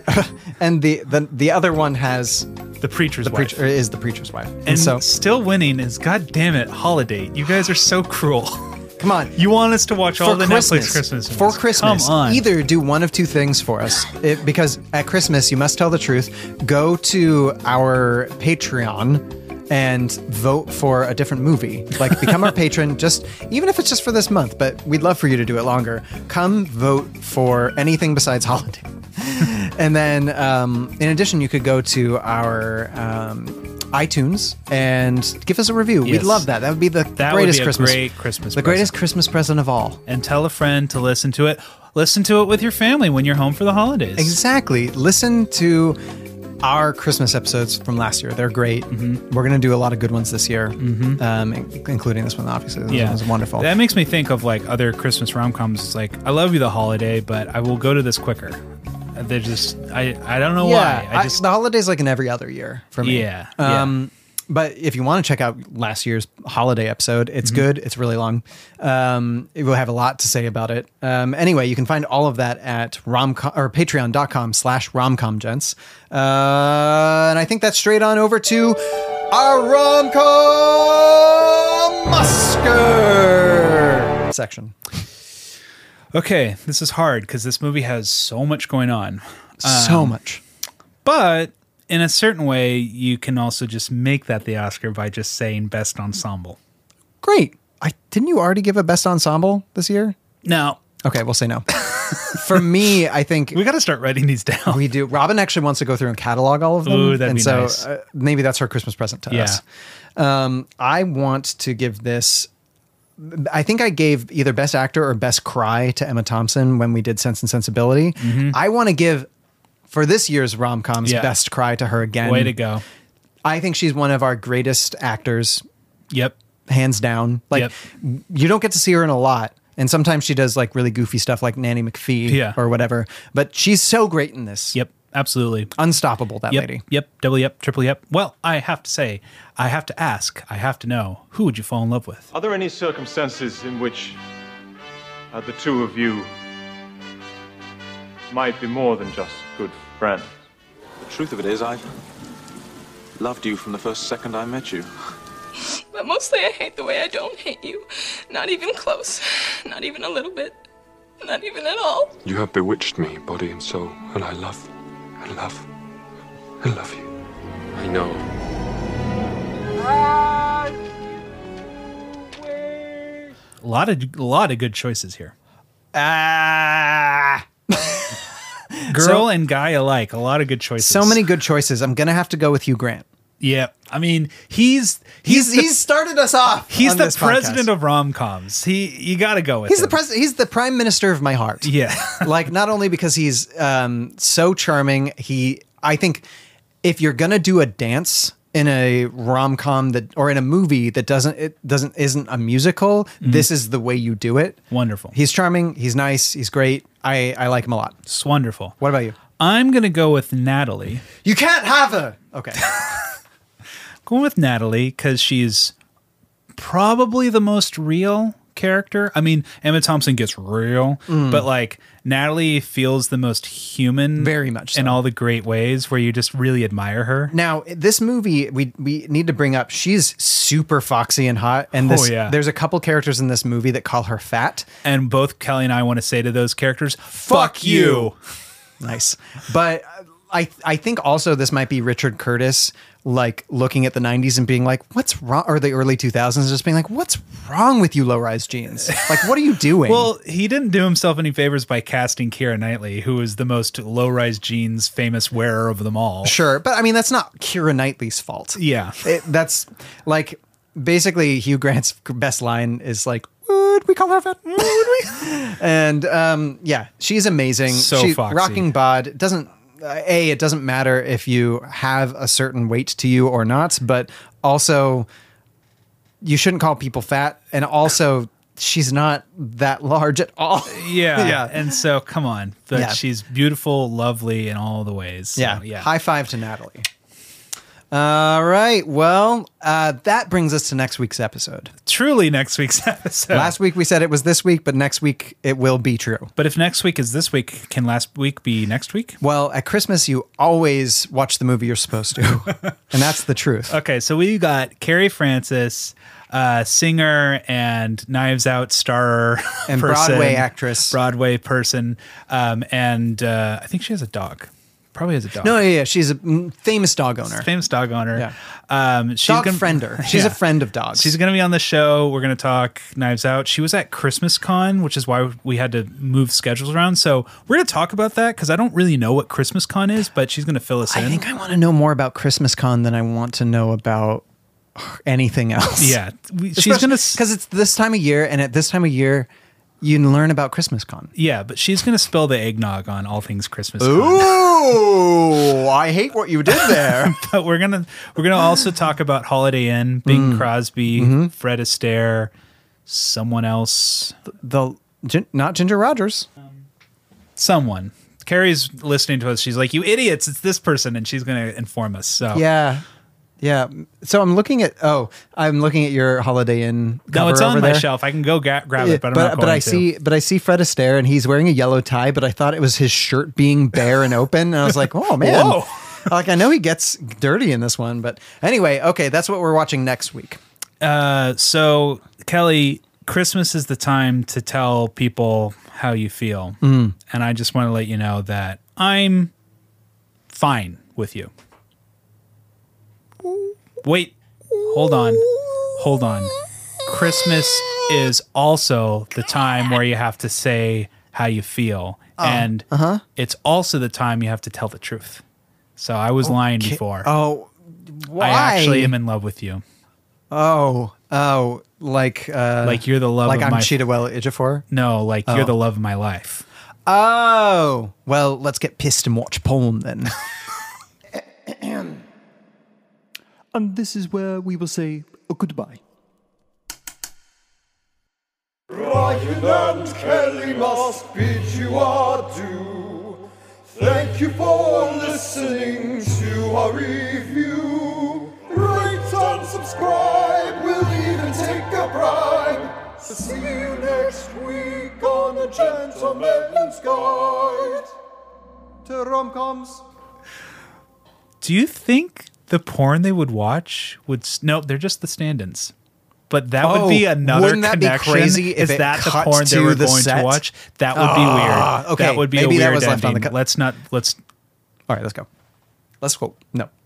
B: and the, the the other one has
A: the preacher's
B: the
A: wife.
B: preacher is the preacher's wife. And,
A: and
B: so
A: still winning is God damn it, Holiday. You guys are so cruel.
B: come on.
A: you want us to watch all the Netflix Christmas
B: for
A: movies.
B: Christmas,
A: Come on.
B: either do one of two things for us. It, because at Christmas, you must tell the truth. Go to our Patreon and vote for a different movie. Like become our patron. Just even if it's just for this month, but we'd love for you to do it longer. Come vote for anything besides holiday. and then, um, in addition, you could go to our. Um, iTunes and give us a review.
A: Yes.
B: We'd love that. That would be the
A: That would
B: greatest
A: be a
B: Christmas,
A: great Christmas
B: the greatest Christmas present of all.
A: and tell a friend to listen to it. Listen to it with your family when you're home for the holidays.
B: Exactly. Listen to our Christmas episodes from last year. They're great.
A: Mm-hmm.
B: We're going to do a lot of good ones this year, um, in- including this one, obviously. This
A: Yeah,
B: one was wonderful.
A: That makes me think of like other Christmas rom coms. It's like I love you the holiday, but I will go to this quicker. They're just I I don't know
B: yeah,
A: why. I just
B: the holidays like in every other year for me.
A: Yeah, yeah.
B: Um, But if you want to check out last year's holiday episode, it's good. It's really long. Um, it will have a lot to say about it. Um, anyway, you can find all of that at romcom or patreon.com slash romcomgents. Uh, and I think that's straight on over to our romcom musker section.
A: okay, this is hard because this movie has so much going on.
B: so much.
A: But in a certain way, you can also just make that the Oscar by just saying best ensemble.
B: Great. I didn't you already give a best ensemble this year?
A: Now,
B: Okay, we'll say no. For me, I think
A: we got to start writing these down.
B: we Oh, do. Robin actually wants to go through and catalog all of them,
A: Ooh, that'd
B: and
A: be
B: so
A: nice.
B: uh, maybe that's her Christmas present to
A: Yeah.
B: us. Um, I want to give this. I think I gave either Best Actor or Best Cry to Emma Thompson when we did Sense and Sensibility. I want to give for this year's rom coms
A: Mm-hmm. Yeah.
B: Best Cry to her again.
A: Way to go.
B: I think she's one of our greatest actors
A: Yep.
B: hands down. Like
A: Yep.
B: you don't get to see her in a lot. And sometimes she does like really goofy stuff like Nanny McPhee
A: Yeah.
B: or whatever. But she's so great in this.
A: Yep. Absolutely.
B: Unstoppable, that
A: Yep.
B: lady.
A: Yep. Double yep. Triple yep. Well, I have to say, I have to ask, I have to know, who would you fall in love with?
J: Are there any circumstances in which uh, the two of you might be more than just good friends?
H: The truth of it is, I loved you from the first second I met you.
C: But mostly I hate the way I don't hate you. Not even close. Not even a little bit. Not even at all.
L: You have bewitched me, body and soul, and I love and love and love you. I know.
A: A lot of a lot of good choices here.
B: Ah.
A: Girl
B: So-
A: and guy alike, a lot of good choices.
B: So many good choices. I'm gonna have to go with Hugh Grant.
A: Yeah, I mean, he's
B: He's
A: the-
B: he's started us off.
A: he's
B: on
A: the
B: this podcast.
A: president of rom coms. He you got to go with.
B: He's the
A: him.
B: president. He's the prime minister of my heart.
A: Yeah.
B: like not only because he's um, so charming. He, I think, if you're gonna do a dance in a rom com that or in a movie that doesn't it doesn't isn't a musical, this is the way you do it.
A: Mm-hmm. Wonderful.
B: He's charming. He's nice. He's great. I I like him a lot.
A: It's wonderful.
B: What about you?
A: I'm gonna go with Natalie.
B: You can't have her. Okay.
A: Going with Natalie because she's probably the most real character. I mean, Emma Thompson gets real,
M: Mm.
A: but like Natalie feels the most human, very much, in all the great ways where you just really admire her.
B: Now, this movie we we need to bring up. She's super foxy and hot, and this,
A: Oh, yeah.
B: there's a couple characters in this movie that call her fat.
A: And both Kelly and I want to say to those characters, "Fuck,
B: Fuck
A: you.
B: you." Nice, but uh, I I think also this might be Richard Curtis like looking at the 90s and being like, "What's wrong?" or the early 2000s, just being like, "What's wrong with you low-rise jeans? Like, what are you doing?"
A: Well, he didn't do himself any favors by casting Kira Knightley, who is the most low-rise jeans famous wearer of them all.
B: Sure, but I mean that's not Kira Knightley's fault.
A: Yeah.
B: It, that's like basically Hugh Grant's best line is like, "Would we call her fat? Would we?" and um, yeah, she's amazing.
A: So
B: she,
A: foxy.
B: rocking bod It doesn't. Uh, a it doesn't matter if you have a certain weight to you or not, but also you shouldn't call people fat, and also. She's not that large at all.
A: Yeah.
B: yeah.
A: And so, come on. But
B: Yeah.
A: she's beautiful, lovely in all the ways. So,
B: yeah.
A: Yeah.
B: High five to Natalie. All right. Well, uh, that brings us to next week's episode.
A: Truly next week's episode.
B: Last week we said it was this week, but next week it will be true.
A: But if next week is this week, can last week be next week?
B: Well, at Christmas, you always watch the movie you're supposed to. and that's the truth.
A: Okay. So, we got Carrie Francis, uh, singer and Knives Out star
B: And Broadway actress.
A: Broadway person. Um, and uh, I think she has a dog. Probably has a dog.
B: No, yeah, yeah. She's a mm, famous dog owner.
A: Famous dog owner.
B: Yeah.
A: Um, she's
B: Dog
A: gonna,
B: friender. She's a friend of dogs.
A: She's going to be on the show. We're going to talk Knives Out. She was at Christmas Con, which is why we had to move schedules around. So we're going to talk about that because I don't really know what Christmas Con is, but she's going to fill us in.
B: I think I want to know more about Christmas Con than I want to know about anything else.
A: Yeah. We- she's gonna s-
B: because it's this time of year, and at this time of year, you learn about Christmas Con.
A: yeah, but she's going to spill the eggnog on all things Christmas.
B: Ooh, I hate what you did there.
A: but we're gonna we're gonna also talk about Holiday Inn, Bing
B: Mm.
A: Crosby,
B: Mhm.
A: Fred Astaire, someone else,
B: the, Gin- not Ginger Rogers,
A: someone. Carrie's listening to us. She's like, "You idiots! It's this person," and she's gonna inform us. So
B: Yeah. Yeah. So I'm looking at oh, I'm looking at your Holiday Inn.
A: No,
B: cover
A: it's on
B: over
A: my
B: there.
A: shelf. I can go ga- grab it, but I'm
B: but,
A: not going
B: I
A: to.
B: see, but I see Fred Astaire, and he's wearing a yellow tie. But I thought it was his shirt being bare and open, and I was like, "Oh man!"
A: Whoa.
B: like I know he gets dirty in this one, but anyway, okay, that's what we're watching next week.
A: Uh, so Kelly, Christmas is the time to tell people how you feel,
B: Mm.
A: and I just want to let you know that I'm fine with you. Wait, hold on, hold on. Christmas is also the time where you have to say how you feel,
B: Oh,
A: and
B: uh-huh.
A: it's also the time you have to tell the truth. So I was lying
B: Okay.
A: before.
B: Oh, why?
A: I actually am in love with you.
B: Oh, oh, like uh,
A: Like you're the love
B: Like
A: of
B: I'm
A: my-
B: Chidawella Ejiofor.
A: No, like
B: Oh.
A: you're the love of my life.
B: Oh, well, let's get pissed and watch porn then.
N: And this is where we will say "Oh, goodbye.
D: Ryan and Kelly must bid you adieu. Thank you for listening to our review. Rate and subscribe, we'll even take a bribe. See you next week on The Gentleman's Guide to Rom-Coms.
A: Do you think the porn they would watch would s- no? They're just the stand-ins. But that would
B: Oh,
A: be another
B: wouldn't that be
A: connection.
B: crazy if
A: Is
B: it
A: that the
B: cut
A: porn they
B: to
A: were
B: the
A: going
B: set?
A: to watch? That would
B: Ah,
A: be weird.
B: okay,
A: that would be
B: maybe
A: a
B: that
A: weird
B: was left on the
A: ending.
B: cut.
A: Let's not. Let's.
B: All right, let's go. Let's go. No.